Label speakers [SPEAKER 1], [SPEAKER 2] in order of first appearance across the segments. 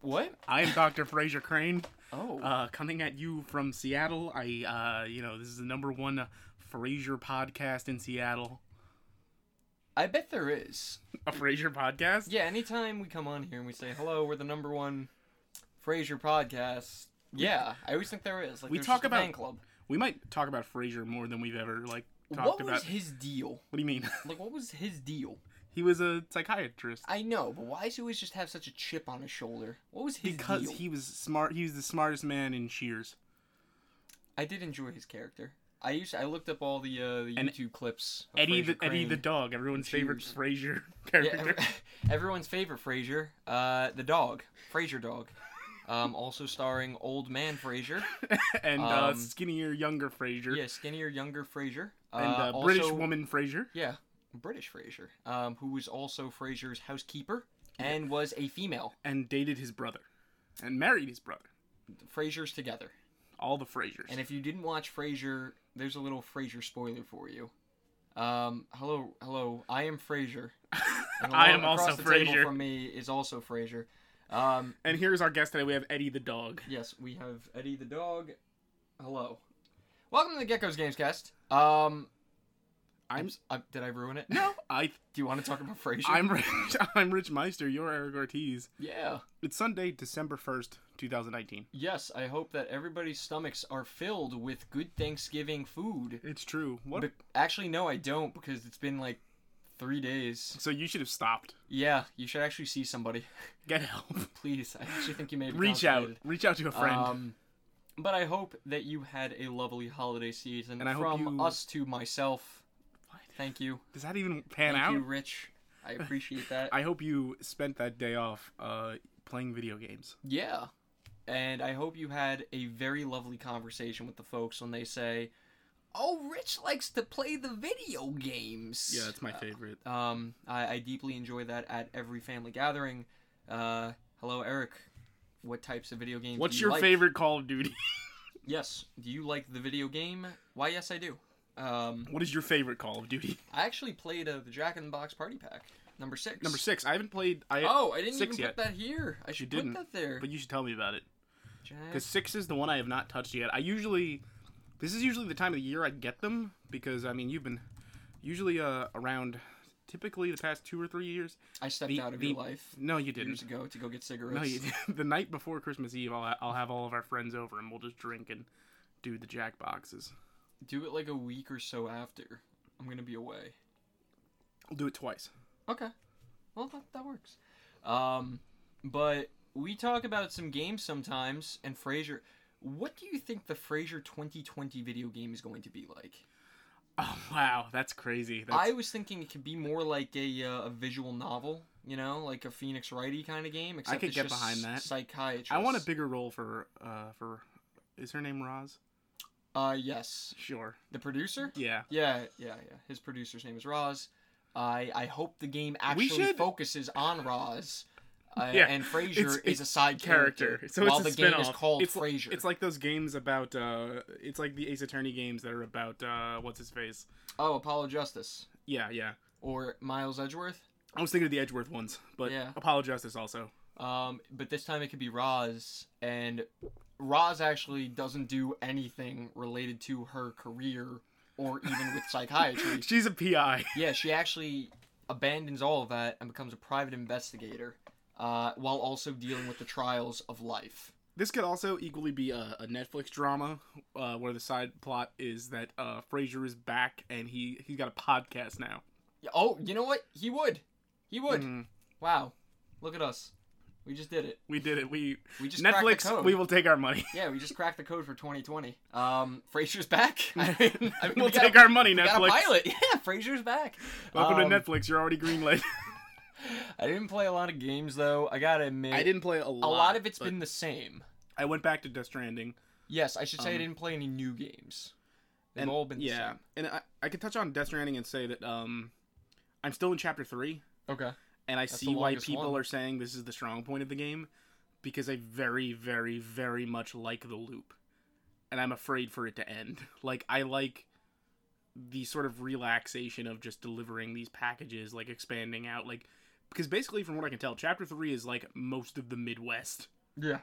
[SPEAKER 1] What?
[SPEAKER 2] I am Dr. Fraser Crane,
[SPEAKER 1] Oh.
[SPEAKER 2] uh, coming at you from Seattle. I, uh, you know, this is the number one uh, Fraser podcast in Seattle.
[SPEAKER 1] I bet there is.
[SPEAKER 2] A Fraser podcast?
[SPEAKER 1] Yeah, anytime we come on here and we say hello, we're the number one Frasier podcast. Yeah, I always think there is. Like,
[SPEAKER 2] We
[SPEAKER 1] there's
[SPEAKER 2] talk
[SPEAKER 1] just a
[SPEAKER 2] about-
[SPEAKER 1] fan club.
[SPEAKER 2] We might talk about Fraser more than we've ever like talked
[SPEAKER 1] What was
[SPEAKER 2] about.
[SPEAKER 1] his deal?
[SPEAKER 2] What do you mean?
[SPEAKER 1] Like, what was his deal?
[SPEAKER 2] he was a psychiatrist
[SPEAKER 1] I know, but why does he always just have such a chip on his shoulder? What was his
[SPEAKER 2] because
[SPEAKER 1] deal?
[SPEAKER 2] he was smart. He was the smartest man in Cheers.
[SPEAKER 1] I did enjoy his character. I used I looked up all the uh, the
[SPEAKER 2] And
[SPEAKER 1] YouTube clips. Of
[SPEAKER 2] Eddie,
[SPEAKER 1] Frasier
[SPEAKER 2] the, Eddie the
[SPEAKER 1] Crane.
[SPEAKER 2] dog, everyone's favorite
[SPEAKER 1] Cheers.
[SPEAKER 2] Fraser
[SPEAKER 1] Yeah,
[SPEAKER 2] character.
[SPEAKER 1] every- everyone's favorite Frasier, uh, the dog, Frasier dog, um, also starring old man Frasier.
[SPEAKER 2] and uh,
[SPEAKER 1] Um,
[SPEAKER 2] skinnier, younger Fraser,
[SPEAKER 1] Yeah, skinnier, younger Frasier. Uh,
[SPEAKER 2] and uh,
[SPEAKER 1] also,
[SPEAKER 2] British woman Fraser.
[SPEAKER 1] Yeah, British Frasier, um, who was also Frasier's housekeeper and was a female.
[SPEAKER 2] and dated his brother, and married his brother.
[SPEAKER 1] Frasier's together.
[SPEAKER 2] All the Frasers.
[SPEAKER 1] And if you didn't watch Frasier, there's a little Frasier spoiler for you. Um, hello, hello, I am Frasier. And
[SPEAKER 2] I
[SPEAKER 1] along-
[SPEAKER 2] am also
[SPEAKER 1] across the table
[SPEAKER 2] Frasier.
[SPEAKER 1] From me is also Frasier. Um,
[SPEAKER 2] And here's our guest today. We have Eddie the dog.
[SPEAKER 1] yes, we have Eddie the dog. Hello, welcome to the Geckos Gamescast. Um,
[SPEAKER 2] I'm
[SPEAKER 1] I, did I ruin it?
[SPEAKER 2] no, I
[SPEAKER 1] Do you want to talk about Frasier?
[SPEAKER 2] I'm Rich, I'm Rich Meister. You're Eric Ortiz.
[SPEAKER 1] yeah.
[SPEAKER 2] It's Sunday, December first, 2019.
[SPEAKER 1] Yes, I hope that everybody's stomachs are filled with good Thanksgiving food.
[SPEAKER 2] It's true. What?
[SPEAKER 1] But actually, no, I don't because it's been like three days.
[SPEAKER 2] so you should have stopped.
[SPEAKER 1] Yeah, you should actually see somebody.
[SPEAKER 2] Get help.
[SPEAKER 1] Please, I actually think you may be
[SPEAKER 2] Reach out.
[SPEAKER 1] constipated.
[SPEAKER 2] Reach out to a friend.
[SPEAKER 1] Um, but I hope that you had a lovely holiday season.
[SPEAKER 2] And I hope
[SPEAKER 1] From
[SPEAKER 2] you-
[SPEAKER 1] us to myself,
[SPEAKER 2] What?
[SPEAKER 1] thank you.
[SPEAKER 2] Does that even pan
[SPEAKER 1] thank
[SPEAKER 2] out?
[SPEAKER 1] you, Rich. I appreciate that.
[SPEAKER 2] I hope you spent that day off uh, playing video games.
[SPEAKER 1] Yeah. And I hope you had a very lovely conversation with the folks when they say, "Oh, Rich likes to play the video games."
[SPEAKER 2] Yeah, that's my favorite.
[SPEAKER 1] Um, I, I deeply enjoy that at every family gathering. Uh, hello, Eric. What types of video games?
[SPEAKER 2] What's
[SPEAKER 1] do you
[SPEAKER 2] your
[SPEAKER 1] like?
[SPEAKER 2] favorite Call of Duty?
[SPEAKER 1] Yes. Do you like the video game? Why, yes, I do. Um,
[SPEAKER 2] what is your favorite Call of Duty?
[SPEAKER 1] I actually played uh, the Jack in the Box Party Pack number six.
[SPEAKER 2] Number six. I haven't played. I
[SPEAKER 1] Oh, I didn't
[SPEAKER 2] six
[SPEAKER 1] even
[SPEAKER 2] yet.
[SPEAKER 1] put that here. I should
[SPEAKER 2] didn't,
[SPEAKER 1] put that there.
[SPEAKER 2] But you should tell me about it.
[SPEAKER 1] Jack-
[SPEAKER 2] Because six is the one I have not touched yet. I usually, this is usually the time of the year I get them because I mean you've been usually uh, around, typically the past two or three years.
[SPEAKER 1] I stepped
[SPEAKER 2] the-
[SPEAKER 1] out of
[SPEAKER 2] the-
[SPEAKER 1] your life
[SPEAKER 2] No, you
[SPEAKER 1] years
[SPEAKER 2] didn't.
[SPEAKER 1] ago to go get cigarettes.
[SPEAKER 2] No, you didn't. the night before Christmas Eve, I'll I'll have all of our friends over and we'll just drink and do the jack boxes.
[SPEAKER 1] Do it like a week or so after. I'm gonna be away.
[SPEAKER 2] We'll do it twice.
[SPEAKER 1] Okay. Well, that, that works. Um, but we talk about some games sometimes, and Frasier. What do you think the Frasier 2020 video game is going to be like?
[SPEAKER 2] Oh wow, that's crazy. That's,
[SPEAKER 1] I was thinking it could be more like a, uh, a visual novel, you know, like a Phoenix Wrighty kind of game. Except
[SPEAKER 2] could
[SPEAKER 1] it's
[SPEAKER 2] get
[SPEAKER 1] just
[SPEAKER 2] behind that.
[SPEAKER 1] Psychiatrist.
[SPEAKER 2] I want a bigger role for uh for, is her name Roz?
[SPEAKER 1] Uh, yes,
[SPEAKER 2] Sure.
[SPEAKER 1] the producer.
[SPEAKER 2] Yeah.
[SPEAKER 1] Yeah, yeah, yeah. His producer's name is Roz. I I hope the game actually
[SPEAKER 2] should-
[SPEAKER 1] focuses on Roz. Uh,
[SPEAKER 2] Yeah,
[SPEAKER 1] and
[SPEAKER 2] it's-
[SPEAKER 1] Frasier is a side
[SPEAKER 2] character.
[SPEAKER 1] character,
[SPEAKER 2] So
[SPEAKER 1] while
[SPEAKER 2] it's a
[SPEAKER 1] the game is
[SPEAKER 2] spin-off.
[SPEAKER 1] called
[SPEAKER 2] it's,
[SPEAKER 1] Frasier.
[SPEAKER 2] It's like those games about uh it's like the Ace Attorney games that are about uh what's his face?
[SPEAKER 1] oh, Apollo Justice
[SPEAKER 2] Yeah, yeah.
[SPEAKER 1] or Miles Edgeworth.
[SPEAKER 2] I was thinking of the Edgeworth ones, but
[SPEAKER 1] Yeah.
[SPEAKER 2] Apollo Justice also.
[SPEAKER 1] Um, but this time it could be Roz, and Roz actually doesn't do anything related to her career or even with psychiatry.
[SPEAKER 2] She's a PI.
[SPEAKER 1] Yeah, she actually abandons all of that and becomes a private investigator, uh, while also dealing with the trials of life.
[SPEAKER 2] This could also equally be a, a Netflix drama uh, where the side plot is that uh Frasier is back and he he's got a podcast now.
[SPEAKER 1] Yeah, Oh, you know what? He would. He would.
[SPEAKER 2] Mm,
[SPEAKER 1] Wow. Look at us. We just did it.
[SPEAKER 2] we did it. We
[SPEAKER 1] We just cracked the
[SPEAKER 2] Netflix.
[SPEAKER 1] code.
[SPEAKER 2] We will take our money.
[SPEAKER 1] Yeah, we just cracked the code for 2020. Um, Frasier's back. I mean, I mean,
[SPEAKER 2] we'll
[SPEAKER 1] we got
[SPEAKER 2] take
[SPEAKER 1] a,
[SPEAKER 2] our money.
[SPEAKER 1] we got a
[SPEAKER 2] Netflix.
[SPEAKER 1] pilot. Yeah, Frasier's back.
[SPEAKER 2] Welcome
[SPEAKER 1] Um,
[SPEAKER 2] to Netflix. You're already greenlit.
[SPEAKER 1] I didn't play a lot of games though. I gotta admit,
[SPEAKER 2] I didn't play a lot.
[SPEAKER 1] A lot of
[SPEAKER 2] it's
[SPEAKER 1] it's been the same.
[SPEAKER 2] I went back to Death Stranding.
[SPEAKER 1] Yes, I should say I
[SPEAKER 2] Um,
[SPEAKER 1] didn't play any new games. They've all been
[SPEAKER 2] yeah, and I, I could touch on Death Stranding and say that um, I'm still in chapter three,
[SPEAKER 1] the same. Okay.
[SPEAKER 2] and I
[SPEAKER 1] That's the
[SPEAKER 2] see why
[SPEAKER 1] longest
[SPEAKER 2] people
[SPEAKER 1] one.
[SPEAKER 2] are saying this is the strong point of the game, because I very, very, very much like the loop, and I'm afraid for it to end. Like I like the sort of relaxation of just delivering these packages, like expanding out, like because basically from what I can tell, chapter three is like most of the Midwest.
[SPEAKER 1] Yeah.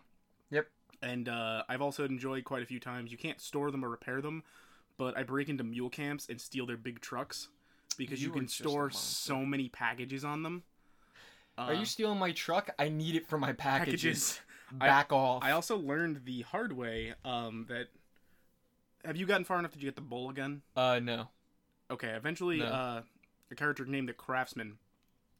[SPEAKER 2] and uh, I've also enjoyed quite a few times. You can't store them or repair them, but I break into mule camps and steal their big trucks because you,
[SPEAKER 1] You are
[SPEAKER 2] can
[SPEAKER 1] just a
[SPEAKER 2] store
[SPEAKER 1] monster.
[SPEAKER 2] so many packages on them.
[SPEAKER 1] Are
[SPEAKER 2] Uh,
[SPEAKER 1] you stealing my truck? I need it for my packages.
[SPEAKER 2] I-
[SPEAKER 1] Back off.
[SPEAKER 2] I also learned the hard way um, that. Have you gotten far enough? Did you get the bola gun?
[SPEAKER 1] uh no.
[SPEAKER 2] Okay, eventually,
[SPEAKER 1] No.
[SPEAKER 2] uh, a character named the Craftsman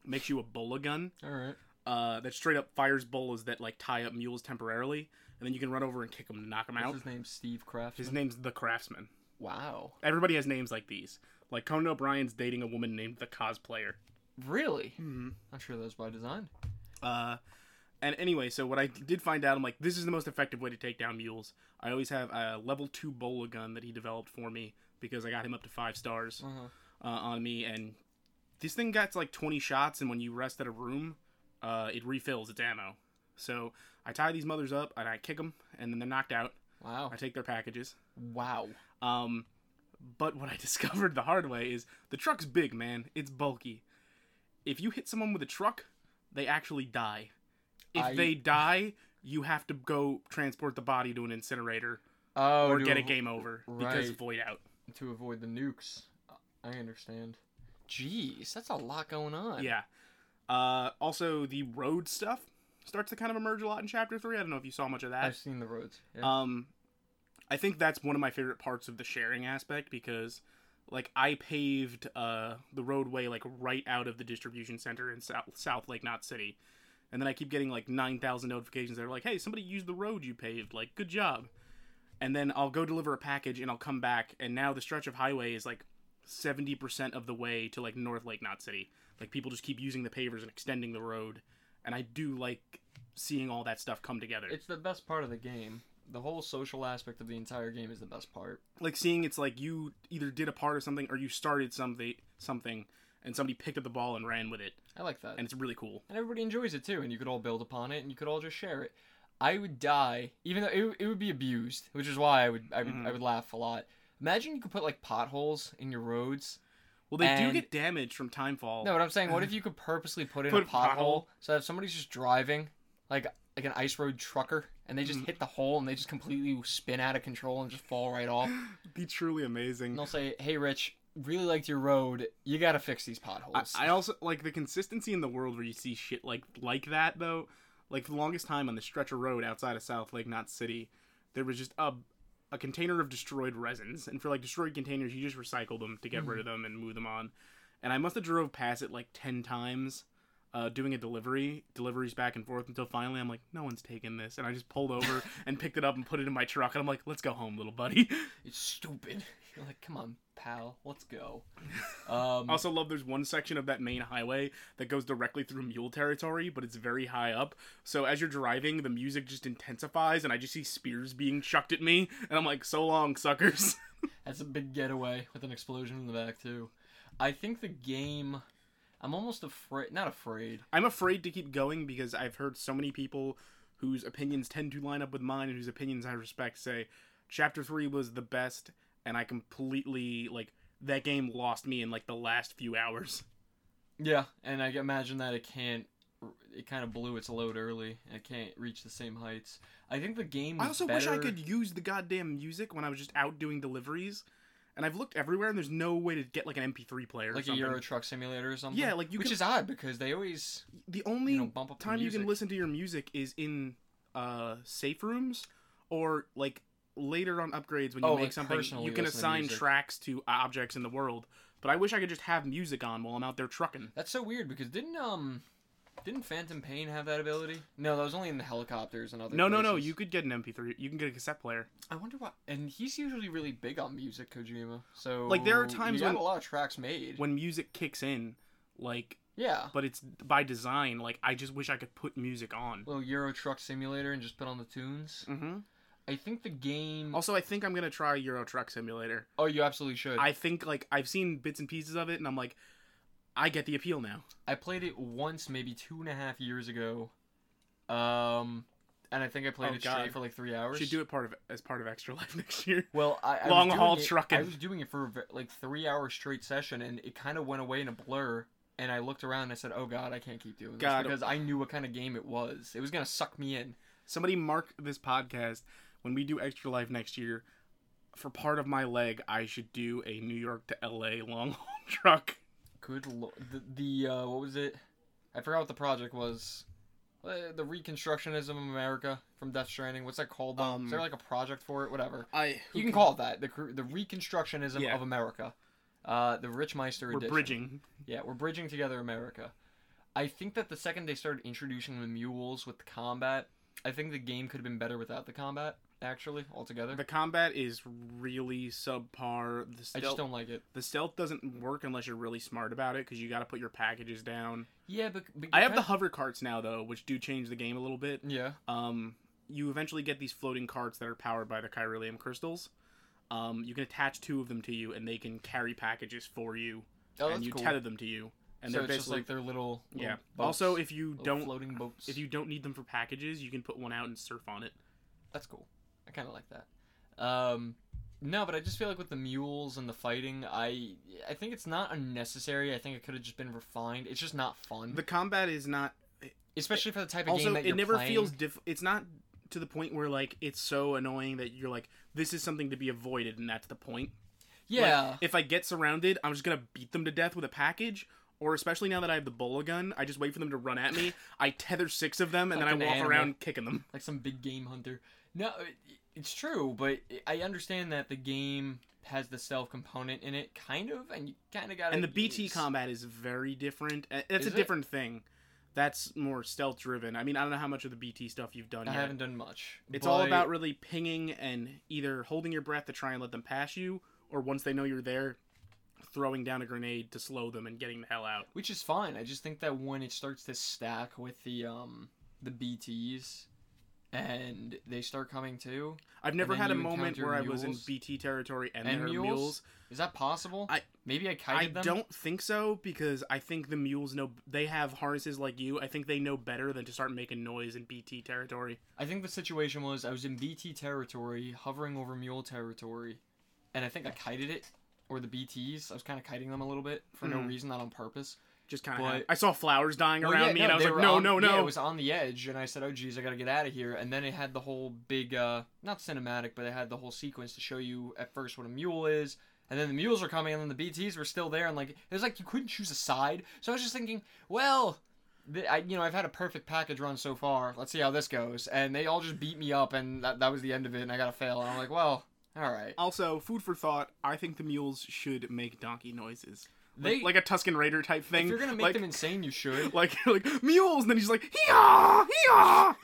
[SPEAKER 2] makes you a bola gun
[SPEAKER 1] All right.
[SPEAKER 2] uh, that straight up fires bolas that like tie up mules temporarily, and then you can run over and kick them and knock them out.
[SPEAKER 1] What's his name? Steve Kraft.
[SPEAKER 2] His name's the Craftsman.
[SPEAKER 1] Wow.
[SPEAKER 2] Everybody has names like these. Like Conan O'Brien's dating a woman named the Cosplayer.
[SPEAKER 1] Really?
[SPEAKER 2] Mm-hmm.
[SPEAKER 1] I'm sure that was by design.
[SPEAKER 2] Uh, and anyway, so what I did find out, I'm like, this is the most effective way to take down mules. I always have a level two bola gun that he developed for me because I got him up to five stars
[SPEAKER 1] Uh-huh.
[SPEAKER 2] uh, on me, and this thing got like 20 shots, and when you rest at a room, uh, it refills its ammo. So I tie these mothers up and I kick them, and then they're knocked out.
[SPEAKER 1] Wow.
[SPEAKER 2] I take their packages.
[SPEAKER 1] Wow.
[SPEAKER 2] Um, but what I discovered the hard way is the truck's big, man. It's bulky. If you hit someone with a truck, they actually die. If
[SPEAKER 1] I-
[SPEAKER 2] they die, you have to go transport the body to an incinerator
[SPEAKER 1] Oh,
[SPEAKER 2] or
[SPEAKER 1] to
[SPEAKER 2] get a
[SPEAKER 1] avo-
[SPEAKER 2] game over because
[SPEAKER 1] right.
[SPEAKER 2] void out.
[SPEAKER 1] to avoid the nukes. I understand. Jeez, that's a lot going on.
[SPEAKER 2] Yeah. Uh, also, the road stuff starts to kind of emerge a lot in chapter three. I don't know if you saw much of that.
[SPEAKER 1] I've seen the roads. Yeah.
[SPEAKER 2] Um, I think that's one of my favorite parts of the sharing aspect because, like, I paved uh the roadway like right out of the distribution center in South South Lake Knot City, and then I keep getting like nine thousand notifications that are like, "Hey, somebody used the road you paved. Like, good job." And then I'll go deliver a package and I'll come back, and now the stretch of highway is like seventy percent of the way to like North Lake Knot City. Like, people just keep using the pavers and extending the road, and I do like seeing all that stuff come together.
[SPEAKER 1] it's the best part of the game. The whole social aspect of the entire game is the best part.
[SPEAKER 2] like seeing it's like you either did a part of something or you started something something and somebody picked up the ball and ran with it
[SPEAKER 1] I like that.
[SPEAKER 2] and it's really cool
[SPEAKER 1] and everybody enjoys it too and you could all build upon it and you could all just share it i would die even though it, it would be abused which is why i would I would, I
[SPEAKER 2] Mhm.
[SPEAKER 1] would laugh a lot imagine you could put like potholes in your roads
[SPEAKER 2] well they
[SPEAKER 1] And-
[SPEAKER 2] do get damage from timefall
[SPEAKER 1] no but i'm saying what if you could purposely put in
[SPEAKER 2] Put
[SPEAKER 1] a
[SPEAKER 2] a
[SPEAKER 1] pothole
[SPEAKER 2] pothole.
[SPEAKER 1] so that if somebody's just driving like like an ice road trucker and they just
[SPEAKER 2] Mm.
[SPEAKER 1] hit the hole and they just completely spin out of control and just fall right off and
[SPEAKER 2] be truly amazing
[SPEAKER 1] they'll say hey rich really liked your road you gotta fix these
[SPEAKER 2] I,
[SPEAKER 1] potholes
[SPEAKER 2] I also like the consistency in the world where you see shit like like that though like for the longest time on the stretch of road outside of south lake not city there was just a a container of destroyed resins and for like destroyed containers you just recycle them to get rid of them and move them on and i must have drove past it like 10 times uh, doing a delivery deliveries back and forth until finally i'm like no one's taking this and i just pulled over and picked it up and put it in my truck and i'm like let's go home little buddy
[SPEAKER 1] it's stupid you're like come on pal let's go um
[SPEAKER 2] I also love there's one section of that main highway that goes directly through mule territory, but it's very high up. So as you're driving, the music just intensifies, and I just see spears being chucked at me, and I'm like, "So long, suckers!"
[SPEAKER 1] That's a big getaway with an explosion in the back too. I think the game. I'm almost afraid. Not afraid.
[SPEAKER 2] I'm afraid to keep going because I've heard so many people whose opinions tend to line up with mine and whose opinions I respect say, "Chapter three was the best," and I completely like that game lost me in like the last few hours.
[SPEAKER 1] Yeah, and I imagine that it can't. It kind of blew its load early. and It can't reach the same heights. I think the game. Was
[SPEAKER 2] I also wish I
[SPEAKER 1] better-
[SPEAKER 2] could use the goddamn music when I was just out doing deliveries. And I've looked everywhere, and there's no way to get like an MP3 player. Or
[SPEAKER 1] like a
[SPEAKER 2] something.
[SPEAKER 1] Euro Truck Simulator or something.
[SPEAKER 2] Yeah, like you
[SPEAKER 1] which
[SPEAKER 2] can.
[SPEAKER 1] is odd because they always
[SPEAKER 2] the only
[SPEAKER 1] you know bump up the
[SPEAKER 2] time you can
[SPEAKER 1] music.
[SPEAKER 2] listen to your music is in uh, safe rooms, or like later on upgrades when you
[SPEAKER 1] Oh,
[SPEAKER 2] make
[SPEAKER 1] like
[SPEAKER 2] something.
[SPEAKER 1] personally
[SPEAKER 2] You can
[SPEAKER 1] listen to
[SPEAKER 2] assign
[SPEAKER 1] music.
[SPEAKER 2] tracks to uh, objects in the world. But I wish I could just have music on while I'm out there trucking.
[SPEAKER 1] That's so weird because didn't um, didn't Phantom Pain have that ability? No, that was only in the helicopters and other.
[SPEAKER 2] No, no, no.
[SPEAKER 1] places.
[SPEAKER 2] You could get an MP3. You can get a cassette player.
[SPEAKER 1] I wonder why. And he's usually really big on music, Kojima. So
[SPEAKER 2] Like, there are
[SPEAKER 1] he
[SPEAKER 2] times
[SPEAKER 1] got
[SPEAKER 2] when-
[SPEAKER 1] a lot of tracks made.
[SPEAKER 2] When music kicks in, like,
[SPEAKER 1] yeah,
[SPEAKER 2] but it's by design. Like, I just wish I could put music on.
[SPEAKER 1] little Euro Truck Simulator and just put on the tunes.
[SPEAKER 2] Mm-hmm.
[SPEAKER 1] I think the game.
[SPEAKER 2] Also, I think I'm gonna try Euro Truck Simulator.
[SPEAKER 1] oh, you absolutely should. I,
[SPEAKER 2] I think like I've seen bits and pieces of it, and I'm like, I get the appeal now.
[SPEAKER 1] played it once, maybe two and a half years ago. Um, and I think I played
[SPEAKER 2] Oh,
[SPEAKER 1] it
[SPEAKER 2] God.
[SPEAKER 1] straight for like three hours.
[SPEAKER 2] Should do it part of as part of Extra Life next year.
[SPEAKER 1] Well, I, I was
[SPEAKER 2] Long
[SPEAKER 1] doing
[SPEAKER 2] haul
[SPEAKER 1] it-
[SPEAKER 2] trucking.
[SPEAKER 1] I was doing it for a ve- like three hour straight session, and it kind of went away in a blur. And I looked around and I said, "Oh God, I can't keep doing this
[SPEAKER 2] God.
[SPEAKER 1] because I knew what kind of game it was. It was gonna suck me in."
[SPEAKER 2] Somebody mark this podcast when we do Extra Life next year. For part of my leg, I should do a New York to LA long haul truck.
[SPEAKER 1] Good lord. The, the uh, what was it? I forgot what the project was. Uh, The Reconstructionism of America from Death Stranding. What's that called? though?
[SPEAKER 2] Um,
[SPEAKER 1] Is there like a project for it? Whatever.
[SPEAKER 2] I
[SPEAKER 1] You can call it that. The cr- the Reconstructionism
[SPEAKER 2] Yeah.
[SPEAKER 1] of America. Uh, the Rich Meister
[SPEAKER 2] We're
[SPEAKER 1] edition.
[SPEAKER 2] bridging.
[SPEAKER 1] Yeah, we're bridging together America. I think that the second they started introducing the mules with the combat, I think the game could have been better without the combat. Actually, altogether,
[SPEAKER 2] The combat is really subpar. The
[SPEAKER 1] I
[SPEAKER 2] stealth,
[SPEAKER 1] just don't like it.
[SPEAKER 2] the stealth doesn't work unless you're really smart about it because you got to put your packages down.
[SPEAKER 1] Yeah, but, but
[SPEAKER 2] I
[SPEAKER 1] you
[SPEAKER 2] have the
[SPEAKER 1] kinda-
[SPEAKER 2] hover carts now though, which do change the game a little bit.
[SPEAKER 1] yeah.
[SPEAKER 2] Um, you eventually get these floating carts that are powered by the Kyrillium crystals. Um, you can attach two of them to you, and they can carry packages for you,
[SPEAKER 1] Oh,
[SPEAKER 2] and
[SPEAKER 1] that's
[SPEAKER 2] you
[SPEAKER 1] cool.
[SPEAKER 2] tether them to you, and
[SPEAKER 1] so
[SPEAKER 2] they're
[SPEAKER 1] it's just
[SPEAKER 2] basically
[SPEAKER 1] like their little, little
[SPEAKER 2] yeah.
[SPEAKER 1] boats,
[SPEAKER 2] Also, if you
[SPEAKER 1] little
[SPEAKER 2] don't
[SPEAKER 1] floating boats.
[SPEAKER 2] if you don't need them for packages, you can put one out and surf on it.
[SPEAKER 1] that's cool. I kind of like that. Um, no, but I just feel like with the mules and the fighting, I I think it's not unnecessary. I think it could have just been refined. It's just not fun,
[SPEAKER 2] The combat is not
[SPEAKER 1] especially for the type of game
[SPEAKER 2] also
[SPEAKER 1] that
[SPEAKER 2] it
[SPEAKER 1] you're
[SPEAKER 2] never
[SPEAKER 1] playing.
[SPEAKER 2] feels diff. It's not to the point where like it's so annoying that you're like this is something to be avoided, and that's the point. Like,
[SPEAKER 1] yeah.
[SPEAKER 2] if I get surrounded, I'm just gonna beat them to death with a package. Or especially now that I have the bola gun, I just wait for them to run at me. I tether six of them, and
[SPEAKER 1] Like
[SPEAKER 2] then I
[SPEAKER 1] an
[SPEAKER 2] walk
[SPEAKER 1] animal.
[SPEAKER 2] around kicking them.
[SPEAKER 1] like some big game hunter. No, it, it's true, but I understand that the game has the stealth component in it, kind of, and you kind of got.
[SPEAKER 2] And the BT combat is very different. Uh, It's
[SPEAKER 1] Oh, Is
[SPEAKER 2] a
[SPEAKER 1] it?
[SPEAKER 2] different thing. That's more stealth driven. I mean, I don't know how much of the BT stuff you've done
[SPEAKER 1] I
[SPEAKER 2] yet.
[SPEAKER 1] haven't done much.
[SPEAKER 2] It's all
[SPEAKER 1] but-
[SPEAKER 2] about really pinging and either holding your breath to try and let them pass you, or once they know you're there, throwing down a grenade to slow them and getting the hell out.
[SPEAKER 1] which is fine. I just think that when it starts to stack with the um the BTS, and they start coming too,
[SPEAKER 2] I've never
[SPEAKER 1] then
[SPEAKER 2] had a
[SPEAKER 1] you
[SPEAKER 2] moment
[SPEAKER 1] encounter
[SPEAKER 2] where I was in
[SPEAKER 1] mules.
[SPEAKER 2] BT territory and,
[SPEAKER 1] And
[SPEAKER 2] there
[SPEAKER 1] mules?
[SPEAKER 2] were mules.
[SPEAKER 1] is that possible?
[SPEAKER 2] I-
[SPEAKER 1] maybe I kited
[SPEAKER 2] I
[SPEAKER 1] them.
[SPEAKER 2] don't think so because I think the mules know they have harnesses like you. I think they know better than to start making noise in BT territory.
[SPEAKER 1] I think the situation was I was in BT territory, hovering over mule territory, and I think I kited it or the BTS. I was kind of kiting them a little bit for no
[SPEAKER 2] Mhm.
[SPEAKER 1] reason, not on purpose.
[SPEAKER 2] Just kind
[SPEAKER 1] But-
[SPEAKER 2] of. I saw flowers dying
[SPEAKER 1] Well,
[SPEAKER 2] around
[SPEAKER 1] yeah,
[SPEAKER 2] me, and I was
[SPEAKER 1] they
[SPEAKER 2] like,
[SPEAKER 1] were
[SPEAKER 2] no,
[SPEAKER 1] on-
[SPEAKER 2] no,
[SPEAKER 1] yeah,
[SPEAKER 2] no.
[SPEAKER 1] it was on the edge, and I said, "Oh, geez, I gotta get out of here." And then it had the whole big, uh, not cinematic, but it had the whole sequence to show you at first what a mule is, and then the mules were coming, and then the BTS were still there, and like it was like you couldn't choose a side. So I was just thinking, well, th- I, you know, I've had a perfect package run so far. Let's see how this goes. And they all just beat me up, and that, that was the end of it. And I gotta fail. And I'm like, well, all right.
[SPEAKER 2] Also, food for thought. I think the mules should make donkey noises,
[SPEAKER 1] They,
[SPEAKER 2] like, like a Tuscan Raider type thing.
[SPEAKER 1] if you're gonna make
[SPEAKER 2] like,
[SPEAKER 1] them insane, you should.
[SPEAKER 2] like, like mules, and then he's like, hee-haw, hee-haw.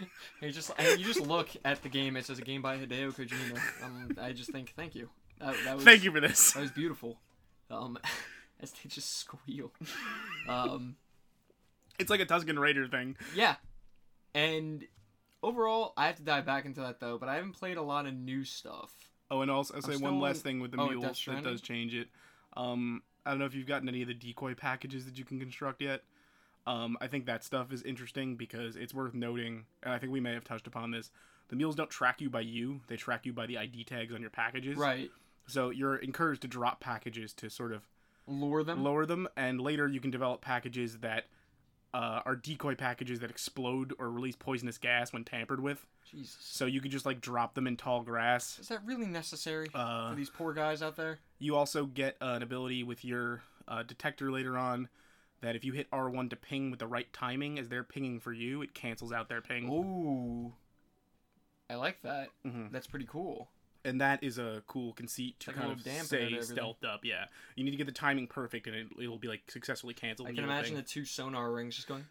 [SPEAKER 1] You just and you just look at the game. It says a game by Hideo Kojima. Um, I just think thank you. That, that was,
[SPEAKER 2] Thank you for this.
[SPEAKER 1] That was beautiful. Um, as they just squeal. Um,
[SPEAKER 2] It's like a Tuscan Raider thing.
[SPEAKER 1] yeah. And overall, I have to dive back into that though. But I haven't played a lot of new stuff.
[SPEAKER 2] Oh, and also, I'll say
[SPEAKER 1] still
[SPEAKER 2] one
[SPEAKER 1] on-
[SPEAKER 2] last thing with the
[SPEAKER 1] oh, Death
[SPEAKER 2] mules that
[SPEAKER 1] Stranding?
[SPEAKER 2] does change it. Um, I don't know if you've gotten any of the decoy packages that you can construct yet. Um, I think that stuff is interesting because it's worth noting, and I think we may have touched upon this. The mules don't track you by you; they track you by the ID tags on your packages.
[SPEAKER 1] Right.
[SPEAKER 2] So you're encouraged to drop packages to sort of
[SPEAKER 1] Lure them.
[SPEAKER 2] lower them, and later you can develop packages that uh, are decoy packages that explode or release poisonous gas when tampered with.
[SPEAKER 1] Jesus.
[SPEAKER 2] So you can just like drop them in tall grass.
[SPEAKER 1] Is that really necessary
[SPEAKER 2] Uh,
[SPEAKER 1] for these poor guys out there?
[SPEAKER 2] You also get uh, an ability with your uh, detector later on that if you hit R1 to ping with the right timing as they're pinging for you, it cancels out their ping.
[SPEAKER 1] Oh. Ooh. I like that.
[SPEAKER 2] Mhm.
[SPEAKER 1] That's pretty cool.
[SPEAKER 2] And that is a cool conceit to
[SPEAKER 1] Like a
[SPEAKER 2] kind
[SPEAKER 1] little
[SPEAKER 2] of
[SPEAKER 1] dampener to
[SPEAKER 2] stay
[SPEAKER 1] everything.
[SPEAKER 2] stealthed up. Yeah, you need to get the timing perfect, and it, it'll be like successfully canceled.
[SPEAKER 1] I
[SPEAKER 2] and
[SPEAKER 1] can
[SPEAKER 2] you'll
[SPEAKER 1] imagine
[SPEAKER 2] ping.
[SPEAKER 1] the two sonar rings just going.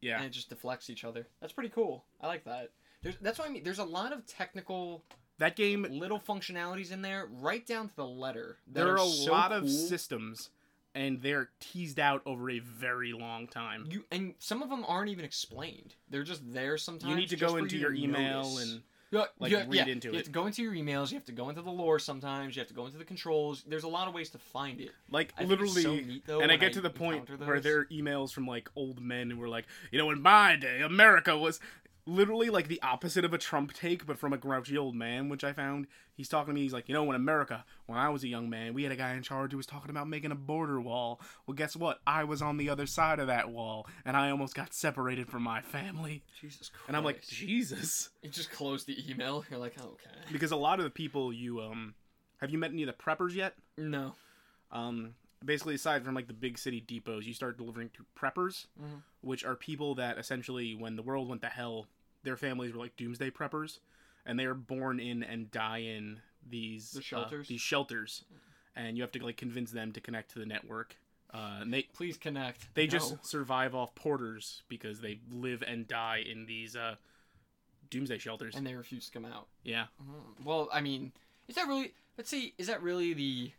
[SPEAKER 2] Yeah,
[SPEAKER 1] and it just deflects each other. That's pretty cool. I like that. There's, that's what I mean. There's a lot of technical
[SPEAKER 2] that game.
[SPEAKER 1] little functionalities in there, right down to the letter. that
[SPEAKER 2] There are, a
[SPEAKER 1] so
[SPEAKER 2] lot
[SPEAKER 1] cool.
[SPEAKER 2] of systems, and they're teased out over a very long time.
[SPEAKER 1] You and some of them aren't even explained. They're just there sometimes.
[SPEAKER 2] You need to
[SPEAKER 1] just
[SPEAKER 2] go
[SPEAKER 1] for
[SPEAKER 2] into
[SPEAKER 1] you
[SPEAKER 2] your
[SPEAKER 1] to
[SPEAKER 2] email
[SPEAKER 1] notice.
[SPEAKER 2] and
[SPEAKER 1] Yeah,
[SPEAKER 2] like,
[SPEAKER 1] yeah,
[SPEAKER 2] read
[SPEAKER 1] yeah.
[SPEAKER 2] into
[SPEAKER 1] You
[SPEAKER 2] it.
[SPEAKER 1] have to go into your emails. You have to go into the lore. Sometimes you have to go into the controls. There's a lot of ways to find it.
[SPEAKER 2] like
[SPEAKER 1] I think it's
[SPEAKER 2] literally.
[SPEAKER 1] so neat, though,
[SPEAKER 2] and I
[SPEAKER 1] when
[SPEAKER 2] get to the point
[SPEAKER 1] encounter
[SPEAKER 2] where
[SPEAKER 1] those.
[SPEAKER 2] there are emails from like old men who were like, you know, in my day, America was literally like the opposite of a Trump take, but from a grouchy old man, which I found. He's talking to me. He's like, you know, in America, when I was a young man, we had a guy in charge who was talking about making a border wall. Well, guess what? I was on the other side of that wall, and I almost got separated from my family.
[SPEAKER 1] Jesus Christ.
[SPEAKER 2] And I'm like, Jesus,
[SPEAKER 1] you just closed the email. You're like, okay.
[SPEAKER 2] because a lot of the people you um, have you met any of the preppers yet?
[SPEAKER 1] No.
[SPEAKER 2] um, basically aside from like the big city depots you start delivering to preppers
[SPEAKER 1] Mhm.
[SPEAKER 2] which are people that essentially when the world went to hell their families were like doomsday preppers and they are born in and die in these
[SPEAKER 1] The
[SPEAKER 2] uh,
[SPEAKER 1] shelters?
[SPEAKER 2] these shelters and you have to like convince them to connect to the network uh, and they
[SPEAKER 1] Please connect.
[SPEAKER 2] they
[SPEAKER 1] No.
[SPEAKER 2] just survive off porters because they live and die in these uh, doomsday shelters
[SPEAKER 1] and they refuse to come out.
[SPEAKER 2] yeah
[SPEAKER 1] Mhm. Well, I mean, is that really? Let's see. Is that really the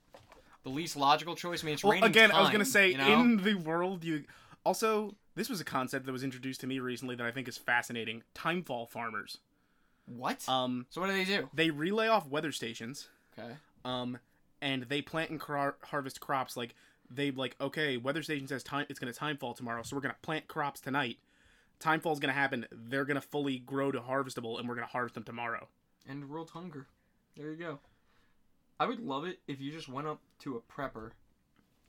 [SPEAKER 1] the least logical choice? I mean, it's
[SPEAKER 2] Well,
[SPEAKER 1] raining
[SPEAKER 2] again, I was
[SPEAKER 1] time,
[SPEAKER 2] gonna say
[SPEAKER 1] you know?
[SPEAKER 2] in the world you also this was a concept that was introduced to me recently that I think is fascinating. Timefall farmers.
[SPEAKER 1] what?
[SPEAKER 2] Um,
[SPEAKER 1] so what do they do?
[SPEAKER 2] they relay off weather stations.
[SPEAKER 1] Okay.
[SPEAKER 2] Um, and they plant and cro- harvest crops like they like okay, weather station says time it's gonna timefall tomorrow, so we're gonna plant crops tonight. Timefall's gonna happen. They're gonna fully grow to harvestable, and we're gonna harvest them tomorrow.
[SPEAKER 1] End world hunger. There you go. I would love it if you just went up to a prepper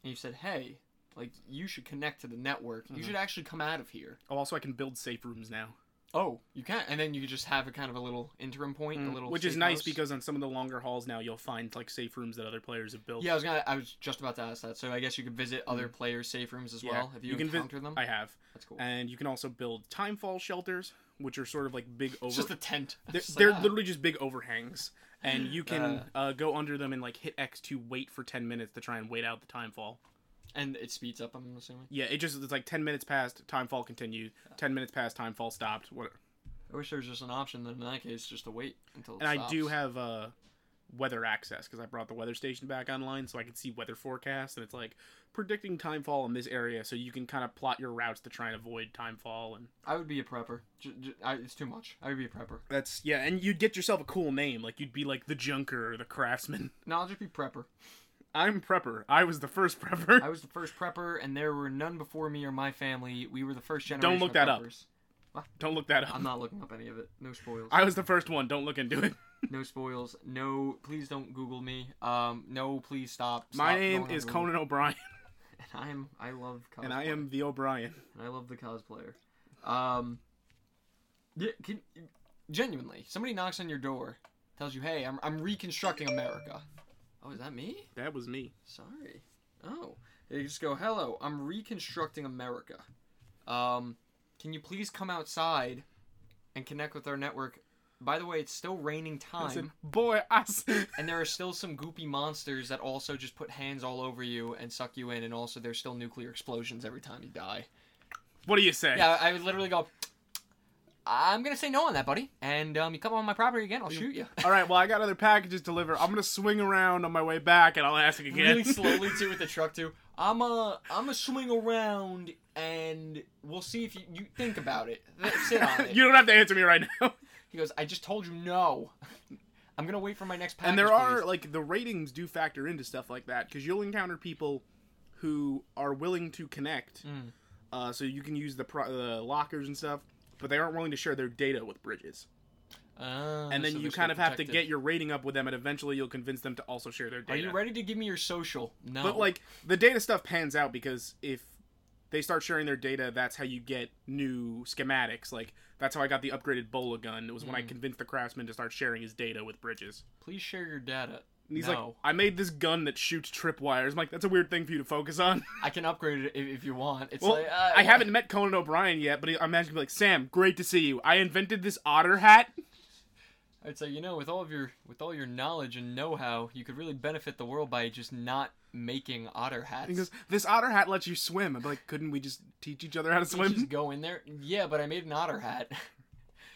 [SPEAKER 1] and you said, "Hey, like you should connect to the network. You should actually come out of here."
[SPEAKER 2] Oh, also I can build safe rooms now,
[SPEAKER 1] Oh, Mm. you can, and then you could just have a kind of a little interim point, a little,
[SPEAKER 2] which is
[SPEAKER 1] safe
[SPEAKER 2] nice
[SPEAKER 1] house.
[SPEAKER 2] because on some of the longer hauls now you'll find like safe rooms that other players have built.
[SPEAKER 1] yeah, I was gonna, I was just about to ask that. So I guess you could visit other players' safe rooms as
[SPEAKER 2] Mm. Yeah,
[SPEAKER 1] well. Have you,
[SPEAKER 2] can vi-
[SPEAKER 1] encountered them?
[SPEAKER 2] I have.
[SPEAKER 1] That's cool.
[SPEAKER 2] and you can also build timefall shelters, which are sort of like big over.
[SPEAKER 1] It's just a tent.
[SPEAKER 2] they're
[SPEAKER 1] It's just like,
[SPEAKER 2] they're
[SPEAKER 1] ah.
[SPEAKER 2] literally just big overhangs, and you can uh,
[SPEAKER 1] Uh.
[SPEAKER 2] go under them and like hit X to wait for ten minutes to try and wait out the timefall.
[SPEAKER 1] and it speeds up. I'm assuming.
[SPEAKER 2] Yeah, it just it's like ten minutes past timefall continued, ten minutes past timefall stopped. What?
[SPEAKER 1] I wish there was just an option. Then in that case, just to wait until. It
[SPEAKER 2] And I do
[SPEAKER 1] stops.
[SPEAKER 2] have uh, weather access because I brought the weather station back online, so I can see weather forecasts, and it's like predicting timefall in this area, so you can kind of plot your routes to try and avoid timefall and.
[SPEAKER 1] I would be a prepper. J- j- I, it's too much. I would be a prepper.
[SPEAKER 2] That's yeah, and you'd get yourself a cool name. Like you'd be like the Junker or the Craftsman.
[SPEAKER 1] No, I'll just be prepper.
[SPEAKER 2] I'm Prepper. I was the first Prepper.
[SPEAKER 1] I was the first prepper, and there were none before me or my family. We were the first generation.
[SPEAKER 2] Don't look
[SPEAKER 1] of
[SPEAKER 2] that up.
[SPEAKER 1] preppers.
[SPEAKER 2] Don't look that up.
[SPEAKER 1] I'm not looking up any of it. No spoils.
[SPEAKER 2] I was the first one. Don't look into it.
[SPEAKER 1] No spoils. No, please don't Google me. Um, no, please stop.
[SPEAKER 2] My
[SPEAKER 1] Stop
[SPEAKER 2] name
[SPEAKER 1] going on
[SPEAKER 2] is
[SPEAKER 1] Google.
[SPEAKER 2] Conan O'Brien,
[SPEAKER 1] And I am. I love. Cosplay.
[SPEAKER 2] and I am the O'Brien.
[SPEAKER 1] And I love the cosplayer. Um, yeah, can, genuinely, somebody knocks on your door, tells you, "Hey, I'm I'm reconstructing America." Oh, is that me?
[SPEAKER 2] That was me.
[SPEAKER 1] Sorry. Oh, they just go, "Hello, I'm reconstructing America. Um, can you please come outside and connect with our network?" By the way, it's still raining
[SPEAKER 2] I
[SPEAKER 1] time,
[SPEAKER 2] said, boy, I. s-
[SPEAKER 1] and there are still some goopy monsters that also just put hands all over you and suck you in, and also there's still nuclear explosions every time you die.
[SPEAKER 2] What do you say?
[SPEAKER 1] Yeah, I would literally go. I'm gonna say no on that, buddy. And um, you come on my property again, I'll shoot you.
[SPEAKER 2] All right. Well, I got other packages to deliver. I'm gonna swing around on my way back, and I'll ask again.
[SPEAKER 1] really slowly too with the truck too. I'm a I'm a swing around and we'll see if you, you think about it. Th- Sit on it.
[SPEAKER 2] you don't have to answer me right now.
[SPEAKER 1] He goes, I just told you no. I'm gonna wait for my next package.
[SPEAKER 2] and there are
[SPEAKER 1] please."
[SPEAKER 2] like the ratings do factor into stuff like that because you'll encounter people who are willing to connect
[SPEAKER 1] Mm.
[SPEAKER 2] uh, so you can use the, pro- the lockers and stuff but they aren't willing to share their data with bridges
[SPEAKER 1] Ah,
[SPEAKER 2] and then
[SPEAKER 1] so
[SPEAKER 2] you
[SPEAKER 1] they're still
[SPEAKER 2] kind of have to
[SPEAKER 1] protected.
[SPEAKER 2] get your rating up with them and eventually you'll convince them to also share their
[SPEAKER 1] Are
[SPEAKER 2] data
[SPEAKER 1] you ready to give me your social? No.
[SPEAKER 2] but like the data stuff pans out because if they start sharing their data that's how you get new schematics like that's how i got the upgraded bola gun it was when
[SPEAKER 1] Mm.
[SPEAKER 2] i convinced the craftsman to start sharing his data with bridges
[SPEAKER 1] please share your data.
[SPEAKER 2] and he's like,
[SPEAKER 1] no.
[SPEAKER 2] I made this gun that shoots tripwires. I'm like, that's a weird thing for you to focus on.
[SPEAKER 1] I can upgrade it if, if you want. It's
[SPEAKER 2] well,
[SPEAKER 1] like uh,
[SPEAKER 2] I haven't met Conan O'Brien yet, but I imagine he'd be like, Sam, great to see you. I invented this otter hat.
[SPEAKER 1] I'd say you know with all of your with all your knowledge and know-how, you could really benefit the world by just not making otter hats.
[SPEAKER 2] He goes, this otter hat lets you swim. I'm like, couldn't we just teach each other how to
[SPEAKER 1] You just
[SPEAKER 2] swim?
[SPEAKER 1] go in there. Yeah, but I made an otter hat.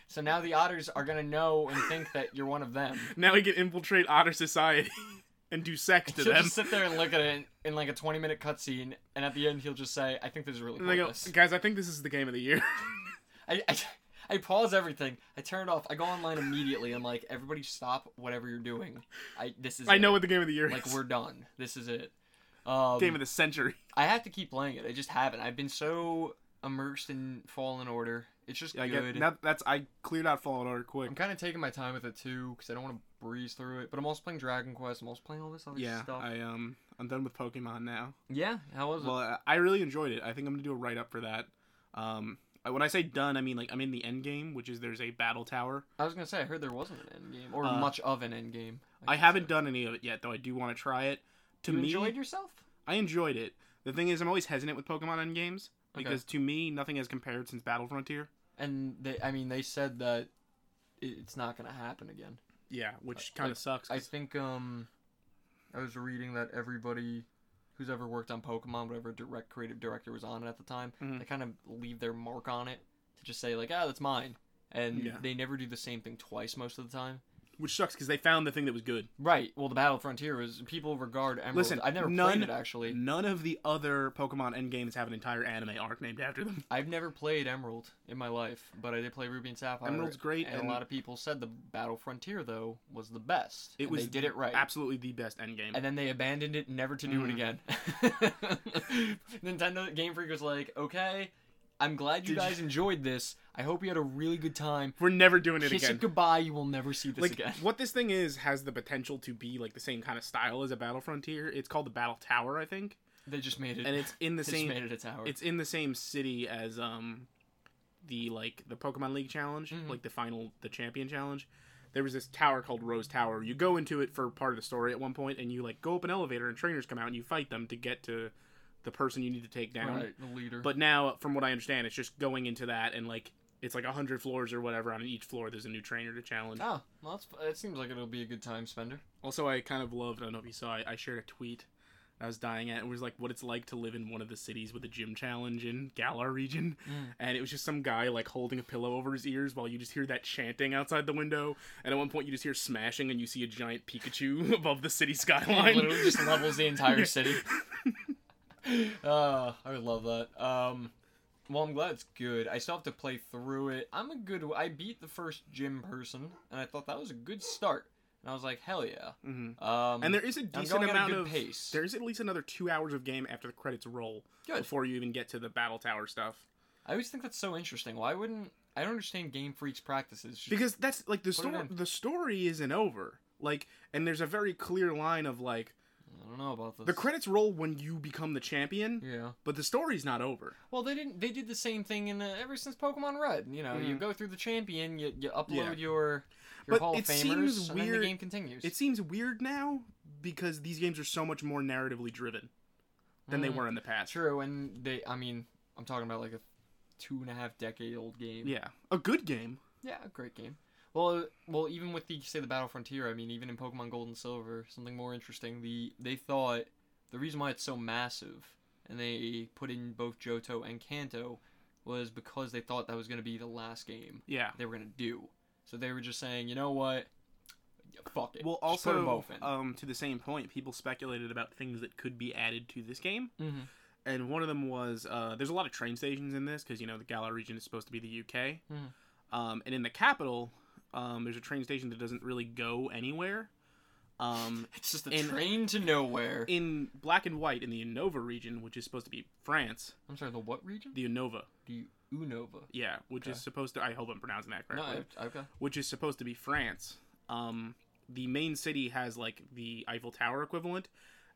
[SPEAKER 1] So now the otters are gonna know and think that you're one of them.
[SPEAKER 2] Now we can infiltrate otter society and do sex to
[SPEAKER 1] He'll
[SPEAKER 2] them.
[SPEAKER 1] just sit there and look at it in, in like a 20 minute cutscene, and at the end he'll just say, "I think this is really
[SPEAKER 2] And they go,
[SPEAKER 1] pointless."
[SPEAKER 2] guys, I think this is the game of the year.
[SPEAKER 1] I, I, I pause everything. I turn it off. I go online immediately. I'm like, "Everybody, stop whatever you're doing. I this is
[SPEAKER 2] I know
[SPEAKER 1] it.
[SPEAKER 2] what the game of the year
[SPEAKER 1] like
[SPEAKER 2] is.
[SPEAKER 1] we're done. This is it." Um,
[SPEAKER 2] game of the century.
[SPEAKER 1] I have to keep playing it. I just haven't. I've been so immersed in Fallen Order. It's just
[SPEAKER 2] Yeah, I
[SPEAKER 1] good.
[SPEAKER 2] get, now that's I cleared out Fallen Order quick.
[SPEAKER 1] I'm kind of taking my time with it too because I don't want to breeze through it. But I'm also playing Dragon Quest. I'm also playing all this other
[SPEAKER 2] Yeah,
[SPEAKER 1] stuff.
[SPEAKER 2] I um, I'm done with Pokemon now.
[SPEAKER 1] Yeah, how was
[SPEAKER 2] Well, I- I really enjoyed it. I think I'm gonna do a write up for that. Um, I- when I say done, I mean like I'm in the end game, which is there's a battle tower.
[SPEAKER 1] it? I was gonna say I heard there wasn't an end game or
[SPEAKER 2] Uh,
[SPEAKER 1] much of an end game.
[SPEAKER 2] I haven't done any of it yet, though. I do want to try it. To
[SPEAKER 1] you
[SPEAKER 2] me,
[SPEAKER 1] enjoyed yourself?
[SPEAKER 2] I enjoyed it. The thing is, I'm always hesitant with Pokemon end games
[SPEAKER 1] Okay.
[SPEAKER 2] because to me, nothing has compared since Battle Frontier.
[SPEAKER 1] And they, I mean, they said that it- it's not gonna happen again.
[SPEAKER 2] Yeah, which
[SPEAKER 1] Uh,
[SPEAKER 2] kind
[SPEAKER 1] like,
[SPEAKER 2] of sucks. 'cause-
[SPEAKER 1] I think um, I was reading that everybody who's ever worked on Pokemon, whatever direct creative director was on it at the time,
[SPEAKER 2] Mhm.
[SPEAKER 1] they kind of leave their mark on it to just say like, ah, that's mine, and
[SPEAKER 2] Yeah.
[SPEAKER 1] they never do the same thing twice most of the time.
[SPEAKER 2] which sucks because they found the thing that was good.
[SPEAKER 1] Right. Well, the Battle Frontier is people regard Emerald.
[SPEAKER 2] Listen,
[SPEAKER 1] I've never
[SPEAKER 2] none-
[SPEAKER 1] played it actually.
[SPEAKER 2] None of the other Pokemon end games have an entire anime arc named after them.
[SPEAKER 1] I've never played Emerald in my life, but I did play Ruby and Sapphire.
[SPEAKER 2] Emerald's great,
[SPEAKER 1] and,
[SPEAKER 2] and-
[SPEAKER 1] a lot of people said the Battle Frontier though was the best.
[SPEAKER 2] It
[SPEAKER 1] and
[SPEAKER 2] was
[SPEAKER 1] they did it right.
[SPEAKER 2] Absolutely the best end game.
[SPEAKER 1] and then they abandoned it never to do it
[SPEAKER 2] Mhm.
[SPEAKER 1] again. Nintendo Game Freak was like, "Okay, I'm glad you
[SPEAKER 2] Did you-
[SPEAKER 1] guys enjoyed this. I hope you had a really good time.
[SPEAKER 2] We're never doing it
[SPEAKER 1] Kiss
[SPEAKER 2] again.
[SPEAKER 1] it goodbye. You will never see this
[SPEAKER 2] like
[SPEAKER 1] again."
[SPEAKER 2] what this thing is has the potential to be like the same kind of style as a Battle Frontier. It's called the Battle Tower, I think,
[SPEAKER 1] They just made it.
[SPEAKER 2] and it's in the
[SPEAKER 1] they just
[SPEAKER 2] same
[SPEAKER 1] made it a tower.
[SPEAKER 2] it's in the same city as um the like the Pokemon League challenge,
[SPEAKER 1] Mhm.
[SPEAKER 2] like the final the champion challenge. There was this tower called Rose Tower. You go into it for part of the story at one point and you like go up an elevator and trainers come out and you fight them to get to the person you need to take down.
[SPEAKER 1] right, the leader.
[SPEAKER 2] But now from what I understand it's just going into that and like it's like 100 floors or whatever on each floor there's a new trainer to challenge.
[SPEAKER 1] oh, well, that's, it seems like it'll be a good time spender.
[SPEAKER 2] Also, I kind of loved. I don't know if you saw. I, I shared a tweet. I was dying at. It was like what it's like to live in one of the cities with a gym challenge in Galar region,
[SPEAKER 1] Mm.
[SPEAKER 2] and it was just some guy like holding a pillow over his ears while you just hear that chanting outside the window, and at one point you just hear smashing, and you see a giant Pikachu above the city
[SPEAKER 1] It
[SPEAKER 2] skyline.
[SPEAKER 1] literally just levels the entire city. Uh, I would love that. Um, well, I'm glad it's good. I still have to play through it. I'm a good. I beat the first gym person, and I thought that was a good start. And I was like, hell yeah.
[SPEAKER 2] Mhm.
[SPEAKER 1] Um,
[SPEAKER 2] And there is a
[SPEAKER 1] I'm
[SPEAKER 2] decent
[SPEAKER 1] going at
[SPEAKER 2] amount
[SPEAKER 1] a good
[SPEAKER 2] of
[SPEAKER 1] pace.
[SPEAKER 2] There is at least another two hours of game after the credits roll
[SPEAKER 1] Good.
[SPEAKER 2] before you even get to the battle tower stuff.
[SPEAKER 1] I always think that's so interesting. Why wouldn't I don't understand Game Freak's practices? Just-
[SPEAKER 2] because that's like the
[SPEAKER 1] Put it
[SPEAKER 2] story
[SPEAKER 1] in.
[SPEAKER 2] the story isn't over like and there's a very clear line of like
[SPEAKER 1] I don't know about this.
[SPEAKER 2] the credits roll when you become the champion
[SPEAKER 1] Yeah.
[SPEAKER 2] but the story's not over
[SPEAKER 1] Well, they didn't. They did the same thing in uh, ever since Pokemon Red. You know, you
[SPEAKER 2] Mhm.
[SPEAKER 1] go through the champion, you, you upload
[SPEAKER 2] Yeah.
[SPEAKER 1] your your
[SPEAKER 2] But
[SPEAKER 1] Hall
[SPEAKER 2] it
[SPEAKER 1] of Famers,
[SPEAKER 2] seems
[SPEAKER 1] and then
[SPEAKER 2] weird-
[SPEAKER 1] the game continues.
[SPEAKER 2] it seems weird now because these games are so much more narratively driven than they
[SPEAKER 1] Mm.
[SPEAKER 2] were in the past
[SPEAKER 1] True, and they. I mean, I'm talking about like a two and a half decade old game.
[SPEAKER 2] yeah a good game
[SPEAKER 1] Yeah, a great game. Well, uh, well, even with the say the Battle Frontier, I mean, even in Pokemon Gold and Silver, something more interesting. The they thought the reason why it's so massive, and they put in both Johto and Kanto, was because they thought that was going to be the last game
[SPEAKER 2] yeah
[SPEAKER 1] they were going to do. So they were just saying, you know what, fuck it.
[SPEAKER 2] well
[SPEAKER 1] Just put
[SPEAKER 2] also
[SPEAKER 1] 'em both in.
[SPEAKER 2] um, to the same point people speculated about things that could be added to this game
[SPEAKER 1] Mhm.
[SPEAKER 2] and one of them was uh, there's a lot of train stations in this because you know the Galar region is supposed to be the UK,
[SPEAKER 1] Mhm.
[SPEAKER 2] um, and in the capital um, there's a train station that doesn't really go anywhere. Um,
[SPEAKER 1] It's just a
[SPEAKER 2] in-
[SPEAKER 1] train to nowhere.
[SPEAKER 2] in black and white in the Unova region, which is supposed to be France,
[SPEAKER 1] I'm sorry, the what region?
[SPEAKER 2] the Unova,
[SPEAKER 1] The Unova.
[SPEAKER 2] yeah, which is
[SPEAKER 1] Okay.
[SPEAKER 2] supposed to I hope I'm pronouncing that
[SPEAKER 1] No,
[SPEAKER 2] correctly,
[SPEAKER 1] I- okay.
[SPEAKER 2] which is supposed to be France. Um, the main city has like the Eiffel Tower equivalent,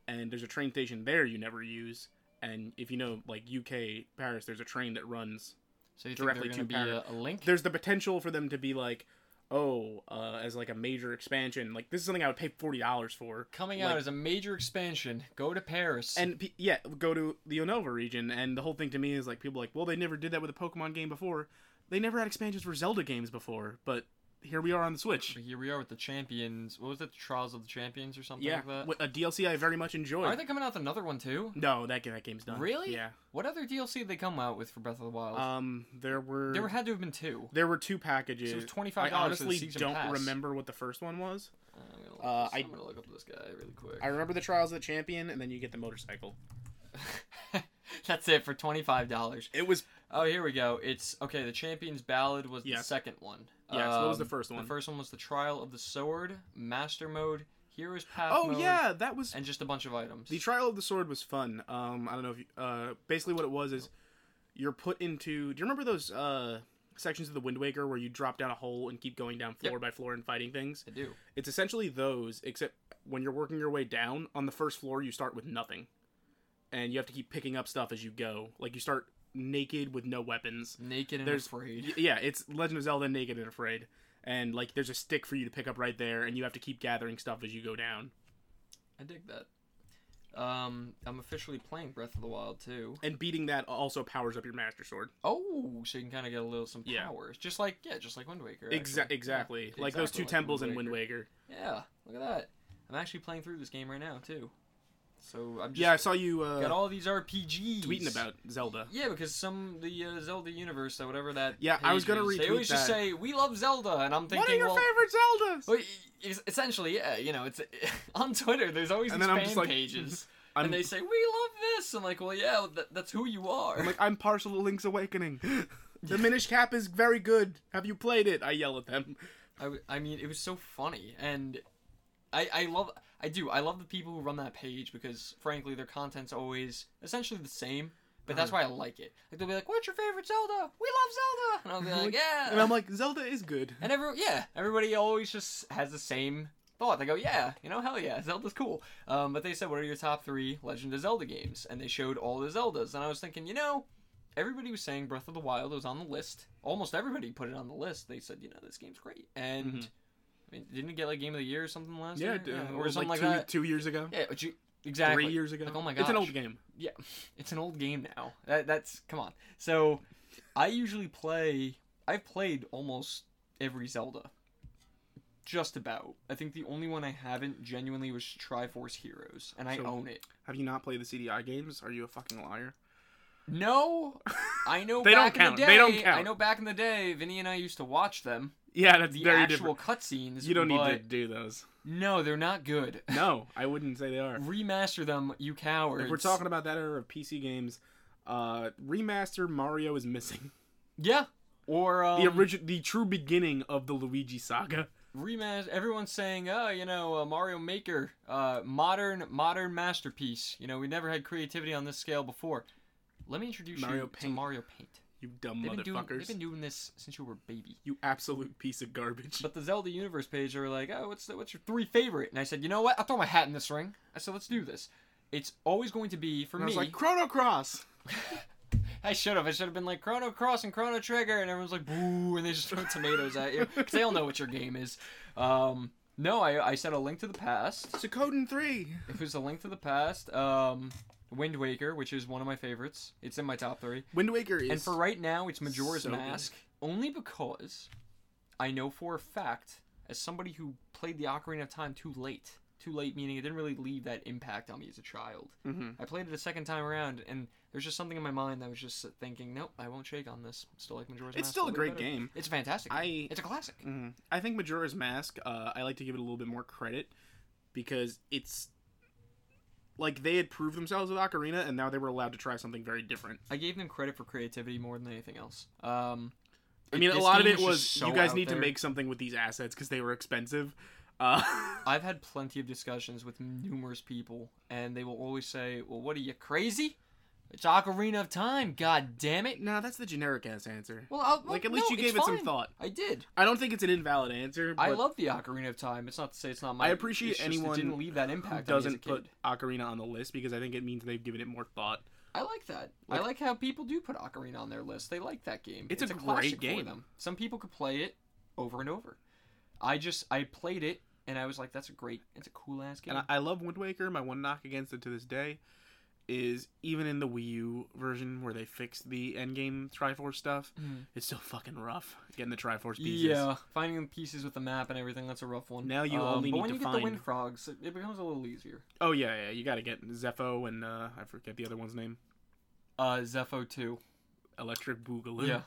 [SPEAKER 2] and there's a train station there you never use. And if you know like UK Paris, there's a train that runs
[SPEAKER 1] So you
[SPEAKER 2] Directly
[SPEAKER 1] think
[SPEAKER 2] to
[SPEAKER 1] there's going to be a, a link?
[SPEAKER 2] there's the potential for them to be like, oh, uh, as like a major expansion, like this is something I would pay forty dollars for.
[SPEAKER 1] Coming
[SPEAKER 2] like-
[SPEAKER 1] out as a major expansion. Go to Paris.
[SPEAKER 2] And pe- yeah, go to the Onova region, and the whole thing to me is like people are like, well, they never did that with a Pokemon game before. They never had expansions for Zelda games before, but here we are on the Switch.
[SPEAKER 1] But here we are with the champions. What was it? The Trials of the Champions or something
[SPEAKER 2] Yeah,
[SPEAKER 1] like that?
[SPEAKER 2] wi- a DLC I very much enjoyed.
[SPEAKER 1] Aren't they coming out with another one too?
[SPEAKER 2] No, that ga- that game's done.
[SPEAKER 1] Really?
[SPEAKER 2] Yeah.
[SPEAKER 1] What other DLC did they come out with for Breath of the Wild?
[SPEAKER 2] Um, there were
[SPEAKER 1] there had to have been two.
[SPEAKER 2] there were two packages.
[SPEAKER 1] So it was
[SPEAKER 2] I
[SPEAKER 1] $25 for the
[SPEAKER 2] honestly
[SPEAKER 1] season
[SPEAKER 2] don't
[SPEAKER 1] pass.
[SPEAKER 2] remember what the first one was.
[SPEAKER 1] Uh, I'm gonna look,
[SPEAKER 2] uh,
[SPEAKER 1] this-
[SPEAKER 2] I-
[SPEAKER 1] I'm gonna look up this guy really quick.
[SPEAKER 2] I remember the Trials of the Champion, and then you get the motorcycle.
[SPEAKER 1] That's it for twenty five dollars.
[SPEAKER 2] It was
[SPEAKER 1] Oh, here we go. It's okay. The Champions Ballad was the
[SPEAKER 2] Yes.
[SPEAKER 1] second one.
[SPEAKER 2] yeah. so what was the
[SPEAKER 1] Um,
[SPEAKER 2] first one?
[SPEAKER 1] The first one was the Trial of the Sword, Master Mode, Heroes Path
[SPEAKER 2] Oh
[SPEAKER 1] Mode,
[SPEAKER 2] yeah, that was
[SPEAKER 1] and just a bunch of items.
[SPEAKER 2] the trial of the sword was fun. Um, I don't know if you, uh, basically what it was is you're put into. Do you remember those uh, sections of the Wind Waker where you drop down a hole and keep going down floor by floor and fighting things?
[SPEAKER 1] I do.
[SPEAKER 2] It's essentially those, except when you're working your way down on the first floor, you start with nothing, and you have to keep picking up stuff as you go. Like you start naked with no weapons.
[SPEAKER 1] Naked and
[SPEAKER 2] There's-
[SPEAKER 1] afraid.
[SPEAKER 2] Y- Yeah, it's Legend of Zelda: Naked and Afraid, and like there's a stick for you to pick up right there, and you have to keep gathering stuff as you go down.
[SPEAKER 1] I dig that. Um, I'm officially playing Breath of the Wild too.
[SPEAKER 2] And beating that also powers up your Master Sword.
[SPEAKER 1] Oh, so you can kind of get a little some
[SPEAKER 2] Yeah.
[SPEAKER 1] powers, just like yeah, just like Wind Waker.
[SPEAKER 2] Exa-
[SPEAKER 1] actually.
[SPEAKER 2] exactly.
[SPEAKER 1] Yeah,
[SPEAKER 2] Like those
[SPEAKER 1] exactly
[SPEAKER 2] two
[SPEAKER 1] like
[SPEAKER 2] temples in Wind Waker.
[SPEAKER 1] Yeah, look at that. I'm actually playing through this game right now too. So I'm just
[SPEAKER 2] yeah, I saw you
[SPEAKER 1] got
[SPEAKER 2] uh,
[SPEAKER 1] all these RPGs
[SPEAKER 2] tweeting about Zelda.
[SPEAKER 1] Yeah, because some the uh, Zelda universe or whatever that.
[SPEAKER 2] Yeah, I was
[SPEAKER 1] page
[SPEAKER 2] gonna
[SPEAKER 1] is, They always
[SPEAKER 2] retweet
[SPEAKER 1] just
[SPEAKER 2] that.
[SPEAKER 1] say we love Zelda, and I'm thinking,
[SPEAKER 2] what are your
[SPEAKER 1] well,
[SPEAKER 2] favorite Zeldas?
[SPEAKER 1] well, e- e- essentially, yeah, you know, it's on Twitter. There's always
[SPEAKER 2] And
[SPEAKER 1] these
[SPEAKER 2] then I'm
[SPEAKER 1] fan
[SPEAKER 2] just like-
[SPEAKER 1] pages,
[SPEAKER 2] I'm,
[SPEAKER 1] and they say we love this. I'm like, well, yeah, that, that's who you are.
[SPEAKER 2] I'm like, I'm partial to Link's Awakening. the Minish Cap is very good. Have you played it? I yell at them.
[SPEAKER 1] I, w- I mean, it was so funny, and I I love I do I love the people who run that page because frankly their content's always essentially the same. But
[SPEAKER 2] Uh-huh.
[SPEAKER 1] that's why I like it. Like they'll be like, "What's your favorite Zelda?" We love Zelda, and I'll be like, "Yeah."
[SPEAKER 2] And I'm like, Zelda is good.
[SPEAKER 1] And every yeah, everybody always just has the same thought. They go, yeah, you know, hell yeah, Zelda's cool. Um, but they said, what are your top three Legend of Zelda games? And they showed all the Zeldas, and I was thinking, you know, everybody was saying Breath of the Wild was on the list. Almost everybody put it on the list. They said, you know, this game's great, and
[SPEAKER 2] Mhm.
[SPEAKER 1] I mean, didn't it get like Game of the Year or something last
[SPEAKER 2] Yeah,
[SPEAKER 1] year?
[SPEAKER 2] d- uh,
[SPEAKER 1] or something like,
[SPEAKER 2] two,
[SPEAKER 1] that.
[SPEAKER 2] two years ago,
[SPEAKER 1] Yeah, but you- exactly.
[SPEAKER 2] three years ago.
[SPEAKER 1] Like, oh my
[SPEAKER 2] it's an
[SPEAKER 1] gosh.
[SPEAKER 2] old game.
[SPEAKER 1] Yeah, it's an old game now. That, that's come on. So, I usually play. I've played almost every Zelda. Just about. I think the only one I haven't genuinely was Triforce Heroes, and I
[SPEAKER 2] So-
[SPEAKER 1] own it.
[SPEAKER 2] Have you not played the CDI games? Are you a fucking liar?
[SPEAKER 1] No, I know
[SPEAKER 2] They don't
[SPEAKER 1] back in the
[SPEAKER 2] count. They don't
[SPEAKER 1] day- I
[SPEAKER 2] count.
[SPEAKER 1] know back in the day, Vinny and I used to watch them.
[SPEAKER 2] Yeah, that's
[SPEAKER 1] The
[SPEAKER 2] very
[SPEAKER 1] actual
[SPEAKER 2] different.
[SPEAKER 1] cutscenes.
[SPEAKER 2] You don't
[SPEAKER 1] but
[SPEAKER 2] need to do those.
[SPEAKER 1] No, they're not good.
[SPEAKER 2] No, I wouldn't say they are.
[SPEAKER 1] Remaster them, you cowards.
[SPEAKER 2] If we're talking about that era of PC games, uh, remaster Mario is missing.
[SPEAKER 1] Yeah. Or um,
[SPEAKER 2] the origin, the true beginning of the Luigi saga.
[SPEAKER 1] remas everyone's saying oh you know uh, mario maker uh, modern modern masterpiece you know we never had creativity on this scale before let me introduce
[SPEAKER 2] Mario
[SPEAKER 1] you to
[SPEAKER 2] Paint.
[SPEAKER 1] mario paint
[SPEAKER 2] You dumb
[SPEAKER 1] they've been, doing,
[SPEAKER 2] motherfuckers.
[SPEAKER 1] they've been doing this since you were a baby
[SPEAKER 2] You absolute piece of garbage.
[SPEAKER 1] but the zelda universe page they were like oh what's the, what's your three favorite and i said you know what i'll throw my hat in this ring i said let's do this it's always going to be for
[SPEAKER 2] and I
[SPEAKER 1] me
[SPEAKER 2] was like, Chrono Cross.
[SPEAKER 1] I should have. I should have been like Chrono Cross and Chrono Trigger, and everyone's like boo, and they just throw tomatoes at you 'cause they all know what your game is. Um, no, I, I said a link to the past.
[SPEAKER 2] Suikoden three.
[SPEAKER 1] It was A Link to the Past, um, Wind Waker, which is one of my favorites. It's in my top three.
[SPEAKER 2] Wind Waker is.
[SPEAKER 1] And for right now, it's Majora's
[SPEAKER 2] so good.
[SPEAKER 1] Mask, only because I know for a fact, as somebody who played the Ocarina of Time too late, too late meaning it didn't really leave that impact on me as a child.
[SPEAKER 2] Mhm.
[SPEAKER 1] I played it a second time around, and there's just something in my mind that was just thinking, nope, I won't shake on this. Still like Majora's Mask.
[SPEAKER 2] it's still a
[SPEAKER 1] little
[SPEAKER 2] great
[SPEAKER 1] bit better.
[SPEAKER 2] game.
[SPEAKER 1] It's fantastic.
[SPEAKER 2] I-
[SPEAKER 1] It's a classic.
[SPEAKER 2] Mhm. I think Majora's Mask. Uh, I like to give it a little bit more credit because it's like they had proved themselves with Ocarina, and now they were allowed to try something very different.
[SPEAKER 1] I gave them credit for creativity more than anything else. Um,
[SPEAKER 2] I mean, a
[SPEAKER 1] this
[SPEAKER 2] lot of
[SPEAKER 1] game
[SPEAKER 2] it
[SPEAKER 1] just
[SPEAKER 2] was
[SPEAKER 1] so
[SPEAKER 2] you guys
[SPEAKER 1] out
[SPEAKER 2] need to
[SPEAKER 1] there.
[SPEAKER 2] make something with these assets because they were expensive. Uh,
[SPEAKER 1] I've had plenty of discussions with numerous people, and they will always say, "Well, what are you crazy? It's Ocarina of Time, god damn it!"
[SPEAKER 2] no, that's the generic ass answer.
[SPEAKER 1] Well, I'll,
[SPEAKER 2] Like, at
[SPEAKER 1] well,
[SPEAKER 2] least
[SPEAKER 1] no,
[SPEAKER 2] you
[SPEAKER 1] it's
[SPEAKER 2] gave it some
[SPEAKER 1] fine.
[SPEAKER 2] thought.
[SPEAKER 1] I did.
[SPEAKER 2] I don't think it's an invalid answer. But
[SPEAKER 1] I love the Ocarina of Time. It's not to say it's not my.
[SPEAKER 2] I appreciate
[SPEAKER 1] it's just
[SPEAKER 2] anyone
[SPEAKER 1] it didn't leave that
[SPEAKER 2] who
[SPEAKER 1] impact.
[SPEAKER 2] doesn't
[SPEAKER 1] on me as a
[SPEAKER 2] put
[SPEAKER 1] kid.
[SPEAKER 2] Ocarina on the list because I think it means they've given it more thought.
[SPEAKER 1] I like that. I
[SPEAKER 2] like-
[SPEAKER 1] like how people do put Ocarina on their list. They like that game.
[SPEAKER 2] It's a great
[SPEAKER 1] classic for
[SPEAKER 2] game.
[SPEAKER 1] them. Some people could play it over and over. I just I played it and I was like, "That's a great. It's a cool ass game."
[SPEAKER 2] And I, I love Wind Waker. My one knock against it to this day is even in the Wii U version where they fixed the endgame Triforce stuff,
[SPEAKER 1] Mm.
[SPEAKER 2] it's still fucking rough getting the Triforce pieces.
[SPEAKER 1] Yeah, finding the pieces with the map and everything, that's a rough one.
[SPEAKER 2] Now you
[SPEAKER 1] um,
[SPEAKER 2] only
[SPEAKER 1] but
[SPEAKER 2] need
[SPEAKER 1] when
[SPEAKER 2] to
[SPEAKER 1] you get the
[SPEAKER 2] find-
[SPEAKER 1] wind frogs, it, it becomes a little easier.
[SPEAKER 2] Oh yeah, yeah. You got to get Zepho and uh, I forget the other one's name.
[SPEAKER 1] Uh, Zepho 2.
[SPEAKER 2] Electric Boogaloo.
[SPEAKER 1] Yeah.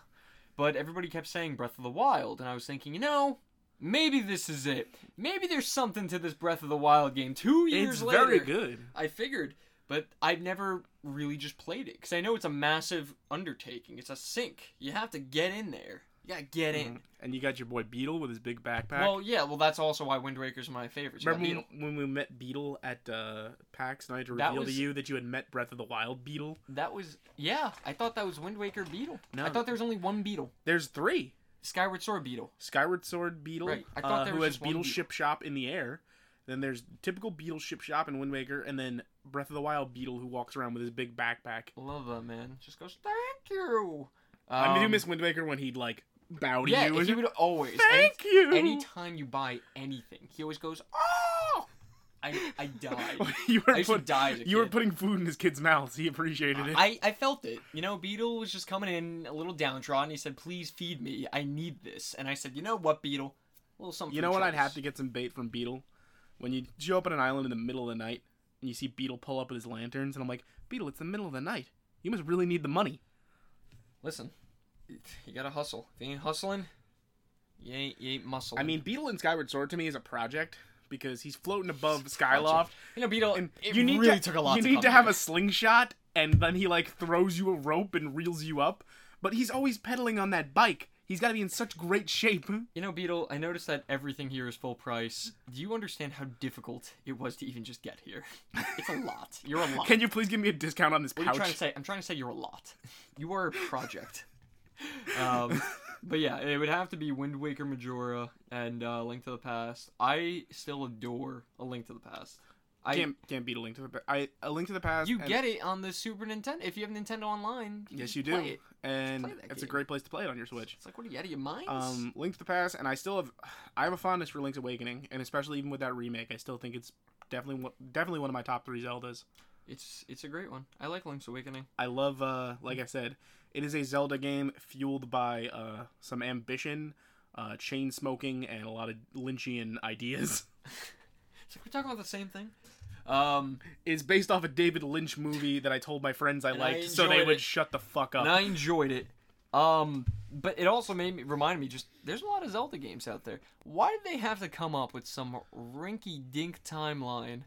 [SPEAKER 1] But everybody kept saying Breath of the Wild, and I was thinking, you know, maybe this is it. Maybe there's something to this Breath of the Wild game. Two years
[SPEAKER 2] It's
[SPEAKER 1] later,
[SPEAKER 2] very good.
[SPEAKER 1] I figured, but I've never really just played it because I know it's a massive undertaking. It's a sink. You have to get in there. Yeah, get in.
[SPEAKER 2] Mhm. And you got your boy Beetle with his big backpack.
[SPEAKER 1] Well, yeah. Well, that's also why Wind Waker's my favorite. You got
[SPEAKER 2] Remember when,
[SPEAKER 1] Beetle.
[SPEAKER 2] when we met Beetle at uh, PAX and I had to
[SPEAKER 1] That
[SPEAKER 2] reveal to
[SPEAKER 1] was-
[SPEAKER 2] you that you had met Breath of the Wild Beetle?
[SPEAKER 1] That was yeah. I thought that was Wind Waker Beetle.
[SPEAKER 2] No.
[SPEAKER 1] I thought there was only one Beetle.
[SPEAKER 2] There's three
[SPEAKER 1] Skyward Sword Beetle.
[SPEAKER 2] Skyward Sword Beetle,
[SPEAKER 1] Right. I thought
[SPEAKER 2] uh,
[SPEAKER 1] there
[SPEAKER 2] who
[SPEAKER 1] was
[SPEAKER 2] has
[SPEAKER 1] just one
[SPEAKER 2] Beetle
[SPEAKER 1] Beetle.
[SPEAKER 2] Ship Shop in the air. Then there's typical Beetle Ship Shop and Wind Waker, and then Breath of the Wild Beetle who walks around with his big backpack.
[SPEAKER 1] Love that man. Just goes thank you.
[SPEAKER 2] I do
[SPEAKER 1] Um,
[SPEAKER 2] miss Wind Waker when he'd like bow to
[SPEAKER 1] Yeah,
[SPEAKER 2] you. and-
[SPEAKER 1] he would always. any-
[SPEAKER 2] Thank you.
[SPEAKER 1] Anytime you buy anything, he always goes oh. I I died.
[SPEAKER 2] you
[SPEAKER 1] I
[SPEAKER 2] were
[SPEAKER 1] used to
[SPEAKER 2] put,
[SPEAKER 1] die as a
[SPEAKER 2] you were
[SPEAKER 1] kid.
[SPEAKER 2] putting food in his kid's mouths. He appreciated it.
[SPEAKER 1] I, I felt it. You know, Beetle was just coming in a little downtrodden. He said, Please feed me. I need this. And I said, You know what, Beetle? A little something.
[SPEAKER 2] you know what? I'd have to get some bait from Beetle. When you show up on an island in the middle of the night and you see Beetle pull up with his lanterns, and I'm like, Beetle, it's the middle of the night. You must really need the money.
[SPEAKER 1] Listen, you gotta hustle. If you ain't hustling, you ain't, you ain't muscling.
[SPEAKER 2] I mean, Beetle and Skyward Sword to me is a project because he's floating above Skyloft.
[SPEAKER 1] Project. you know, Beetle,
[SPEAKER 2] And
[SPEAKER 1] it
[SPEAKER 2] you need
[SPEAKER 1] really
[SPEAKER 2] to,
[SPEAKER 1] took a lot
[SPEAKER 2] You
[SPEAKER 1] to
[SPEAKER 2] need
[SPEAKER 1] come
[SPEAKER 2] to have a
[SPEAKER 1] together.
[SPEAKER 2] slingshot, and then he like throws you a rope and reels you up. But he's always pedaling on that bike. He's got to be in such great shape.
[SPEAKER 1] You know, Beetle, I noticed that everything here is full price. Do you understand how difficult it was to even just get here? It's a lot. You're a lot.
[SPEAKER 2] Can you please give me a discount on this
[SPEAKER 1] What are you trying
[SPEAKER 2] pouch?
[SPEAKER 1] to say? I'm trying to say you're a lot. You are a project. um, but yeah, it would have to be Wind Waker Majora and uh, Link to the Past. I still adore A Link to the Past. I
[SPEAKER 2] can't can't beat a link to the Pa- I a link to the past.
[SPEAKER 1] you
[SPEAKER 2] and-
[SPEAKER 1] get it on the Super Nintendo if you have Nintendo Online. can
[SPEAKER 2] yes
[SPEAKER 1] just
[SPEAKER 2] you do,
[SPEAKER 1] play it.
[SPEAKER 2] and
[SPEAKER 1] play that
[SPEAKER 2] it's a
[SPEAKER 1] game.
[SPEAKER 2] great place to play it on your Switch.
[SPEAKER 1] It's like what are you out of your mind?
[SPEAKER 2] Um, Link to the Past, and I still have I have a fondness for Link's Awakening, and especially even with that remake, I still think it's definitely one- definitely one of my top three Zeldas.
[SPEAKER 1] it's it's a great one. I like Link's Awakening.
[SPEAKER 2] I love, uh, like I said, it is a Zelda game fueled by uh, some ambition, uh, chain smoking, and a lot of Lynchian ideas.
[SPEAKER 1] It's like we're talking about the same thing. Um,
[SPEAKER 2] It's based off a David Lynch movie that I told my friends I
[SPEAKER 1] And I
[SPEAKER 2] liked, so they
[SPEAKER 1] enjoyed
[SPEAKER 2] would
[SPEAKER 1] it.
[SPEAKER 2] shut the fuck up.
[SPEAKER 1] and I enjoyed it. Um, but it also made me remind me just there's a lot of Zelda games out there. Why did they have to come up with some rinky dink timeline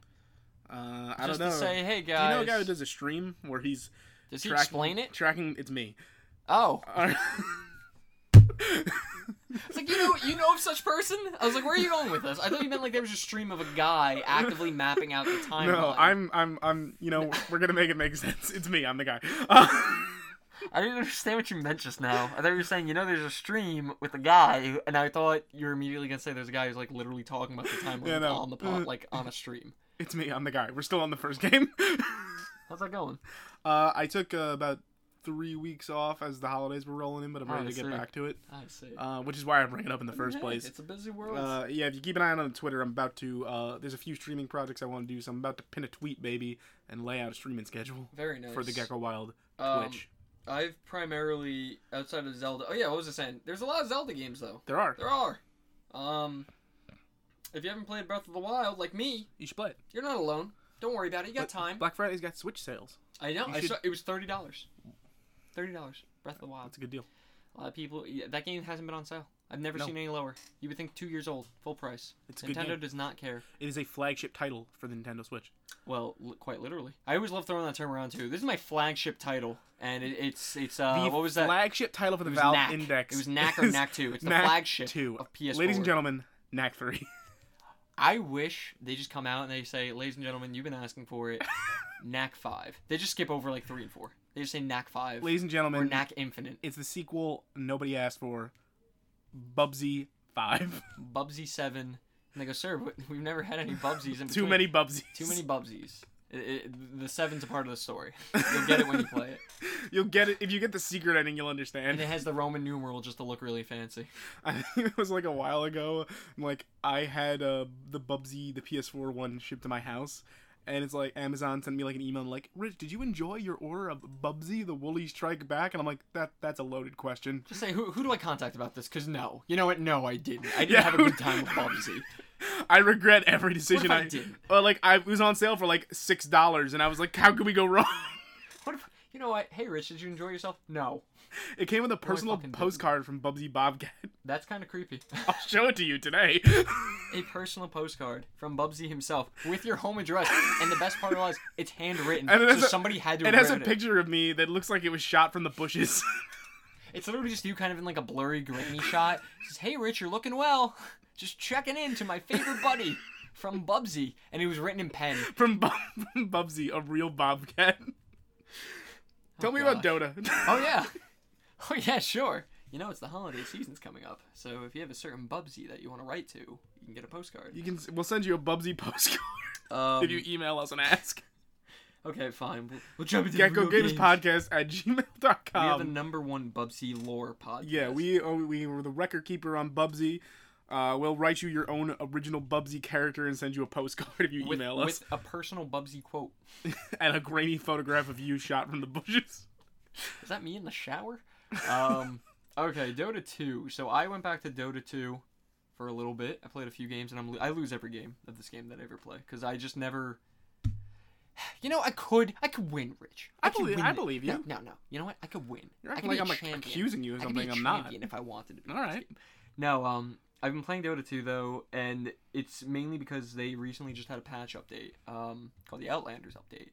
[SPEAKER 2] uh, I don't
[SPEAKER 1] just
[SPEAKER 2] know.
[SPEAKER 1] to say, hey
[SPEAKER 2] Do you
[SPEAKER 1] guys,
[SPEAKER 2] know a guy who does a stream where he's
[SPEAKER 1] does he
[SPEAKER 2] tracking,
[SPEAKER 1] explain it?
[SPEAKER 2] Tracking, it's me.
[SPEAKER 1] Oh,
[SPEAKER 2] Uh,
[SPEAKER 1] it's like you know you know of such person. I was like, where are you going with this? I thought you meant like there was a stream of a guy actively mapping out the timeline.
[SPEAKER 2] no, I'm, I'm, I'm. You know, we're gonna make it make sense. It's me. I'm the guy. Uh,
[SPEAKER 1] I didn't understand what you meant just now. I thought you were saying you know there's a stream with a guy, and I thought you were immediately gonna say there's a guy who's like literally talking about the timeline
[SPEAKER 2] Yeah, no.
[SPEAKER 1] on the pod, like on a stream.
[SPEAKER 2] it's me. I'm the guy. We're still on the first game.
[SPEAKER 1] How's that going?
[SPEAKER 2] Uh, I took uh, about three weeks off as the holidays were rolling in, but I'm
[SPEAKER 1] Oh,
[SPEAKER 2] ready
[SPEAKER 1] I
[SPEAKER 2] to get
[SPEAKER 1] see.
[SPEAKER 2] back to it.
[SPEAKER 1] I see.
[SPEAKER 2] Uh, which is why I bring it up in the first
[SPEAKER 1] Hey,
[SPEAKER 2] place.
[SPEAKER 1] It's a busy world.
[SPEAKER 2] Uh, yeah, if you keep an eye out on Twitter, I'm about to. Uh, there's a few streaming projects I want to do, so I'm about to pin a tweet, baby, and lay out a streaming schedule
[SPEAKER 1] Very nice.
[SPEAKER 2] for the Gecko Wild
[SPEAKER 1] Um,
[SPEAKER 2] Twitch.
[SPEAKER 1] I've primarily outside of Zelda. Oh yeah, what was I saying? There's a lot of Zelda games though.
[SPEAKER 2] There are.
[SPEAKER 1] There are. Um, if you haven't played Breath of the Wild like me,
[SPEAKER 2] You should play it.
[SPEAKER 1] you're not alone. Don't worry about it. You got
[SPEAKER 2] But
[SPEAKER 1] time.
[SPEAKER 2] Black Friday's got Switch sales.
[SPEAKER 1] I know.
[SPEAKER 2] you
[SPEAKER 1] I
[SPEAKER 2] should-
[SPEAKER 1] saw, it was thirty dollars. Thirty dollars. Breath of the Wild.
[SPEAKER 2] That's a good deal.
[SPEAKER 1] A lot of people. yeah, that game hasn't been on sale. I've never
[SPEAKER 2] No.
[SPEAKER 1] seen any lower. You would think two years old, full price.
[SPEAKER 2] It's a good
[SPEAKER 1] Nintendo
[SPEAKER 2] game.
[SPEAKER 1] does not care.
[SPEAKER 2] It is a flagship title for the Nintendo Switch.
[SPEAKER 1] Well, li- quite literally. I always love throwing that term around too. This is my flagship title, and it, it's it's uh
[SPEAKER 2] the
[SPEAKER 1] what was that?
[SPEAKER 2] flagship title for the
[SPEAKER 1] It was
[SPEAKER 2] Valve
[SPEAKER 1] Knack.
[SPEAKER 2] Index.
[SPEAKER 1] It was Knack or
[SPEAKER 2] is
[SPEAKER 1] Knack 2. It's the
[SPEAKER 2] Knack
[SPEAKER 1] flagship
[SPEAKER 2] 2.
[SPEAKER 1] of PS4.
[SPEAKER 2] Ladies and gentlemen, Knack 3.
[SPEAKER 1] I wish they just come out and they say, ladies and gentlemen, you've been asking for it. Knack 5. They just skip over like 3 and 4. They just say Knack 5
[SPEAKER 2] Ladies and
[SPEAKER 1] or
[SPEAKER 2] gentlemen,
[SPEAKER 1] Knack Infinite.
[SPEAKER 2] It's the sequel nobody asked for. Bubsy Five.
[SPEAKER 1] Bubsy 7. And they go, sir, we- we've never had any Bubsies in
[SPEAKER 2] Too
[SPEAKER 1] between."
[SPEAKER 2] many Bubsies.
[SPEAKER 1] Too many Bubsies. It, it, the 7's a part of the story. You'll get it when you play it.
[SPEAKER 2] You'll get it if you get the secret ending. You'll
[SPEAKER 1] And it
[SPEAKER 2] understand.
[SPEAKER 1] has the Roman numeral just to look really fancy.
[SPEAKER 2] I think it was like a while ago. Like I had uh, the Bubsy, the PS4 one, shipped to my house. And it's like Amazon sent me like an email like, Rich, did you enjoy your order of Bubsy the Woolly Strike Back? And I'm like, that that's a loaded question.
[SPEAKER 1] Just say, who, who do I contact about this? Because no. You know what? No, I didn't. I didn't
[SPEAKER 2] Yeah.
[SPEAKER 1] have a good time with Bubsy.
[SPEAKER 2] I regret every decision
[SPEAKER 1] I
[SPEAKER 2] I
[SPEAKER 1] didn't?
[SPEAKER 2] Well, like I it was on sale for like six dollars, and I was like, how could we go wrong?
[SPEAKER 1] What if, you know what? Hey, Rich, did you enjoy yourself? No.
[SPEAKER 2] It came with a personal
[SPEAKER 1] fucking didn't.
[SPEAKER 2] postcard from Bubsy Bobcat.
[SPEAKER 1] That's kind of creepy.
[SPEAKER 2] I'll show it to you today.
[SPEAKER 1] a personal postcard from Bubsy himself with your home address. And the best part was, it's handwritten.
[SPEAKER 2] And it
[SPEAKER 1] so
[SPEAKER 2] has a-
[SPEAKER 1] somebody had to
[SPEAKER 2] it
[SPEAKER 1] have
[SPEAKER 2] has a
[SPEAKER 1] read it.
[SPEAKER 2] picture of me that looks like it was shot from the bushes.
[SPEAKER 1] It's literally just you kind of in like a blurry, grainy shot. He says, "Hey, Rich, you're looking well. Just checking in to my favorite buddy from Bubsy." And it was written in pen.
[SPEAKER 2] From, Bob, from Bubsy, a real bobcat. Tell me about Dota.
[SPEAKER 1] Oh yeah. Oh yeah, sure. You know it's the holiday season's coming up, so if you have a certain Bubsy that you want to write to, you can get a postcard.
[SPEAKER 2] You can. We'll send you a Bubsy postcard
[SPEAKER 1] Um,
[SPEAKER 2] if you email us and ask.
[SPEAKER 1] okay, fine. We'll, we'll jump into
[SPEAKER 2] Gecko
[SPEAKER 1] real
[SPEAKER 2] Games
[SPEAKER 1] games.
[SPEAKER 2] Podcast at
[SPEAKER 1] We are the
[SPEAKER 2] gmail.com.
[SPEAKER 1] number one Bubsy lore podcast.
[SPEAKER 2] Yeah, we oh, we were the record keeper on Bubsy. Uh, we'll write you your own original Bubsy character and send you a postcard if you
[SPEAKER 1] with,
[SPEAKER 2] email us
[SPEAKER 1] with a personal Bubsy quote.
[SPEAKER 2] and a grainy photograph of you shot from the bushes.
[SPEAKER 1] Is that me in the shower? Um, okay, Dota 2. So I went back to Dota 2 for a little bit. I played a few games, and I'm lo- I lose every game of this game that I ever play because I just never. You know, I could I could win, Rich.
[SPEAKER 2] I
[SPEAKER 1] could
[SPEAKER 2] believe-
[SPEAKER 1] win
[SPEAKER 2] I
[SPEAKER 1] thi-
[SPEAKER 2] believe you.
[SPEAKER 1] No, no, no. You know what? I could win.
[SPEAKER 2] You're
[SPEAKER 1] I
[SPEAKER 2] acting
[SPEAKER 1] could
[SPEAKER 2] like
[SPEAKER 1] be a
[SPEAKER 2] I'm like,
[SPEAKER 1] champion.
[SPEAKER 2] accusing you of
[SPEAKER 1] I could be a
[SPEAKER 2] something. I'm not.
[SPEAKER 1] champion if I wanted to. Be
[SPEAKER 2] All right.
[SPEAKER 1] No, um, I've been playing Dota 2 though, and it's mainly because they recently just had a patch update, um, called the Outlanders update.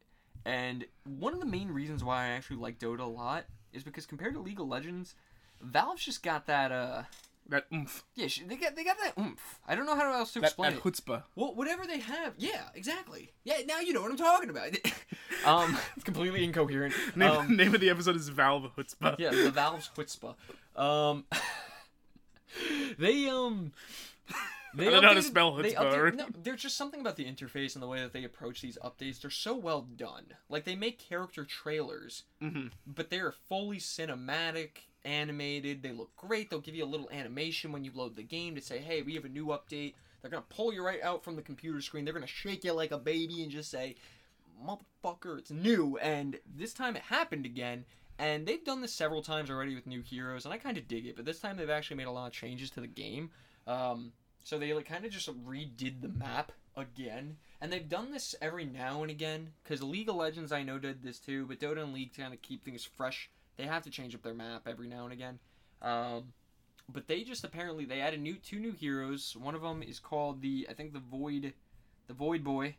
[SPEAKER 1] And one of the main reasons why I actually like Dota a lot is because compared to League of Legends, Valve's just got that uh,
[SPEAKER 2] That oomph.
[SPEAKER 1] yeah, sh- they got they got that oomph. I don't know how else to
[SPEAKER 2] That,
[SPEAKER 1] explain
[SPEAKER 2] that
[SPEAKER 1] it.
[SPEAKER 2] chutzpah.
[SPEAKER 1] Well, whatever they have, yeah, exactly. Yeah, now you know what I'm talking about. um, it's completely incoherent.
[SPEAKER 2] Name,
[SPEAKER 1] Um,
[SPEAKER 2] name of the episode is Valve Chutzpah.
[SPEAKER 1] yeah, the Valve's chutzpah. Um, they um. They
[SPEAKER 2] I don't know how to
[SPEAKER 1] updated-
[SPEAKER 2] spell
[SPEAKER 1] they
[SPEAKER 2] chutzpah,
[SPEAKER 1] updated-
[SPEAKER 2] or-
[SPEAKER 1] no, there's just something about the interface and the way that they approach these updates. They're so well done. Like they make character trailers,
[SPEAKER 2] Mhm.
[SPEAKER 1] but they are fully cinematic, animated. They look great. They'll give you a little animation when you load the game to say, "Hey, we have a new update." They're gonna pull you right out from the computer screen. They're gonna shake you like a baby and just say, motherfucker, it's new. And this time it happened again. And they've done this several times already with new heroes, and I kind of dig it. But this time they've actually made a lot of changes to the game. Um, so they like kind of just redid the map again, and they've done this every now and again. Because League of Legends, I know, did this too, but Dota and League kind of keep things fresh. They have to change up their map every now and again. Um, but they just apparently they added new two new heroes. One of them is called the I think the Void, the Void Boy.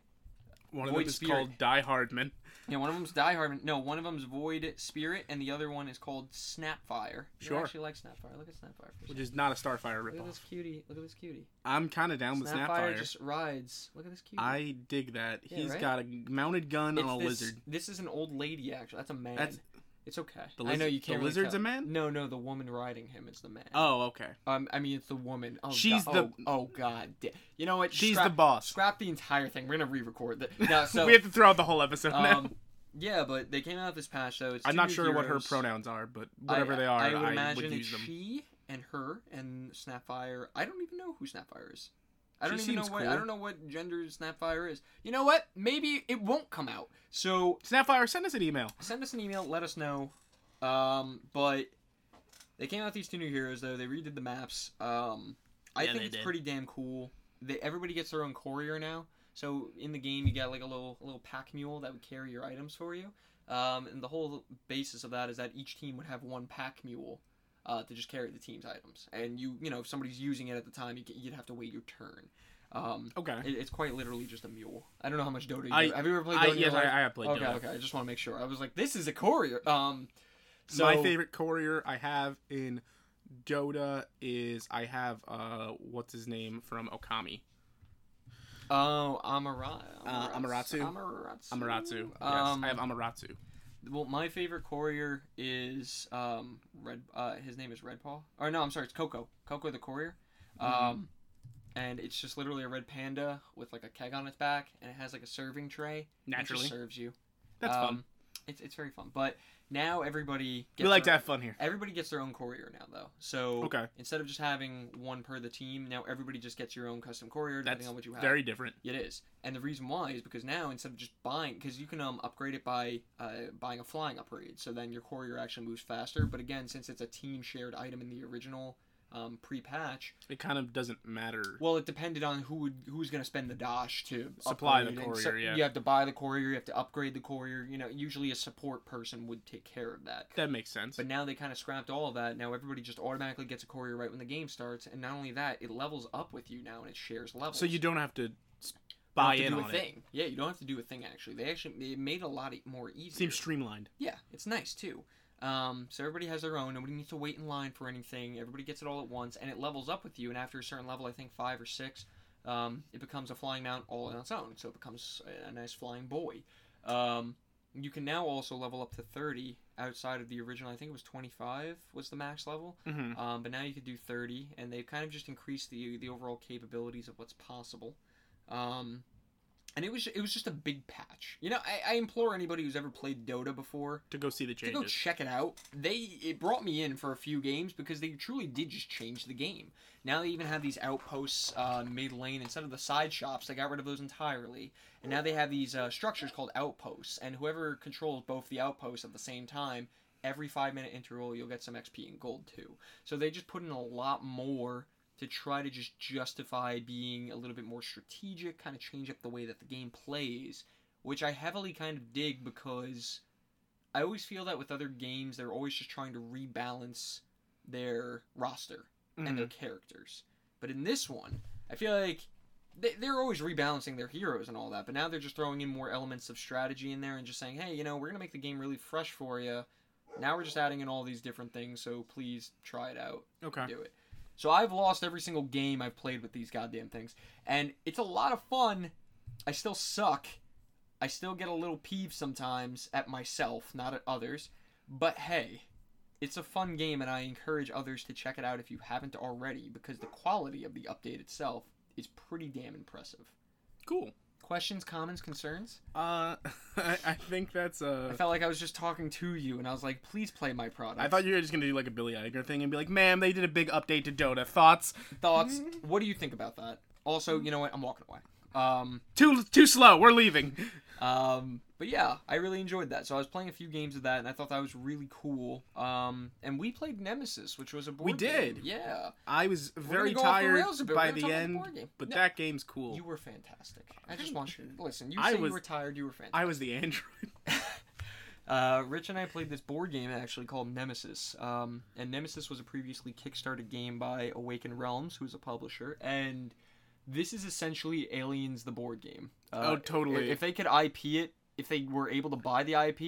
[SPEAKER 2] One of
[SPEAKER 1] Void
[SPEAKER 2] them is
[SPEAKER 1] Spirit.
[SPEAKER 2] called Die Hardman.
[SPEAKER 1] Yeah, one of them's Die Hard. No, one of them's Void Spirit, and the other one is called Snapfire.
[SPEAKER 2] Sure.
[SPEAKER 1] I actually like Snapfire. Look at Snapfire. For a
[SPEAKER 2] which
[SPEAKER 1] second.
[SPEAKER 2] is not a Starfire
[SPEAKER 1] Look at this
[SPEAKER 2] ripoff.
[SPEAKER 1] cutie. Look at this cutie.
[SPEAKER 2] I'm kind of down with Snapfire.
[SPEAKER 1] just rides. Look at this cutie.
[SPEAKER 2] I dig that.
[SPEAKER 1] Yeah,
[SPEAKER 2] He's
[SPEAKER 1] right?
[SPEAKER 2] got a mounted gun
[SPEAKER 1] It's
[SPEAKER 2] on a
[SPEAKER 1] this,
[SPEAKER 2] lizard.
[SPEAKER 1] This is an old lady, actually. That's a man.
[SPEAKER 2] That's-
[SPEAKER 1] It's okay.
[SPEAKER 2] The
[SPEAKER 1] I know
[SPEAKER 2] lizard-
[SPEAKER 1] you can't.
[SPEAKER 2] the
[SPEAKER 1] really
[SPEAKER 2] lizard's
[SPEAKER 1] tell.
[SPEAKER 2] a man?
[SPEAKER 1] No, no, the woman riding him is the man.
[SPEAKER 2] Oh, okay.
[SPEAKER 1] Um, I mean, it's the woman. Oh,
[SPEAKER 2] She's
[SPEAKER 1] God.
[SPEAKER 2] the-
[SPEAKER 1] Oh, oh God. da- You know what?
[SPEAKER 2] She's
[SPEAKER 1] Scrap-
[SPEAKER 2] the boss.
[SPEAKER 1] Scrap the entire thing. We're gonna re-record that. No, so
[SPEAKER 2] we have to throw out the whole episode now.
[SPEAKER 1] um, yeah, but they came out this patch though. It's
[SPEAKER 2] I'm
[SPEAKER 1] two
[SPEAKER 2] not
[SPEAKER 1] new
[SPEAKER 2] sure what her
[SPEAKER 1] heroes.
[SPEAKER 2] pronouns are, but whatever
[SPEAKER 1] I-
[SPEAKER 2] they are,
[SPEAKER 1] I
[SPEAKER 2] I
[SPEAKER 1] would
[SPEAKER 2] would,
[SPEAKER 1] imagine it's
[SPEAKER 2] use them.
[SPEAKER 1] she and her and Snapfire. I don't even know who Snapfire is. I
[SPEAKER 2] She
[SPEAKER 1] don't even know
[SPEAKER 2] seems
[SPEAKER 1] what I
[SPEAKER 2] cool.
[SPEAKER 1] don't know what gender Snapfire is. You know what? Maybe it won't come out. So
[SPEAKER 2] Snapfire, send us an email.
[SPEAKER 1] send us an email. Let us know. Um, but they came out with these two new heroes though. They redid the maps. Um, I
[SPEAKER 2] Yeah,
[SPEAKER 1] think
[SPEAKER 2] they
[SPEAKER 1] it's
[SPEAKER 2] did.
[SPEAKER 1] pretty damn cool. They, everybody gets their own courier now. So in the game, you got like a little a little pack mule that would carry your items for you. Um, and the whole basis of that is that each team would have one pack mule uh, to just carry the team's items. And you you know if somebody's using it at the time, you, c- you'd have to wait your turn. Um,
[SPEAKER 2] Okay.
[SPEAKER 1] it, it's quite literally just a mule. I don't know how much Dota. You
[SPEAKER 2] I-
[SPEAKER 1] have you ever played Dota?
[SPEAKER 2] I,
[SPEAKER 1] in your
[SPEAKER 2] yes, I,
[SPEAKER 1] life?
[SPEAKER 2] I have played
[SPEAKER 1] okay,
[SPEAKER 2] Dota.
[SPEAKER 1] okay. I just want to make sure. I was like, this is a courier. Um, so
[SPEAKER 2] My favorite courier I have in Dota is I have uh what's his name from Okami.
[SPEAKER 1] Oh, Amara.
[SPEAKER 2] Uh,
[SPEAKER 1] Amarats- Amaratsu.
[SPEAKER 2] Amaratsu. Yes.
[SPEAKER 1] Um,
[SPEAKER 2] I have Amaratsu.
[SPEAKER 1] well, my favorite courier is um Red. Uh, his name is Red Paw. Or no, I'm sorry, it's Coco. Coco the courier. Um,
[SPEAKER 2] Mm-hmm.
[SPEAKER 1] and it's just literally a red panda with like a keg on its back, and it has like a serving tray. and it just
[SPEAKER 2] Naturally.
[SPEAKER 1] serves you.
[SPEAKER 2] That's
[SPEAKER 1] um,
[SPEAKER 2] fun.
[SPEAKER 1] It's it's very fun. But now everybody
[SPEAKER 2] We like to
[SPEAKER 1] their-
[SPEAKER 2] have fun here.
[SPEAKER 1] Everybody gets their own courier now, though. So
[SPEAKER 2] Okay.
[SPEAKER 1] instead of just having one per the team, now everybody just gets your own custom courier depending
[SPEAKER 2] That's
[SPEAKER 1] on what you have.
[SPEAKER 2] very different.
[SPEAKER 1] It is, and the reason why is because now instead of just buying, because you can um upgrade it by uh, buying a flying upgrade, so then your courier actually moves faster. But again, since it's a team shared item in the original um, pre-patch,
[SPEAKER 2] It kind of doesn't matter.
[SPEAKER 1] well, it depended on who would, who's going to spend the dosh to
[SPEAKER 2] Supply
[SPEAKER 1] upgrade
[SPEAKER 2] the
[SPEAKER 1] it. And
[SPEAKER 2] courier, yeah.
[SPEAKER 1] you have to buy the courier, you have to upgrade the courier. You know, usually a support person would take care of that.
[SPEAKER 2] that makes sense.
[SPEAKER 1] But now they kind of scrapped all of that. Now everybody just automatically gets a courier right when the game starts, and not only that, it levels up with you now and it shares levels.
[SPEAKER 2] so you don't have to s-
[SPEAKER 1] You don't
[SPEAKER 2] buy
[SPEAKER 1] have to
[SPEAKER 2] in
[SPEAKER 1] do
[SPEAKER 2] on
[SPEAKER 1] a
[SPEAKER 2] it.
[SPEAKER 1] thing. Yeah, you don't have to do a thing actually. They actually it made it a lot e- more easy.
[SPEAKER 2] Seems streamlined.
[SPEAKER 1] yeah, it's nice too. Um, so everybody has their own. Nobody needs to wait in line for anything. Everybody gets it all at once, and it levels up with you. And after a certain level, I think five or six, um, it becomes a flying mount all on its own. So it becomes a- a nice flying boy. Um, you can now also level up to 30 outside of the original. I think it was 25 was the max level.
[SPEAKER 2] Mm-hmm.
[SPEAKER 1] Um, but now you could do 30, and they've kind of just increased the the overall capabilities of what's possible. Um, and it was it was just a big patch. You know, I, I implore anybody who's ever played Dota before
[SPEAKER 2] To go see the
[SPEAKER 1] to go
[SPEAKER 2] changes.
[SPEAKER 1] check it out. They it brought me in for a few games because they truly did just change the game. Now they even have these outposts uh, mid lane instead of the side shops. They got rid of those entirely, and now they have these uh, structures called outposts. And whoever controls both the outposts at the same time, every five minute interval, you'll get some XP and gold too. So they just put in a lot more to try to just justify being a little bit more strategic, kind of change up the way that the game plays, which I heavily kind of dig because I always feel that with other games, they're always just trying to rebalance their roster and their characters. But in this one, I feel like they, they're always rebalancing their heroes and all that, but now they're just throwing in more elements of strategy in there and just saying, hey, you know, we're going to make the game really fresh for you. Now we're just adding in all these different things, so please try it out
[SPEAKER 2] Mhm. Okay.
[SPEAKER 1] do it. So I've lost every single game I've played with these goddamn things, and it's a lot of fun. I still suck. I still get a little peeved sometimes at myself, not at others. But hey, it's a fun game, and I encourage others to check it out if you haven't already, because the quality of the update itself is pretty damn impressive.
[SPEAKER 2] Cool.
[SPEAKER 1] Questions, comments, concerns?
[SPEAKER 2] Uh, I, I think that's uh.
[SPEAKER 1] I felt like I was just talking to you, and I was like, please play my product.
[SPEAKER 2] I thought you were just gonna do like a Billy Eichner thing and be like, "Ma'am, they did a big update to Dota. Thoughts?
[SPEAKER 1] Thoughts? what do you think about that? Also, you know what? I'm walking away. Um,
[SPEAKER 2] Too too slow. We're leaving."
[SPEAKER 1] Um, but yeah, I really enjoyed that. So I was playing a few games of that, and I thought that was really cool. Um, and we played Nemesis, which was a board
[SPEAKER 2] We
[SPEAKER 1] game.
[SPEAKER 2] did.
[SPEAKER 1] Yeah,
[SPEAKER 2] I was very
[SPEAKER 1] gonna go off the
[SPEAKER 2] tired
[SPEAKER 1] rails a bit.
[SPEAKER 2] by
[SPEAKER 1] We're gonna
[SPEAKER 2] the
[SPEAKER 1] talk about the
[SPEAKER 2] end,
[SPEAKER 1] board game.
[SPEAKER 2] but
[SPEAKER 1] No.
[SPEAKER 2] that game's cool.
[SPEAKER 1] you were fantastic. I just want you to listen. You
[SPEAKER 2] I
[SPEAKER 1] say
[SPEAKER 2] was-
[SPEAKER 1] you were tired. You were fantastic.
[SPEAKER 2] I was the android.
[SPEAKER 1] Uh, Rich and I played this board game actually called Nemesis. Um, and Nemesis was a previously kickstarted game by Awaken Realms, who's a publisher, and this is essentially Aliens the board game. Uh,
[SPEAKER 2] Oh, totally.
[SPEAKER 1] If, if they could IP it, if they were able to buy the IP,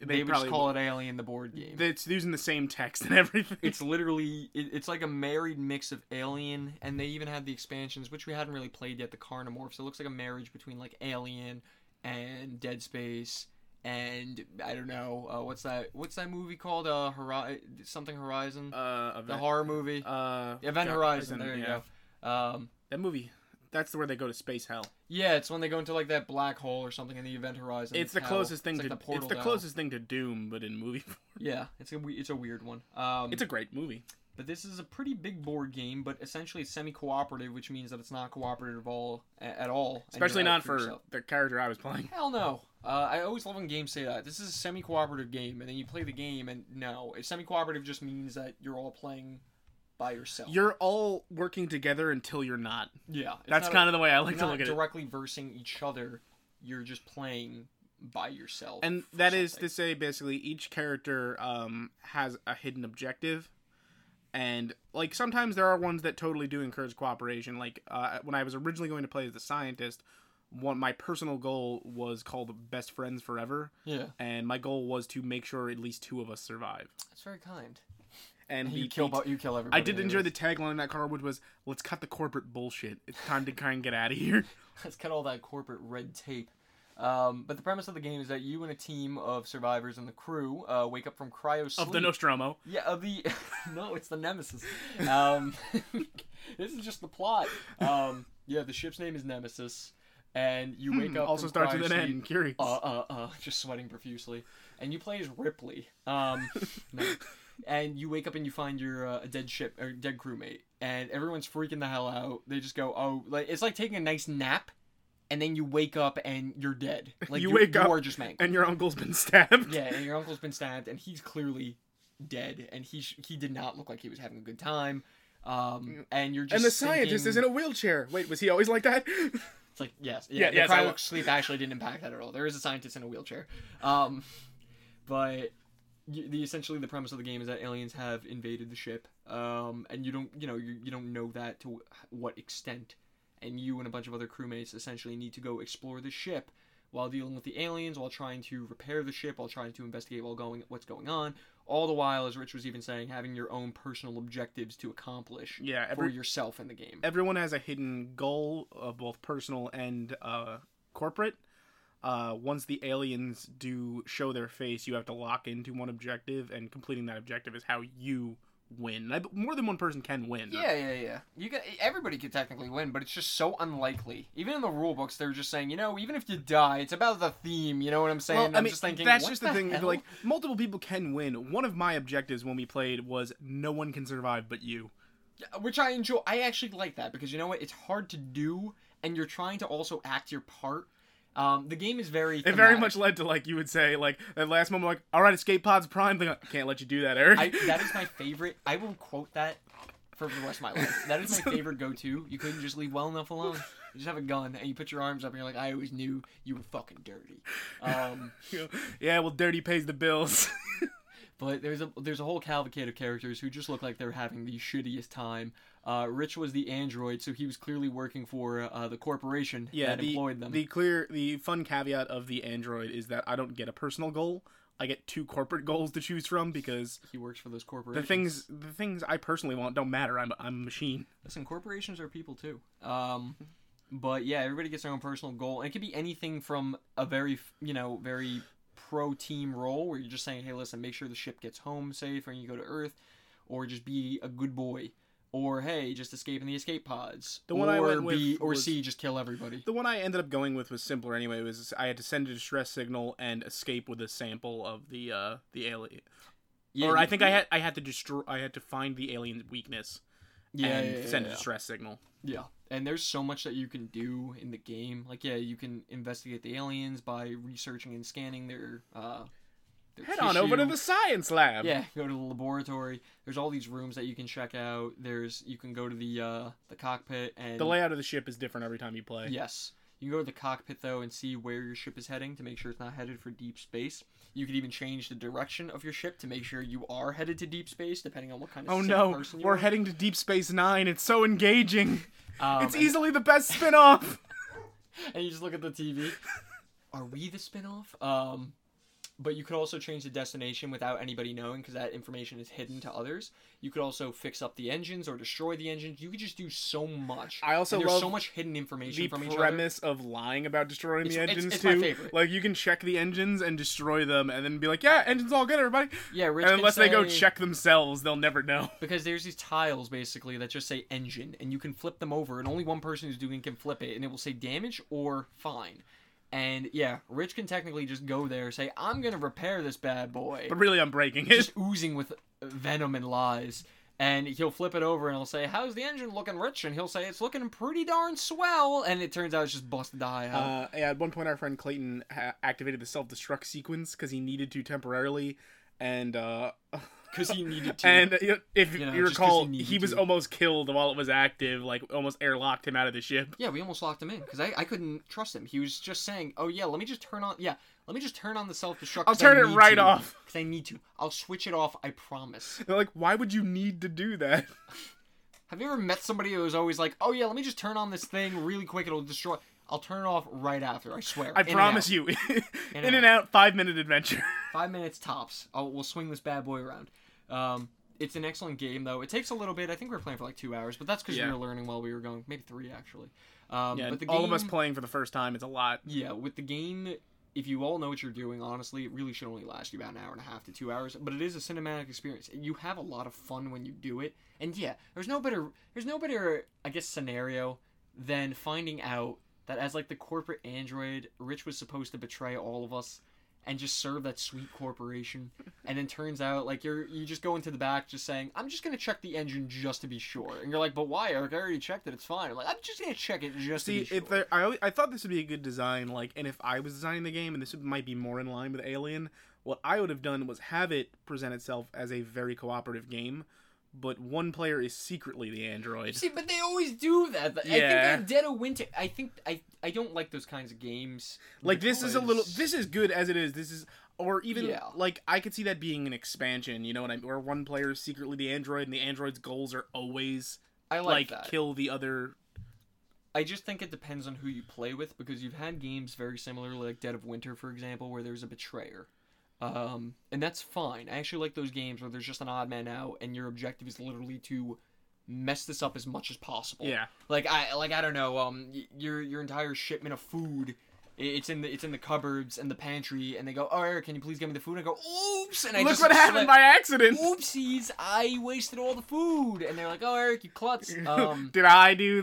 [SPEAKER 1] they, would just
[SPEAKER 2] probably
[SPEAKER 1] call it Alien the board game.
[SPEAKER 2] It's using the same text and everything.
[SPEAKER 1] it's literally it, it's like a married mix of Alien, and they even had the expansions which we hadn't really played yet. The Carnivores. So it looks like a marriage between like Alien and Dead Space, and I don't know uh, what's that what's that movie called? Uh, Hori- something Horizon,
[SPEAKER 2] uh,
[SPEAKER 1] the
[SPEAKER 2] event,
[SPEAKER 1] horror movie.
[SPEAKER 2] uh,
[SPEAKER 1] Event
[SPEAKER 2] God,
[SPEAKER 1] Horizon. There you
[SPEAKER 2] yeah.
[SPEAKER 1] go. Um,
[SPEAKER 2] That movie. That's where they go to space hell.
[SPEAKER 1] yeah, it's when they go into like that black hole or something in the Event Horizon.
[SPEAKER 2] It's the
[SPEAKER 1] hell.
[SPEAKER 2] closest thing
[SPEAKER 1] It's like
[SPEAKER 2] to.
[SPEAKER 1] the portal
[SPEAKER 2] it's the
[SPEAKER 1] to hell.
[SPEAKER 2] closest thing to Doom, but in movie form.
[SPEAKER 1] Yeah, it's a we- it's a weird one. Um,
[SPEAKER 2] It's a great movie.
[SPEAKER 1] But this is a pretty big board game, but essentially it's semi-cooperative, which means that it's not cooperative at all, at all. and you're
[SPEAKER 2] Especially
[SPEAKER 1] out
[SPEAKER 2] not for
[SPEAKER 1] yourself.
[SPEAKER 2] the character I was playing.
[SPEAKER 1] Hell no. Uh, I always love when games say that. This is a semi-cooperative game, and then you play the game, and no, a semi-cooperative just means that you're all playing by yourself.
[SPEAKER 2] You're all working together until you're not.
[SPEAKER 1] yeah, it's
[SPEAKER 2] That's
[SPEAKER 1] not a-
[SPEAKER 2] kind of the way I like
[SPEAKER 1] you're
[SPEAKER 2] to
[SPEAKER 1] not
[SPEAKER 2] look at it.
[SPEAKER 1] directly versing each other. You're just playing by yourself.
[SPEAKER 2] And
[SPEAKER 1] for
[SPEAKER 2] that is
[SPEAKER 1] something.
[SPEAKER 2] to say, basically, each character um, has a hidden objective. And, like, sometimes there are ones that totally do encourage cooperation. Like, uh, when I was originally going to play as the scientist, one, my personal goal was called Best Friends Forever.
[SPEAKER 1] yeah,
[SPEAKER 2] And my goal was to make sure at least two of us survive.
[SPEAKER 1] that's very kind.
[SPEAKER 2] And
[SPEAKER 1] You
[SPEAKER 2] the-
[SPEAKER 1] kill,
[SPEAKER 2] the-
[SPEAKER 1] bo- you kill everybody.
[SPEAKER 2] I did enjoy
[SPEAKER 1] anyways.
[SPEAKER 2] the tagline in that card, which was, let's cut the corporate bullshit. It's time to kind of get out of here.
[SPEAKER 1] Let's cut all that corporate red tape. Um, but the premise of the game is that you and a team of survivors and the crew uh, wake up from cryo sleep.
[SPEAKER 2] Of the Nostromo.
[SPEAKER 1] yeah, of the no, it's the Nemesis. Um, this is just the plot. Um, yeah, the ship's name is Nemesis, and you wake up.
[SPEAKER 2] Hmm, Also
[SPEAKER 1] from
[SPEAKER 2] starts with an
[SPEAKER 1] cryo
[SPEAKER 2] N.
[SPEAKER 1] sleep-
[SPEAKER 2] Curious.
[SPEAKER 1] Uh, uh, uh, just sweating profusely, and you play as Ripley. Um, no. and you wake up and you find your uh, a dead ship or dead crewmate, and everyone's freaking the hell out. They just go, "Oh, like it's like taking a nice nap, and then you wake up and you're dead. Like
[SPEAKER 2] You
[SPEAKER 1] you're-
[SPEAKER 2] wake up
[SPEAKER 1] you are just mangled.
[SPEAKER 2] and your uncle's been stabbed.
[SPEAKER 1] yeah, and your uncle's been stabbed, and he's clearly dead, and he sh- he did not look like he was having a good time. Um, and you're just
[SPEAKER 2] Mm. and the scientist
[SPEAKER 1] thinking-
[SPEAKER 2] is in a wheelchair. Wait, was he always like that?
[SPEAKER 1] It's like yes, yeah.
[SPEAKER 2] Yeah,
[SPEAKER 1] the
[SPEAKER 2] yes, I
[SPEAKER 1] cryo
[SPEAKER 2] will-
[SPEAKER 1] sleep actually didn't impact that at all. There is a scientist in a wheelchair, um, but you, the essentially the premise of the game is that aliens have invaded the ship, um, and you don't you know you, you don't know that to what extent, and you and a bunch of other crewmates essentially need to go explore the ship. while dealing with the aliens, while trying to repair the ship, while trying to investigate while going what's going on. All the while, as Rich was even saying, having your own personal objectives to accomplish
[SPEAKER 2] Yeah,
[SPEAKER 1] for
[SPEAKER 2] every,
[SPEAKER 1] yourself in the game.
[SPEAKER 2] everyone has a hidden goal of both personal and uh, corporate. Uh, once the aliens do show their face, you have to lock into one objective, and completing that objective is how you win. I, more than one person can win.
[SPEAKER 1] Yeah, yeah, yeah. You can everybody could technically win, but it's just so unlikely. Even in the rule books, they're just saying, you know, even if you die, it's about the theme. You know what I'm saying?
[SPEAKER 2] Well, I
[SPEAKER 1] I'm
[SPEAKER 2] mean,
[SPEAKER 1] just thinking
[SPEAKER 2] that's
[SPEAKER 1] what
[SPEAKER 2] just the, thing.
[SPEAKER 1] hell?
[SPEAKER 2] Like, multiple people can win. One of my objectives when we played was no one can survive but you.
[SPEAKER 1] which I enjoy. I actually like that because you know what? It's hard to do, and you're trying to also act your part. Um, the game is very.
[SPEAKER 2] It very
[SPEAKER 1] thematic.
[SPEAKER 2] much led to like you would say like that last moment like all right escape pods prime thing can't let you do that Eric
[SPEAKER 1] I, that is my favorite. I will quote that for the rest of my life. That is my favorite go-to. You couldn't just leave well enough alone. You just have a gun and you put your arms up and you're like, I always knew you were fucking dirty. Um,
[SPEAKER 2] yeah well dirty pays the bills
[SPEAKER 1] But there's a there's a whole cavalcade of characters who just look like they're having the shittiest time. Uh, Rich was the android, so he was clearly working for uh, the corporation that
[SPEAKER 2] the,
[SPEAKER 1] employed them.
[SPEAKER 2] the clear the fun caveat of the android is that I don't get a personal goal I get two corporate goals to choose from because
[SPEAKER 1] he works for those
[SPEAKER 2] the
[SPEAKER 1] corporations.
[SPEAKER 2] things the things I personally want don't matter I'm I'm a machine
[SPEAKER 1] Listen, corporations are people too. Um, but yeah, everybody gets their own personal goal, and it could be anything from a very you know very pro team role where you're just saying, hey, listen, make sure the ship gets home safe and you go to Earth, or just be a good boy. Or hey, just escape in the escape pods.
[SPEAKER 2] The one
[SPEAKER 1] or
[SPEAKER 2] I went
[SPEAKER 1] B,
[SPEAKER 2] with
[SPEAKER 1] or
[SPEAKER 2] was-
[SPEAKER 1] C, just kill everybody.
[SPEAKER 2] The one I ended up going with was simpler anyway. Was I had to send a distress signal and escape with a sample of the uh, the alien.
[SPEAKER 1] Yeah,
[SPEAKER 2] or
[SPEAKER 1] you-
[SPEAKER 2] I think I had I had to destroy. I had to find the alien's weakness
[SPEAKER 1] yeah,
[SPEAKER 2] and
[SPEAKER 1] yeah, yeah,
[SPEAKER 2] send
[SPEAKER 1] yeah.
[SPEAKER 2] a distress signal.
[SPEAKER 1] Yeah. And there's so much that you can do in the game. Like, yeah, you can investigate the aliens by researching and scanning their. Uh, their
[SPEAKER 2] Head on over to
[SPEAKER 1] tissue.
[SPEAKER 2] the science lab.
[SPEAKER 1] Yeah, go to the laboratory. There's all these rooms that you can check out. There's you can go to the uh, the cockpit and
[SPEAKER 2] The layout of the ship is different every time you play.
[SPEAKER 1] yes, you can go to the cockpit though and see where your ship is heading to make sure it's not headed for deep space. You could even change the direction of your ship to make sure you are headed to deep space, depending on what kind of
[SPEAKER 2] Oh
[SPEAKER 1] sick
[SPEAKER 2] no,
[SPEAKER 1] person you
[SPEAKER 2] we're
[SPEAKER 1] are.
[SPEAKER 2] heading to Deep Space Nine. It's so engaging.
[SPEAKER 1] Um,
[SPEAKER 2] it's
[SPEAKER 1] and-
[SPEAKER 2] easily the best spin-off.
[SPEAKER 1] and you just look at the TV. Are we the spinoff? Um, but you could also change the destination without anybody knowing because that information is hidden to others. You could also fix up the engines or destroy the engines. You could just do so much.
[SPEAKER 2] I also
[SPEAKER 1] And there's
[SPEAKER 2] love
[SPEAKER 1] so much hidden information
[SPEAKER 2] the
[SPEAKER 1] from each other.
[SPEAKER 2] premise of lying about destroying the
[SPEAKER 1] It's- it's-
[SPEAKER 2] engines
[SPEAKER 1] it's my
[SPEAKER 2] too.
[SPEAKER 1] favorite.
[SPEAKER 2] Like you can check the engines and destroy them, and then be like, "Yeah, engines all good, everybody."
[SPEAKER 1] Yeah, Rich
[SPEAKER 2] And
[SPEAKER 1] can
[SPEAKER 2] unless they go
[SPEAKER 1] say-
[SPEAKER 2] check themselves, they'll never know.
[SPEAKER 1] because there's these tiles basically that just say engine, and you can flip them over, and only one person who's doing it can flip it, and it will say damage or fine. And yeah, Rich can technically just go there, say, "I'm gonna repair this bad boy."
[SPEAKER 2] But really, I'm breaking
[SPEAKER 1] just
[SPEAKER 2] it.
[SPEAKER 1] oozing with venom and lies. And he'll flip it over and he'll say, "How's the engine looking, Rich?" And he'll say, "It's looking pretty darn swell." And it turns out it's just busted the high out.
[SPEAKER 2] Uh, yeah, at one point, our friend Clayton ha- activated the self-destruct sequence because he needed to temporarily, and uh,
[SPEAKER 1] 'Cause he needed to.
[SPEAKER 2] And uh, you know, if
[SPEAKER 1] You
[SPEAKER 2] you,
[SPEAKER 1] know, just 'cause
[SPEAKER 2] recall,
[SPEAKER 1] he
[SPEAKER 2] he,
[SPEAKER 1] needed
[SPEAKER 2] was
[SPEAKER 1] to.
[SPEAKER 2] almost killed while it was active. Like almost airlocked him out of the ship.
[SPEAKER 1] yeah, we almost locked him in because I, I couldn't trust him. He was just saying, "Oh yeah, let me just turn on yeah, let me just turn on the self destruct."
[SPEAKER 2] I'll turn it right off.
[SPEAKER 1] because I need to. I'll switch it off. I promise.
[SPEAKER 2] They're like, why would you need to do that?
[SPEAKER 1] Have you ever met somebody who was always like, "Oh yeah, let me just turn on this thing really quick. It'll destroy." I'll turn it off right after. I swear.
[SPEAKER 2] I promise you, in,
[SPEAKER 1] and
[SPEAKER 2] and out, five minute adventure.
[SPEAKER 1] Five minutes tops. I'll, we'll swing this bad boy around. Um, it's an excellent game, though. It takes a little bit. I think we are playing for like two hours, but that's because we
[SPEAKER 2] Yeah.
[SPEAKER 1] were learning while we were going. Maybe three, actually. Um,
[SPEAKER 2] yeah,
[SPEAKER 1] but the game,
[SPEAKER 2] all of us playing for the first time. It's a lot.
[SPEAKER 1] Yeah, with the game, if you all know what you're doing, honestly, it really should only last you about an hour and a half to two hours. But it is a cinematic experience. You have a lot of fun when you do it, and yeah, there's no better, there's no better, I guess, scenario than finding out that as like the corporate android, Rich was supposed to betray all of us and just serve that sweet corporation. And then turns out like you're you just go into the back just saying, I'm just gonna check the engine just to be sure. And you're like, But why, Eric? I already checked it, it's fine. I'm like, I'm just gonna check it just
[SPEAKER 2] See,
[SPEAKER 1] to be sure.
[SPEAKER 2] if there, I always, I thought this would be a good design. Like, and if I was designing the game, and this would, might be more in line with Alien, what I would have done was have it present itself as a very cooperative game, but one player is secretly the android.
[SPEAKER 1] See, but they always do that. Th- I
[SPEAKER 2] Yeah.
[SPEAKER 1] think they're Dead of Winter. I think I I don't like those kinds of games.
[SPEAKER 2] Like, this is a little.
[SPEAKER 1] because-
[SPEAKER 2] This is good as it is. This is. Or even
[SPEAKER 1] Yeah.
[SPEAKER 2] like I could see that being an expansion, you know what I mean? Where one player is secretly the android, and the android's goals are always
[SPEAKER 1] I
[SPEAKER 2] like,
[SPEAKER 1] like, that.
[SPEAKER 2] kill the other
[SPEAKER 1] I just think it depends on who you play with because you've had games very similar, like Dead of Winter, for example, where there's a betrayer. Um, and that's fine. I actually like those games where there's just an odd man out and your objective is literally to mess this up as much as possible.
[SPEAKER 2] Yeah.
[SPEAKER 1] Like I like I don't know, um y- your your entire shipment of food i- it's in the it's in the cupboards and the pantry and they go, "Oh, Eric, can you please get me the food?" And I go, "Oops." And I
[SPEAKER 2] Look
[SPEAKER 1] just
[SPEAKER 2] what happened
[SPEAKER 1] slip-
[SPEAKER 2] by accident.
[SPEAKER 1] Oopsies, I wasted all the food. And they're like, "Oh, Eric, you klutz." Um
[SPEAKER 2] Did I do
[SPEAKER 1] you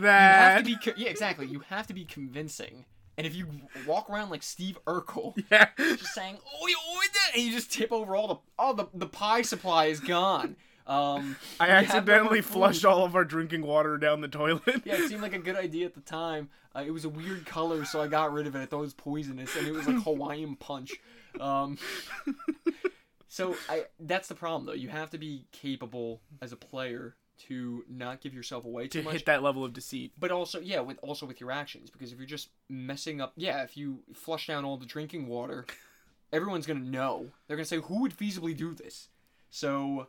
[SPEAKER 1] have to
[SPEAKER 2] that?
[SPEAKER 1] be co- yeah, exactly. You have to be convincing. And if you walk around like Steve Urkel,
[SPEAKER 2] yeah.
[SPEAKER 1] just saying "Oi, oi," and you just tip over all the all the the pie supply is gone. Um,
[SPEAKER 2] I
[SPEAKER 1] you have no
[SPEAKER 2] accidentally
[SPEAKER 1] more food.
[SPEAKER 2] flushed all of our drinking water down the toilet.
[SPEAKER 1] Yeah, it seemed like a good idea at the time. Uh, it was a weird color, so I got rid of it. I thought it was poisonous, and it was like Hawaiian punch. Um, so I, that's the problem, though. You have to be capable as a player to not give yourself away too
[SPEAKER 2] to
[SPEAKER 1] much.
[SPEAKER 2] hit that level of deceit.
[SPEAKER 1] but also yeah with also with your actions because if you're just messing up yeah if you flush down all the drinking water everyone's gonna know they're gonna say who would feasibly do this so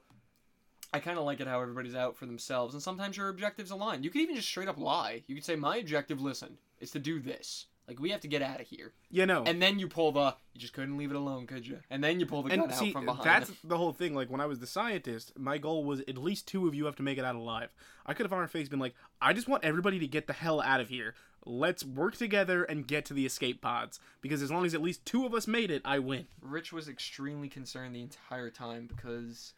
[SPEAKER 1] i kind of like it how everybody's out for themselves and sometimes your objectives align you could even just straight up lie you could say my objective listen is to do this like we have to get out of here
[SPEAKER 2] You know.
[SPEAKER 1] and then you pull the you just couldn't leave it alone could you and then you pull the gun
[SPEAKER 2] and
[SPEAKER 1] out
[SPEAKER 2] see,
[SPEAKER 1] from behind
[SPEAKER 2] that's the whole thing. Like when I was the scientist, my goal was at least two of you have to make it out alive. I could have on our face been like, I just want everybody to get the hell out of here. Let's work together and get to the escape pods because as long as at least two of us made it, I win.
[SPEAKER 1] Rich was extremely concerned the entire time because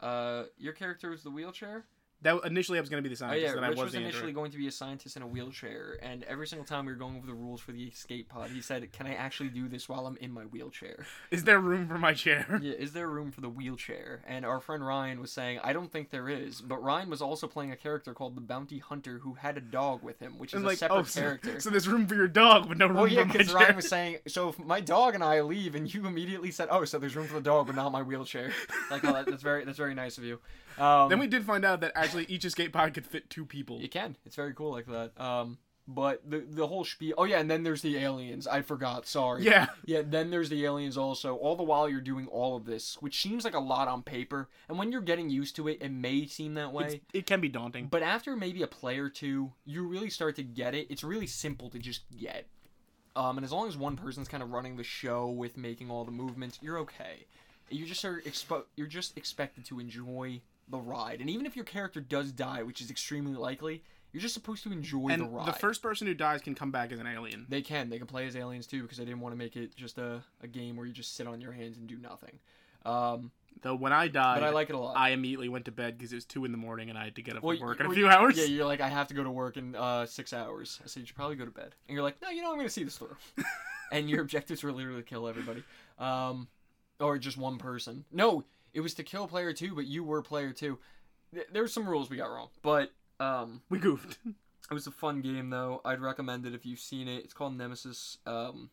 [SPEAKER 1] uh, your character was the wheelchair.
[SPEAKER 2] That initially I was going to be the
[SPEAKER 1] Oh
[SPEAKER 2] scientist,
[SPEAKER 1] yeah,
[SPEAKER 2] and
[SPEAKER 1] Rich
[SPEAKER 2] I
[SPEAKER 1] was
[SPEAKER 2] was, the
[SPEAKER 1] initially
[SPEAKER 2] android.
[SPEAKER 1] going to be a scientist in a wheelchair, and every single time we were going over the rules for the escape pod, he said, "Can I actually do this while I'm in my wheelchair?
[SPEAKER 2] Is there room for my chair?
[SPEAKER 1] yeah, is there room for the wheelchair?" And our friend Ryan was saying, "I don't think there is." But Ryan was also playing a character called the Bounty Hunter who had a dog with him, which is
[SPEAKER 2] And
[SPEAKER 1] a
[SPEAKER 2] like,
[SPEAKER 1] separate
[SPEAKER 2] oh, so,
[SPEAKER 1] character.
[SPEAKER 2] so there's room for your dog, but no room
[SPEAKER 1] Oh yeah,
[SPEAKER 2] for my
[SPEAKER 1] because
[SPEAKER 2] chair.
[SPEAKER 1] Ryan was saying, so if my dog and I leave, and you immediately said, "Oh, so there's room for the dog, but not my wheelchair." Like, oh, that, that's very, that's very nice of you. Um,
[SPEAKER 2] Then we did find out that actually each escape pod could fit two people.
[SPEAKER 1] You can. It's very cool like that. Um, but the the whole spiel. Oh yeah, and then there's the aliens. I forgot. Sorry.
[SPEAKER 2] Yeah.
[SPEAKER 1] Yeah. Then there's the aliens also. All the while you're doing all of this, which seems like a lot on paper, and when you're getting used to it, it may seem that way.
[SPEAKER 2] It's- it can be daunting.
[SPEAKER 1] But after maybe a play or two, you really start to get it. It's really simple to just get. Um, and as long as one person's kind of running the show with making all the movements, you're okay. You just are expo- you're just expected to enjoy the ride. And even if your character does die, which is extremely likely, you're just supposed to enjoy
[SPEAKER 2] and
[SPEAKER 1] the ride.
[SPEAKER 2] the first person who dies can come back as an alien.
[SPEAKER 1] They can. They can play as aliens too because they didn't want to make it just a, a game where you just sit on your hands and do nothing. Um,
[SPEAKER 2] Though when I died,
[SPEAKER 1] but I like it a lot.
[SPEAKER 2] I immediately went to bed because it was two in the morning and I had to get up
[SPEAKER 1] Well,
[SPEAKER 2] from work
[SPEAKER 1] y-
[SPEAKER 2] in a
[SPEAKER 1] well,
[SPEAKER 2] few hours.
[SPEAKER 1] Yeah, you're like, I have to go to work in uh, six hours. I said, you should probably go to bed. And you're like, no, you know, I'm going to see this through. and your objectives were literally to kill everybody. Um, or just one person. No, it was to kill player two, but you were player two. Th- There were some rules we got wrong, but um,
[SPEAKER 2] We goofed.
[SPEAKER 1] it was a fun game, though. I'd recommend it if you've seen it. It's called Nemesis. Um,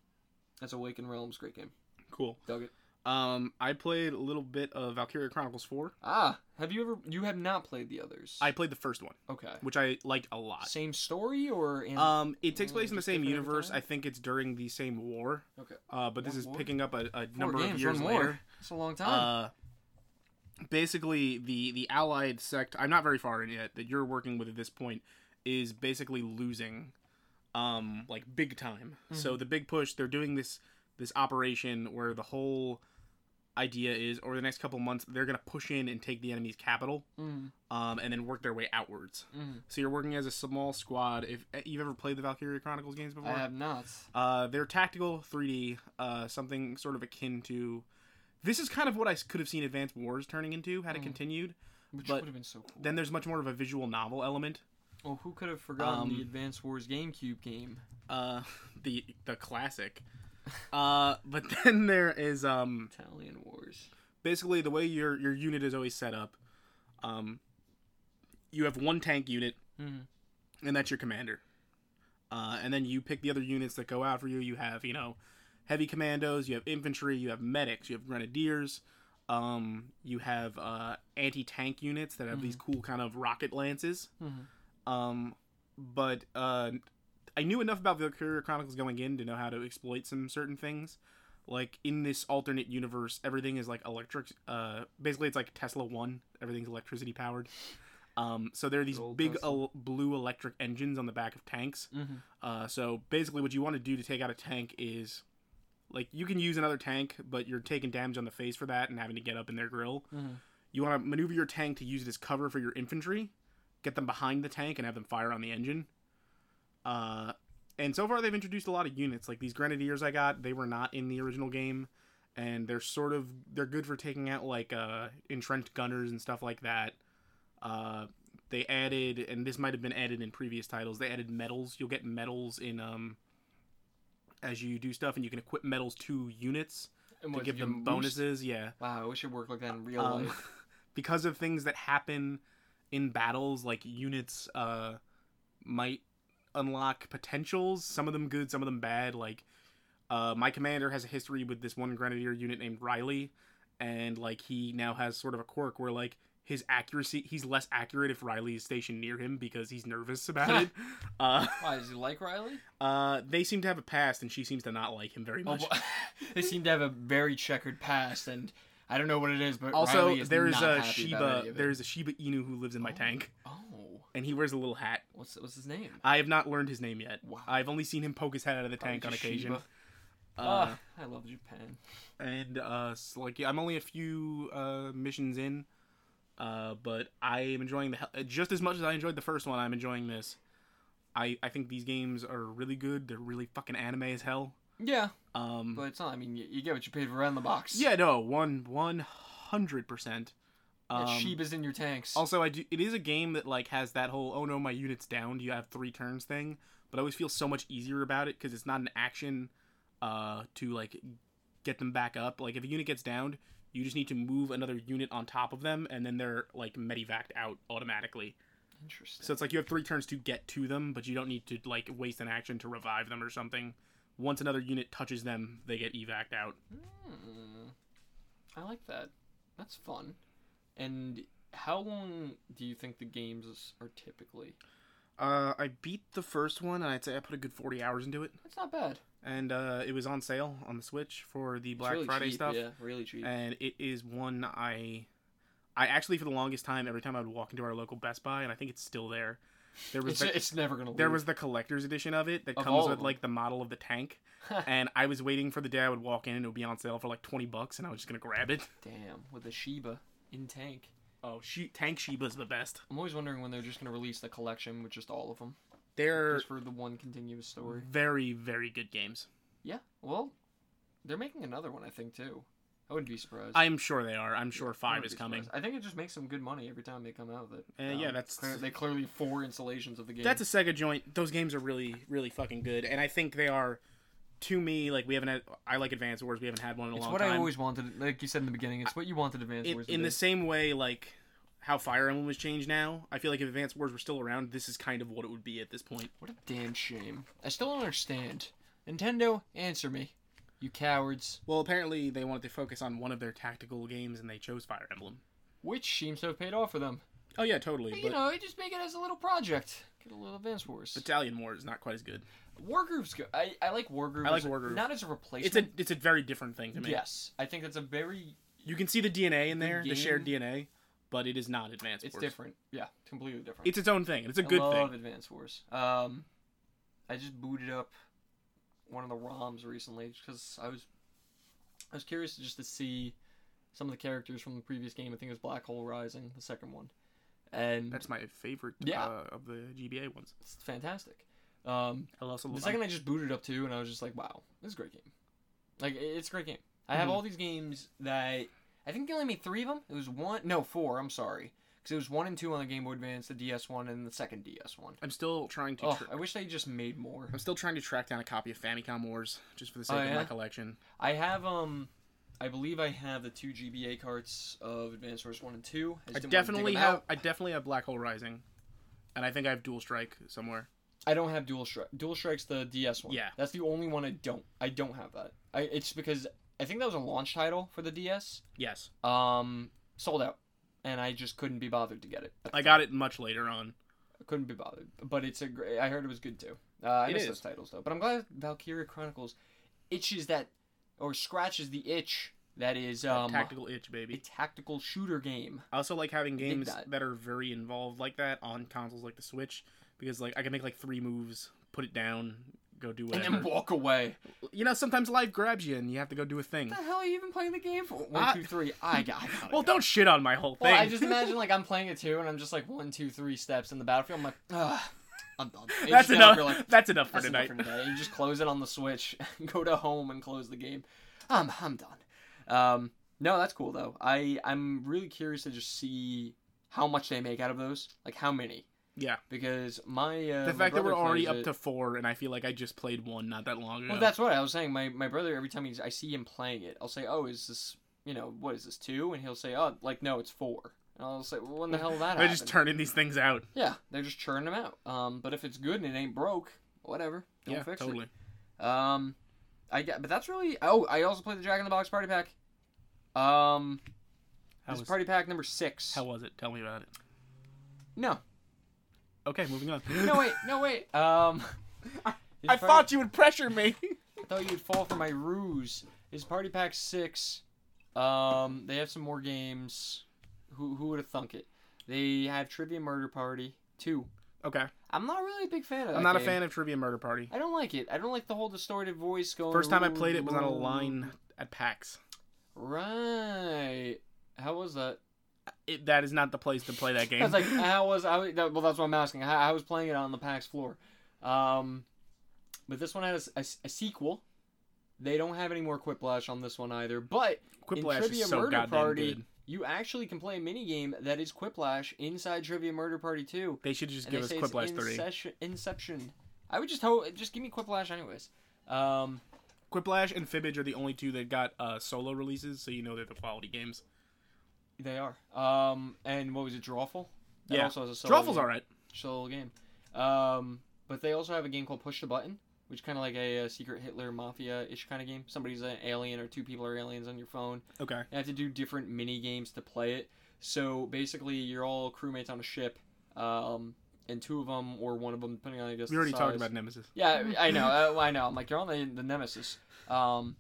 [SPEAKER 1] that's Awakened Realms. Great game.
[SPEAKER 2] cool.
[SPEAKER 1] Dug it.
[SPEAKER 2] Um, I played a little bit of Valkyria Chronicles 4.
[SPEAKER 1] Ah, have you ever. You have not played the others.
[SPEAKER 2] I played the first one,
[SPEAKER 1] Okay.
[SPEAKER 2] which I liked a lot.
[SPEAKER 1] Same story or. In...
[SPEAKER 2] Um, it takes
[SPEAKER 1] Mm,
[SPEAKER 2] place in the
[SPEAKER 1] just
[SPEAKER 2] same
[SPEAKER 1] different every
[SPEAKER 2] universe.
[SPEAKER 1] time?
[SPEAKER 2] I think it's during the same war.
[SPEAKER 1] Okay.
[SPEAKER 2] Uh, but this
[SPEAKER 1] One
[SPEAKER 2] is
[SPEAKER 1] war?
[SPEAKER 2] picking up a, a
[SPEAKER 1] Four
[SPEAKER 2] number
[SPEAKER 1] games,
[SPEAKER 2] of years
[SPEAKER 1] one
[SPEAKER 2] later.
[SPEAKER 1] More. That's a long time.
[SPEAKER 2] Uh, basically, the the Allied sect. I'm not very far in yet. That you're working with at this point is basically losing, um, like big time. So the big push. They're doing this this operation where the whole idea is over the next couple months they're gonna push in and take the enemy's capital,
[SPEAKER 1] Mm,
[SPEAKER 2] um, and then work their way outwards.
[SPEAKER 1] mm.
[SPEAKER 2] So you're working as a small squad. If eh, you've ever played the Valkyria Chronicles games before,
[SPEAKER 1] I have not.
[SPEAKER 2] uh, they're tactical 3D, uh, something sort of akin to. This is kind of what I s- could have seen Advanced Wars turning into had it
[SPEAKER 1] Mm.
[SPEAKER 2] continued.
[SPEAKER 1] Which
[SPEAKER 2] But
[SPEAKER 1] would have been so cool.
[SPEAKER 2] Then there's much more of a visual novel element.
[SPEAKER 1] oh, who could have forgotten
[SPEAKER 2] Um,
[SPEAKER 1] the Advance Wars GameCube game?
[SPEAKER 2] Uh, the the classic. Uh, but then there is um
[SPEAKER 1] Italian Wars.
[SPEAKER 2] basically the way your your unit is always set up. Um, you have one tank unit,
[SPEAKER 1] Mhm.
[SPEAKER 2] and that's your commander. Uh, and then you pick the other units that go out for you. You have, you know, heavy commandos, you have infantry, you have medics, you have grenadiers, um, you have uh, anti tank units that have these cool kind of rocket lances.
[SPEAKER 1] Mhm.
[SPEAKER 2] Um, but uh, I knew enough about Valkyria Chronicles going in to know how to exploit some certain things. Like in this alternate universe, everything is like electric. Uh, basically, it's like Tesla One. Everything's electricity powered. Um, so there are these
[SPEAKER 3] Gold
[SPEAKER 2] big
[SPEAKER 3] dust.
[SPEAKER 2] el- blue electric engines on the back of tanks.
[SPEAKER 1] Mm-hmm.
[SPEAKER 2] Uh, so basically, what you want to do to take out a tank is, like, you can use another tank, but you're taking damage on the face for that and having to get up in their grill.
[SPEAKER 1] Mhm.
[SPEAKER 2] You want to maneuver your tank to use it as cover for your infantry, get them behind the tank, and have them fire on the engine. Uh, and so far, they've introduced a lot of units. Like these grenadiers I got, they were not in the original game, and they're sort of they're good for taking out like uh, entrenched gunners and stuff like that. Uh, they added and this might have been added in previous titles they added medals you'll get medals in um as you do stuff and you can equip medals to units
[SPEAKER 1] And
[SPEAKER 2] to
[SPEAKER 1] what,
[SPEAKER 2] give
[SPEAKER 1] you
[SPEAKER 2] them
[SPEAKER 1] boost?
[SPEAKER 2] bonuses yeah
[SPEAKER 1] Wow, I wish it worked like that in real
[SPEAKER 2] um,
[SPEAKER 1] life.
[SPEAKER 2] because of things that happen in battles like units uh might unlock potentials some of them good some of them bad like uh my commander has a history with this one grenadier unit named Riley and like he now has sort of a quirk where like his accuracy he's less accurate if Riley is stationed near him because he's nervous about it uh
[SPEAKER 1] Why does he like Riley?
[SPEAKER 2] uh they seem to have a past and she seems to not like him very
[SPEAKER 1] Oh,
[SPEAKER 2] much
[SPEAKER 1] boy. they seem to have a very checkered past, and I don't know what it is, but
[SPEAKER 2] also
[SPEAKER 1] Riley is
[SPEAKER 2] there is
[SPEAKER 1] not
[SPEAKER 2] a
[SPEAKER 1] happy about
[SPEAKER 2] Shiba
[SPEAKER 1] any of it.
[SPEAKER 2] there is a Shiba Inu who lives in my
[SPEAKER 1] Oh.
[SPEAKER 2] tank
[SPEAKER 1] oh,
[SPEAKER 2] and he wears a little hat
[SPEAKER 1] what's what's his name?
[SPEAKER 2] I have not learned his name yet.
[SPEAKER 1] Wow.
[SPEAKER 2] I've only seen him poke his head out of the
[SPEAKER 1] Probably
[SPEAKER 2] tank on
[SPEAKER 1] just
[SPEAKER 2] occasion.
[SPEAKER 1] Shiba.
[SPEAKER 2] Uh,
[SPEAKER 1] Ah, I love Japan.
[SPEAKER 2] and uh, s- like I'm only a few uh, missions in, uh, but I am enjoying the hell- just as much as I enjoyed the first one. I'm enjoying this. I I think these games are really good. They're really fucking anime as hell.
[SPEAKER 1] Yeah,
[SPEAKER 2] Um,
[SPEAKER 1] but it's not. I mean, you, you get what you paid for around the box.
[SPEAKER 2] yeah, no, one one hundred percent.
[SPEAKER 1] And
[SPEAKER 2] Um,
[SPEAKER 1] Sheba's in your tanks.
[SPEAKER 2] Also, I do. It is a game that like has that whole "oh no, my unit's down. Do you have three turns?" thing. But I always feel so much easier about it because it's not an action uh, to like get them back up. Like if a unit gets downed, you just need to move another unit on top of them, and then they're like medevaced out automatically.
[SPEAKER 1] Interesting.
[SPEAKER 2] So it's like you have three turns to get to them, but you don't need to like waste an action to revive them or something. Once another unit touches them, they get evac'd out.
[SPEAKER 1] Hmm. I like that. That's fun. And how long do you think the games are typically?
[SPEAKER 2] Uh, I beat the first one, and I'd say I put a good forty hours into it.
[SPEAKER 1] That's not bad.
[SPEAKER 2] and uh, it was on sale on the Switch for the
[SPEAKER 1] It's
[SPEAKER 2] Black
[SPEAKER 1] really
[SPEAKER 2] Friday
[SPEAKER 1] cheap,
[SPEAKER 2] stuff.
[SPEAKER 1] Yeah, really cheap.
[SPEAKER 2] And it is one I, I actually for the longest time, every time I would walk into our local Best Buy, and I think it's still there. There was
[SPEAKER 1] It's,
[SPEAKER 2] the,
[SPEAKER 1] it's never gonna.
[SPEAKER 2] there
[SPEAKER 1] leave.
[SPEAKER 2] was the collector's edition of it that
[SPEAKER 1] Of all
[SPEAKER 2] comes
[SPEAKER 1] of
[SPEAKER 2] with
[SPEAKER 1] them.
[SPEAKER 2] like the model of the tank, and I was waiting for the day I would walk in and it would be on sale for like twenty bucks, and I was just gonna grab it.
[SPEAKER 1] Damn, with the Sheba in tank.
[SPEAKER 2] Oh, she, Tank Sheba's the best.
[SPEAKER 1] I'm always wondering when they're just gonna release the collection with just all of them,
[SPEAKER 2] They're
[SPEAKER 1] just for the one continuous story.
[SPEAKER 2] very very good games.
[SPEAKER 1] Yeah. Well, they're making another one, I think too. I wouldn't be surprised.
[SPEAKER 2] I'm sure they are. I'm sure
[SPEAKER 1] I
[SPEAKER 2] five
[SPEAKER 1] wouldn't
[SPEAKER 2] is
[SPEAKER 1] be
[SPEAKER 2] coming.
[SPEAKER 1] surprised. I think it just makes them good money every time they come out with it.
[SPEAKER 2] Uh, yeah, that's-
[SPEAKER 1] clear- they clearly four installations of the game.
[SPEAKER 2] That's a Sega joint. Those games are really, really fucking good, and I think they are. To me, like we haven't had, I like Advance Wars. We haven't had one in a
[SPEAKER 1] It's
[SPEAKER 2] long
[SPEAKER 1] what
[SPEAKER 2] time.
[SPEAKER 1] I always wanted. Like you said in the beginning, it's what you wanted Advanced
[SPEAKER 2] in,
[SPEAKER 1] Wars to
[SPEAKER 2] in
[SPEAKER 1] be.
[SPEAKER 2] the same way, like how Fire Emblem was changed. Now, I feel like if Advance Wars were still around, this is kind of what it would be at this point.
[SPEAKER 1] What a damn shame. I still don't understand. Nintendo, answer me. You cowards.
[SPEAKER 2] Well, apparently they wanted to focus on one of their tactical games, and they chose Fire Emblem.
[SPEAKER 1] Which seems to have paid off for them.
[SPEAKER 2] Oh yeah, totally.
[SPEAKER 1] But, you
[SPEAKER 2] But
[SPEAKER 1] know, you just make it as a little project. Get a little Advanced Wars.
[SPEAKER 2] Battalion War is not quite as good.
[SPEAKER 1] Wargroove's good. I, I like Wargroove.
[SPEAKER 2] I like
[SPEAKER 1] as a-
[SPEAKER 2] Wargroove.
[SPEAKER 1] Not as
[SPEAKER 2] It's
[SPEAKER 1] a
[SPEAKER 2] a
[SPEAKER 1] replacement.
[SPEAKER 2] it's a very different thing to me.
[SPEAKER 1] Yes. I think that's a very.
[SPEAKER 2] You can see the DNA in there, the,
[SPEAKER 1] game-
[SPEAKER 2] shared DNA, but it is not Advance
[SPEAKER 1] It's
[SPEAKER 2] Wars.
[SPEAKER 1] different. Yeah, completely different.
[SPEAKER 2] It's its own thing. and It's a good
[SPEAKER 1] I love
[SPEAKER 2] thing.
[SPEAKER 1] Advanced Wars. Um, I just booted up one of the ROMs recently because I was I was curious just to see some of the characters from the previous game. I think it was Black Hole Rising, the second one, and
[SPEAKER 2] That's my favorite
[SPEAKER 1] Yeah.
[SPEAKER 2] uh, of the GBA ones.
[SPEAKER 1] it's fantastic. Um,
[SPEAKER 2] I also
[SPEAKER 1] the
[SPEAKER 2] love
[SPEAKER 1] second I just booted up too, and I was just like, wow, this is a great game. Like i- it's a great game. I have
[SPEAKER 2] Mhm.
[SPEAKER 1] all these games that I think they only made three of them. It was one, no, four. I'm sorry, because it was one and two on the Game Boy Advance, the DS one, and the second DS one.
[SPEAKER 2] I'm still trying to.
[SPEAKER 1] Oh,
[SPEAKER 2] tr-
[SPEAKER 1] I wish they just made more.
[SPEAKER 2] I'm still trying to track down a copy of Famicom Wars just for the
[SPEAKER 1] Oh,
[SPEAKER 2] sake of
[SPEAKER 1] yeah?
[SPEAKER 2] my collection.
[SPEAKER 1] I have um, I believe I have the two GBA carts of Advanced Wars One and Two.
[SPEAKER 2] I
[SPEAKER 1] just didn't wanna dig
[SPEAKER 2] definitely
[SPEAKER 1] them
[SPEAKER 2] have.
[SPEAKER 1] out.
[SPEAKER 2] I definitely have Black Hole Rising, and I think I have Dual Strike somewhere.
[SPEAKER 1] I don't have Dual Strike. Dual Strike's the DS one.
[SPEAKER 2] Yeah.
[SPEAKER 1] that's the only one I don't. I don't have that. I it's because I think that was a launch title for the DS.
[SPEAKER 2] Yes,
[SPEAKER 1] Um, sold out, and I just couldn't be bothered to get it.
[SPEAKER 2] I got it much later on.
[SPEAKER 1] couldn't be bothered. But it's a great. I heard it was good too. Uh, I
[SPEAKER 2] It
[SPEAKER 1] miss
[SPEAKER 2] is.
[SPEAKER 1] those titles though. But I'm glad Valkyria Chronicles itches that or scratches the itch That is
[SPEAKER 2] That
[SPEAKER 1] um,
[SPEAKER 2] tactical itch,
[SPEAKER 1] a
[SPEAKER 2] baby.
[SPEAKER 1] tactical shooter game.
[SPEAKER 2] I also like having
[SPEAKER 1] dig
[SPEAKER 2] games
[SPEAKER 1] that.
[SPEAKER 2] that are very involved like that on consoles like the Switch because like I can make like three moves, put it down, go do whatever.
[SPEAKER 1] And then walk away.
[SPEAKER 2] you know, sometimes life grabs you and you have to go do a thing.
[SPEAKER 1] What the hell are you even playing the game for?
[SPEAKER 2] I-
[SPEAKER 1] One, two, three. I got. I gotta
[SPEAKER 2] Well,
[SPEAKER 1] go.
[SPEAKER 2] don't shit on my whole thing.
[SPEAKER 1] Well, I just imagine like I'm playing it too, and I'm just like one, two, three steps in the battlefield. I'm like, Ugh, I'm done. And you
[SPEAKER 2] that's
[SPEAKER 1] just get up,
[SPEAKER 2] enough.
[SPEAKER 1] you're like,
[SPEAKER 2] that's enough for
[SPEAKER 1] "That's
[SPEAKER 2] tonight.
[SPEAKER 1] enough for today. You just close it on the Switch, go to home, and close the game. I'm I'm done. Um, no, that's cool though. I I'm really curious to just see how much they make out of those, like how many.
[SPEAKER 2] Yeah.
[SPEAKER 1] Because my uh,
[SPEAKER 2] the
[SPEAKER 1] my
[SPEAKER 2] fact that we're
[SPEAKER 1] brother
[SPEAKER 2] already
[SPEAKER 1] plays
[SPEAKER 2] up
[SPEAKER 1] it-
[SPEAKER 2] to four, and I feel like I just played one not that long ago.
[SPEAKER 1] Well, that's what I was saying. My my brother, every time he's, I see him playing it, I'll say, "Oh, is this you know what is this two? And he'll say, "Oh, like no, it's four. And I'll say, "Well, when the hell did that
[SPEAKER 2] They're
[SPEAKER 1] happen?"
[SPEAKER 2] just turning these things out.
[SPEAKER 1] yeah, they're just churning them out. Um, but if it's good and it ain't broke, whatever, don't
[SPEAKER 2] yeah,
[SPEAKER 1] fix
[SPEAKER 2] totally.
[SPEAKER 1] it. Um, I get, but that's really. Oh, I also played the Jack in the Box Party Pack. Um,
[SPEAKER 2] How
[SPEAKER 1] this
[SPEAKER 2] was,
[SPEAKER 1] Party Pack number six.
[SPEAKER 2] how was it? Tell me about it.
[SPEAKER 1] No,
[SPEAKER 2] Okay, moving on.
[SPEAKER 1] no wait, no wait. Um, this
[SPEAKER 2] I
[SPEAKER 1] party-
[SPEAKER 2] thought you would pressure me.
[SPEAKER 1] I thought you'd fall for my ruse. Is Party Pack six? Um, they have some more games. Who who would have thunk it? They have Trivia Murder Party two.
[SPEAKER 2] okay,
[SPEAKER 1] I'm not really a big fan of. That
[SPEAKER 2] I'm not a
[SPEAKER 1] game.
[SPEAKER 2] fan of Trivia Murder Party.
[SPEAKER 1] I don't like it. I don't like the whole distorted voice going.
[SPEAKER 2] First time I
[SPEAKER 1] "Ooh,
[SPEAKER 2] played it was on a
[SPEAKER 1] ooh."
[SPEAKER 2] line at PAX.
[SPEAKER 1] Right. How was that?
[SPEAKER 2] It, that is not the place to play that game.
[SPEAKER 1] I was like, uh, how was I? was- that- Well, that's what I'm asking. I, I was playing it on the PAX floor, um, but this one had a s- a, s- a sequel. They don't have any more Quiplash on this one either, but
[SPEAKER 2] Quiplash
[SPEAKER 1] Trivia
[SPEAKER 2] is so
[SPEAKER 1] Murder
[SPEAKER 2] goddamn
[SPEAKER 1] Party-
[SPEAKER 2] good.
[SPEAKER 1] You actually can play a mini game that is Quiplash inside Trivia Murder Party 2.
[SPEAKER 2] They should just
[SPEAKER 1] And they
[SPEAKER 2] give us
[SPEAKER 1] say it's
[SPEAKER 2] Quiplash three.
[SPEAKER 1] Inception- Inception. I would just ho- just give me Quiplash anyways. Um,
[SPEAKER 2] Quiplash and Fibbage are the only two that got uh, solo releases, so you know they're the quality games.
[SPEAKER 1] they are. Um, and what was it, Drawful? That
[SPEAKER 2] Yeah.
[SPEAKER 1] also has a solo
[SPEAKER 2] Drawful's
[SPEAKER 1] game.
[SPEAKER 2] all right.
[SPEAKER 1] Solo game. Um, but they also have a game called Push the Button, which kind of like a, uh secret Hitler mafia ish kind of game. Somebody's an alien or two people are aliens on your phone.
[SPEAKER 2] Okay.
[SPEAKER 1] You have to do different mini games to play it. So basically, you're all crewmates on a ship, um, and two of them or one of them, depending on I guess.
[SPEAKER 2] We already
[SPEAKER 1] the
[SPEAKER 2] talked
[SPEAKER 1] size.
[SPEAKER 2] about Nemesis.
[SPEAKER 1] Yeah, I know. uh, I know. I'm like you're on the, the nemesis. Um,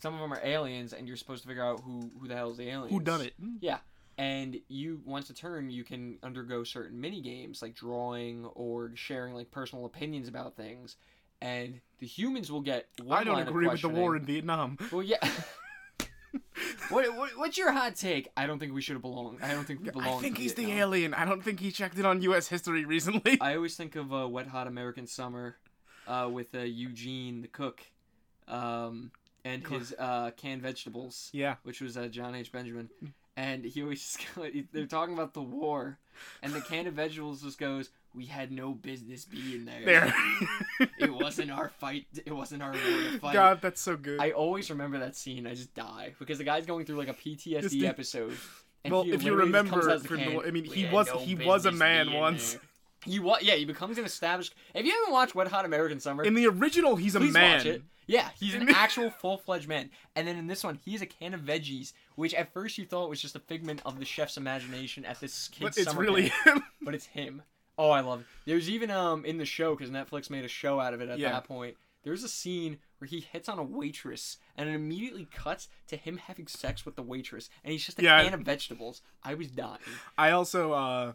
[SPEAKER 1] some of them are aliens, and you're supposed to figure out who who the hell is the alien.
[SPEAKER 2] Who done it? Hmm?
[SPEAKER 1] And you once a turn, you can undergo certain mini games like drawing or sharing like personal opinions about things. And the humans will get. One
[SPEAKER 2] I don't
[SPEAKER 1] line of
[SPEAKER 2] agree with the war
[SPEAKER 1] questioning.
[SPEAKER 2] in Vietnam.
[SPEAKER 1] Well, yeah. what, what, what's your hot take? I don't think we should have belonged. I don't think we belong.
[SPEAKER 2] I think
[SPEAKER 1] to
[SPEAKER 2] he's the
[SPEAKER 1] Vietnam.
[SPEAKER 2] alien. I don't think he checked it on U.S. history recently.
[SPEAKER 1] I always think of uh, Wet Hot American Summer uh, with uh, Eugene the cook um, and his uh, canned vegetables,
[SPEAKER 2] yeah.
[SPEAKER 1] which was uh, John H. Benjamin. And he always just go- they're talking about the war, and the canned vegetables just goes, "We had no business being there.
[SPEAKER 2] There.
[SPEAKER 1] It wasn't our fight. It wasn't our war to fight."
[SPEAKER 2] God, that's so good.
[SPEAKER 1] I always remember that scene. I just die because the guy's going through like a PTSD
[SPEAKER 2] the-
[SPEAKER 1] episode. And
[SPEAKER 2] well,
[SPEAKER 1] he
[SPEAKER 2] if you
[SPEAKER 1] literally just
[SPEAKER 2] remember,
[SPEAKER 1] comes out as the
[SPEAKER 2] from the-
[SPEAKER 1] can,
[SPEAKER 2] I mean,
[SPEAKER 1] "We
[SPEAKER 2] he
[SPEAKER 1] had
[SPEAKER 2] was
[SPEAKER 1] no
[SPEAKER 2] he was a
[SPEAKER 1] business
[SPEAKER 2] man
[SPEAKER 1] being
[SPEAKER 2] once.
[SPEAKER 1] there." He was yeah. He becomes an established. If you haven't watched Wet Hot American Summer,
[SPEAKER 2] In the original, he's a
[SPEAKER 1] please
[SPEAKER 2] man.
[SPEAKER 1] watch it. Yeah, he's
[SPEAKER 2] In
[SPEAKER 1] an
[SPEAKER 2] the-
[SPEAKER 1] actual full fledged man. And then in this one, he's a can of veggies, which at first you thought was just a figment of the chef's imagination at this kid's
[SPEAKER 2] But it's
[SPEAKER 1] summer
[SPEAKER 2] really
[SPEAKER 1] camp.
[SPEAKER 2] him.
[SPEAKER 1] But it's him. Oh, I love it. There's even um in the show because Netflix made a show out of it at
[SPEAKER 2] Yeah.
[SPEAKER 1] that point. There's a scene where he hits on a waitress, and it immediately cuts to him having sex with the waitress, and he's just a
[SPEAKER 2] Yeah.
[SPEAKER 1] can of vegetables. I was dying.
[SPEAKER 2] I also uh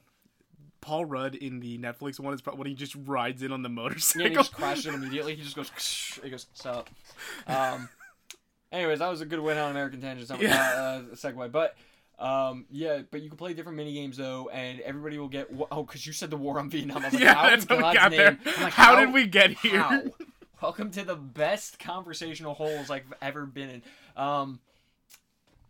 [SPEAKER 2] Paul Rudd in the Netflix one is pro- when he just rides in on the motorcycle.
[SPEAKER 1] Yeah, and he just crashes it immediately. He just goes, he goes, sup. Um, anyways, that was a good win on American Tangent. Something
[SPEAKER 2] Yeah.
[SPEAKER 1] yeah. uh, segue, but um, yeah, but you can play different mini games though, and everybody will get. wha- Oh, because you said the war on Vietnam. I was like,
[SPEAKER 2] yeah,
[SPEAKER 1] how
[SPEAKER 2] that's
[SPEAKER 1] in
[SPEAKER 2] how we
[SPEAKER 1] God's
[SPEAKER 2] got
[SPEAKER 1] name?
[SPEAKER 2] there.
[SPEAKER 1] I'm like,
[SPEAKER 2] how, did we get here?
[SPEAKER 1] How? Welcome to the best conversational holes I've ever been in. Um,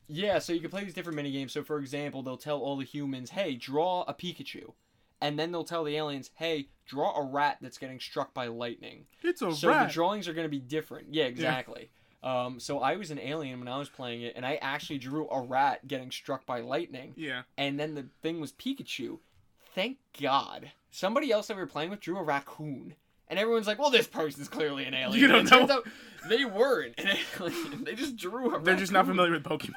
[SPEAKER 1] yeah, so you can play these different mini games. So, for example, they'll tell all the humans, "Hey, draw a Pikachu," and then they'll tell the aliens, "Hey, draw a rat that's getting struck by lightning."
[SPEAKER 2] It's a
[SPEAKER 1] So
[SPEAKER 2] rat.
[SPEAKER 1] the drawings are going to be different. Yeah, exactly. Um, so I was an alien when I was playing it, and I actually drew a rat getting struck by lightning,
[SPEAKER 2] yeah,
[SPEAKER 1] and then the thing was Pikachu. Thank God. Somebody else that we were playing with drew a raccoon, and everyone's like, "Well, this person's clearly an alien."
[SPEAKER 2] You don't
[SPEAKER 1] And it turns
[SPEAKER 2] know.
[SPEAKER 1] out they weren't an alien. They just drew a.
[SPEAKER 2] they're just not
[SPEAKER 1] raccoon.
[SPEAKER 2] familiar with Pokemon.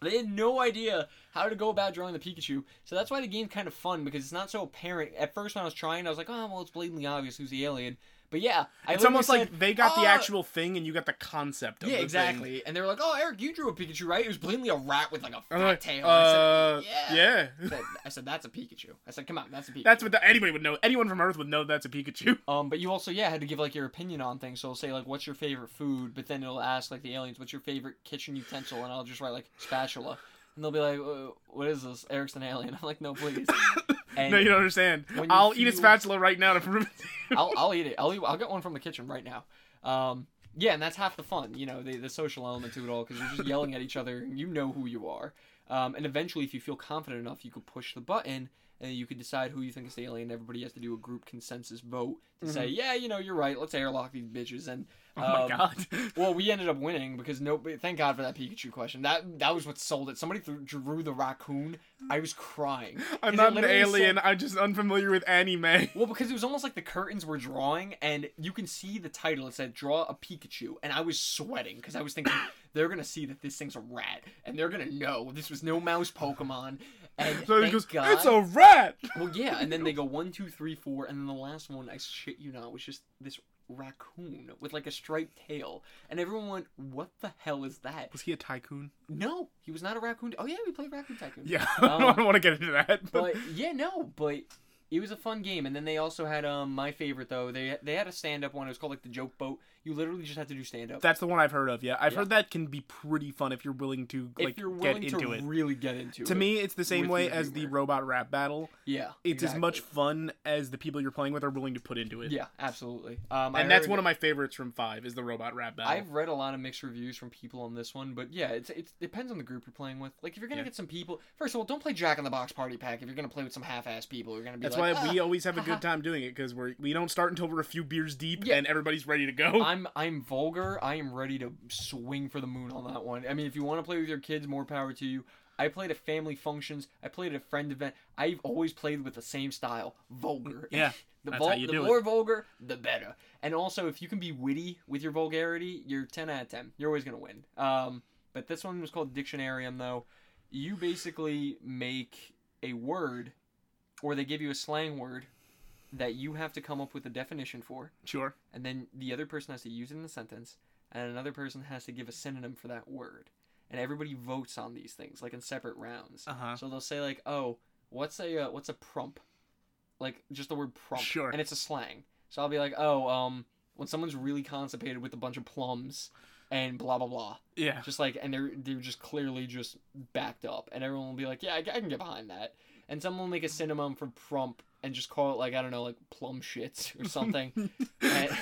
[SPEAKER 1] They had no idea how to go about drawing the Pikachu, so that's why the game's kind of fun because it's not so apparent. At first, when I was trying, I was like, "Oh, well, it's blatantly obvious who's the alien," But yeah, I
[SPEAKER 2] it's almost
[SPEAKER 1] literally
[SPEAKER 2] like they got the
[SPEAKER 1] "Oh."
[SPEAKER 2] actual thing and you got the concept of
[SPEAKER 1] yeah,
[SPEAKER 2] the
[SPEAKER 1] exactly. And they were like, "Oh, Eric, you drew a Pikachu, right? It was blatantly a rat with like a
[SPEAKER 2] thing.
[SPEAKER 1] fat
[SPEAKER 2] I'm like,
[SPEAKER 1] tail." And
[SPEAKER 2] uh,
[SPEAKER 1] I said, yeah.
[SPEAKER 2] yeah.
[SPEAKER 1] I said, I said, "That's a Pikachu." I said, "Come on, that's a Pikachu."
[SPEAKER 2] That's what the, anybody would know. Anyone from Earth would know that's a Pikachu.
[SPEAKER 1] Um, but you also yeah had to give like your opinion on things. So it'll say like, "What's your favorite food?" But then it'll ask like the aliens, "What's your favorite kitchen utensil?" And I'll just write like spatula, and they'll be like, "Uh, "What is this? Eric's an alien." I'm like, "No, please." And
[SPEAKER 2] no, you don't understand.
[SPEAKER 1] when you
[SPEAKER 2] I'll eat a
[SPEAKER 1] feel-
[SPEAKER 2] spatula right now to prove it. to you.
[SPEAKER 1] I'll, I'll eat it. I'll eat, I'll get one from the kitchen right now. Um, yeah, and that's half the fun, you know, the, the social element to it all because you're just yelling at each other. And you know who you are, um, and eventually, if you feel confident enough, you could push the button and you could decide who you think is the alien. Everybody has to do a group consensus vote to say, yeah, you know, you're right. Let's airlock these bitches. And
[SPEAKER 2] Mm-hmm. Oh my
[SPEAKER 1] um,
[SPEAKER 2] god.
[SPEAKER 1] Well, we ended up winning because nobody. Thank God for that Pikachu question. That that was what sold it. Somebody threw, drew the raccoon. I was crying.
[SPEAKER 2] I'm
[SPEAKER 1] 'Cause it
[SPEAKER 2] not an
[SPEAKER 1] literally
[SPEAKER 2] alien. I'm just unfamiliar with anime.
[SPEAKER 1] Well, because it was almost like the curtains were drawing, and you can see the title. It said "Draw a Pikachu," and I was sweating because I was thinking they're gonna see that this thing's a rat, and they're gonna know this was no mouse Pokemon. And
[SPEAKER 2] So he
[SPEAKER 1] thank
[SPEAKER 2] goes,
[SPEAKER 1] God.
[SPEAKER 2] it's a rat.
[SPEAKER 1] well, yeah, and then they go one, two, three, four, and then the last one, I shit you not, was just this raccoon with like a striped tail, and everyone went, "What the hell is that?"
[SPEAKER 2] Was he a tycoon?
[SPEAKER 1] No, he was not a raccoon. Oh yeah, we played Raccoon Tycoon.
[SPEAKER 2] Yeah, I
[SPEAKER 1] Um,
[SPEAKER 2] don't want to get into that. But,
[SPEAKER 1] but yeah, no, but it was a fun game. And then they also had um my favorite though. They they had a stand up one. It was called like the joke boat. You literally just had to do stand up.
[SPEAKER 2] that's the one I've heard of. Yeah, I've
[SPEAKER 1] Yeah.
[SPEAKER 2] heard that can be pretty fun if you're willing to
[SPEAKER 1] If
[SPEAKER 2] like
[SPEAKER 1] you're
[SPEAKER 2] get
[SPEAKER 1] willing
[SPEAKER 2] into
[SPEAKER 1] to
[SPEAKER 2] it.
[SPEAKER 1] really get into
[SPEAKER 2] To
[SPEAKER 1] it.
[SPEAKER 2] me, it's the same
[SPEAKER 1] with
[SPEAKER 2] way
[SPEAKER 1] your
[SPEAKER 2] as the
[SPEAKER 1] humor.
[SPEAKER 2] robot rap battle.
[SPEAKER 1] yeah,
[SPEAKER 2] It's as
[SPEAKER 1] exactly.
[SPEAKER 2] much fun as the people you're playing with are willing to put into it.
[SPEAKER 1] Yeah, absolutely. Um,
[SPEAKER 2] and that's one of my favorites from Five is the robot rap battle.
[SPEAKER 1] I've read a lot of mixed reviews from people on this one, but yeah, it's it depends on the group you're playing with. Like if you're gonna
[SPEAKER 2] Yeah.
[SPEAKER 1] get some people, first of all, don't play Jack in the Box Party Pack if you're gonna play with some half-ass people. You're gonna be
[SPEAKER 2] That's
[SPEAKER 1] like,
[SPEAKER 2] why
[SPEAKER 1] "Ah,
[SPEAKER 2] we always have a
[SPEAKER 1] haha."
[SPEAKER 2] good time doing it because we we don't start until we're a few beers deep
[SPEAKER 1] Yeah.
[SPEAKER 2] and everybody's ready to go.
[SPEAKER 1] I'm I'm vulgar. I am ready to swing for the moon on that one. I mean, if you want to play with your kids, more power to you. I played at family functions. I played at a friend event. I've always played with the same style, vulgar.
[SPEAKER 2] Yeah,
[SPEAKER 1] the
[SPEAKER 2] that's
[SPEAKER 1] vul-
[SPEAKER 2] how you
[SPEAKER 1] the
[SPEAKER 2] do it.
[SPEAKER 1] more vulgar, the better. And also, if you can be witty with your vulgarity, you're ten out of ten. You're always gonna win. Um, but this one was called Dictionarium, though. You basically make a word, or they give you a slang word that you have to come up with a definition for
[SPEAKER 2] Sure.
[SPEAKER 1] and then the other person has to use it in a sentence, and another person has to give a synonym for that word. And everybody votes on these things, like in separate rounds.
[SPEAKER 2] huh.
[SPEAKER 1] So they'll say like, "Oh, what's a uh, what's a prump?" Like just the word prump,
[SPEAKER 2] Sure.
[SPEAKER 1] and it's a slang. So I'll be like, "Oh, um, when someone's really constipated with a bunch of plums." And blah blah blah,
[SPEAKER 2] Yeah.
[SPEAKER 1] just like and they're they're just clearly just backed up, and everyone will be like, yeah, I, I can get behind that. And someone will make a synonym for prump and just call it like I don't know, like plum shits or something, and-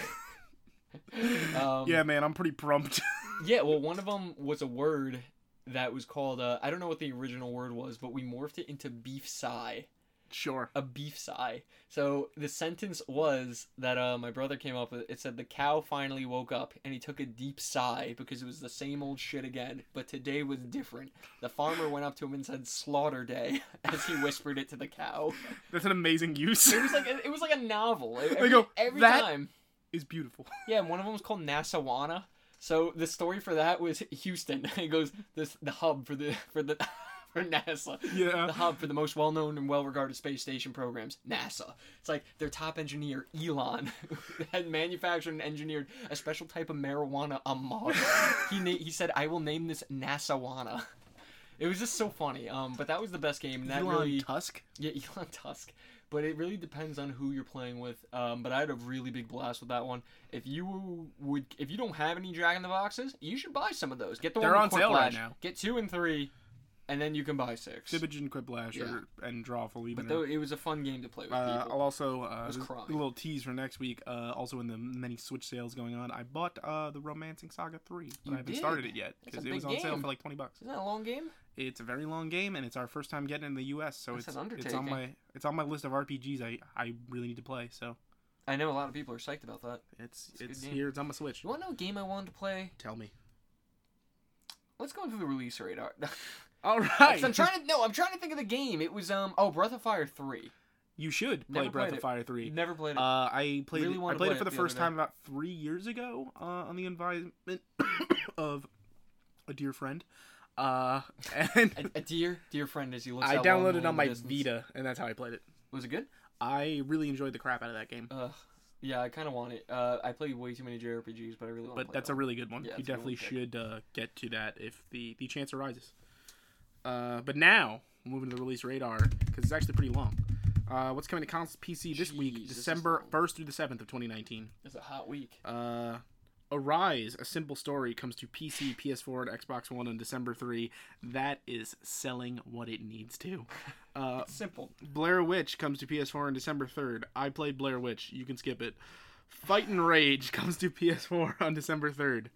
[SPEAKER 1] um,
[SPEAKER 2] yeah,
[SPEAKER 1] yeah.
[SPEAKER 2] man, I'm pretty prompt.
[SPEAKER 1] Well, one of them was a word that was called. Uh, I don't know what the original word was, but we morphed it into beef sigh.
[SPEAKER 2] sure.
[SPEAKER 1] A beef sigh. So the sentence was that uh, my brother came up with. It said the cow finally woke up and he took a deep sigh because it was the same old shit again, but today was different. The farmer went up to him and said slaughter day as he whispered it to the cow.
[SPEAKER 2] That's an amazing use.
[SPEAKER 1] It was like it was like a novel. Every,
[SPEAKER 2] go,
[SPEAKER 1] every
[SPEAKER 2] "That
[SPEAKER 1] time.
[SPEAKER 2] is beautiful.
[SPEAKER 1] Yeah, and one of them was called Nassawana. So the story for that was Houston. It goes this the hub for the for the for NASA.
[SPEAKER 2] Yeah.
[SPEAKER 1] The hub for the most well-known and well-regarded space station programs, NASA. It's like their top engineer Elon had manufactured and engineered a special type of marijuana on Mars. he na- he said, "I will name this NASAwana." It was just so funny. Um, but that was the best game. and That
[SPEAKER 2] Elon
[SPEAKER 1] really
[SPEAKER 2] Tusk.
[SPEAKER 1] yeah, Elon Tusk. But it really depends on who you're playing with. Um, but I had a really big blast with that one. If you would, if you don't have any Jack in the Boxes, you should buy some of those. Get the
[SPEAKER 2] They're
[SPEAKER 1] one
[SPEAKER 2] on
[SPEAKER 1] with
[SPEAKER 2] sale right
[SPEAKER 1] Quiplash.
[SPEAKER 2] now.
[SPEAKER 1] Get two and three, and then you can buy six.
[SPEAKER 2] Fibbage and Quiplash
[SPEAKER 1] Yeah.
[SPEAKER 2] or, and Drawful even.
[SPEAKER 1] But though it was a fun game to play with
[SPEAKER 2] uh,
[SPEAKER 1] people.
[SPEAKER 2] I'll also uh,
[SPEAKER 1] was
[SPEAKER 2] just
[SPEAKER 1] crying.
[SPEAKER 2] a little tease for next week. Uh, also, in the many Switch sales going on, I bought uh, the Romancing Saga three, but
[SPEAKER 1] You
[SPEAKER 2] I haven't
[SPEAKER 1] did?
[SPEAKER 2] started it yet
[SPEAKER 1] That's a
[SPEAKER 2] because it
[SPEAKER 1] big
[SPEAKER 2] was on sale
[SPEAKER 1] game.
[SPEAKER 2] for like twenty bucks.
[SPEAKER 1] Isn't that a long game?
[SPEAKER 2] It's a very long game, and it's our first time getting it in the U.S., so
[SPEAKER 1] That's
[SPEAKER 2] it's
[SPEAKER 1] an
[SPEAKER 2] it's on
[SPEAKER 1] undertaking.
[SPEAKER 2] my it's on my list of RPGs I I really need to play. So
[SPEAKER 1] I know a lot of people are psyched about that.
[SPEAKER 2] it's
[SPEAKER 1] a good
[SPEAKER 2] it's
[SPEAKER 1] game.
[SPEAKER 2] here. It's on my Switch.
[SPEAKER 1] You want to know a game I wanted to play?
[SPEAKER 2] Tell me.
[SPEAKER 1] Let's go into the release radar. 'Cause
[SPEAKER 2] All right.
[SPEAKER 1] I'm trying to no, I'm trying to think of the game. It was um oh Breath of Fire three.
[SPEAKER 2] you should play
[SPEAKER 1] Never
[SPEAKER 2] Breath
[SPEAKER 1] played
[SPEAKER 2] of
[SPEAKER 1] it.
[SPEAKER 2] Fire three.
[SPEAKER 1] Never played it.
[SPEAKER 2] Uh, I played
[SPEAKER 1] Really
[SPEAKER 2] it, I
[SPEAKER 1] wanna
[SPEAKER 2] played
[SPEAKER 1] play
[SPEAKER 2] it for
[SPEAKER 1] it
[SPEAKER 2] the
[SPEAKER 1] the
[SPEAKER 2] first
[SPEAKER 1] other day.
[SPEAKER 2] time about three years ago uh, on the environment of a dear friend, uh,
[SPEAKER 1] a,
[SPEAKER 2] and
[SPEAKER 1] a dear dear friend as he looks.
[SPEAKER 2] I
[SPEAKER 1] out long,
[SPEAKER 2] downloaded
[SPEAKER 1] long
[SPEAKER 2] on my
[SPEAKER 1] distance.
[SPEAKER 2] Vita, and that's how I played it.
[SPEAKER 1] Was it good?
[SPEAKER 2] I really enjoyed the crap out of that game.
[SPEAKER 1] Ugh, Yeah, I kind of want it. Uh, I play way too many JRPGs, but I really want to.
[SPEAKER 2] but that's a really good one.
[SPEAKER 1] Yeah,
[SPEAKER 2] you
[SPEAKER 1] it's a good
[SPEAKER 2] definitely
[SPEAKER 1] one to
[SPEAKER 2] should uh, get to that if the the chance arises. Uh, but now moving to the release radar because it's actually pretty long. Uh, what's coming to console PC this
[SPEAKER 1] Jeez,
[SPEAKER 2] week,
[SPEAKER 1] this is
[SPEAKER 2] December
[SPEAKER 1] long.
[SPEAKER 2] first through the seventh of 2019?
[SPEAKER 1] It's a hot week.
[SPEAKER 2] Uh, Arise, a simple story, comes to PC, PS4, and Xbox One on December three. That is selling what it needs to. Uh,
[SPEAKER 1] Simple.
[SPEAKER 2] Blair Witch comes to PS4 on December 3rd. I played Blair Witch. You can skip it. Fight and Rage comes to PS4 on December 3rd.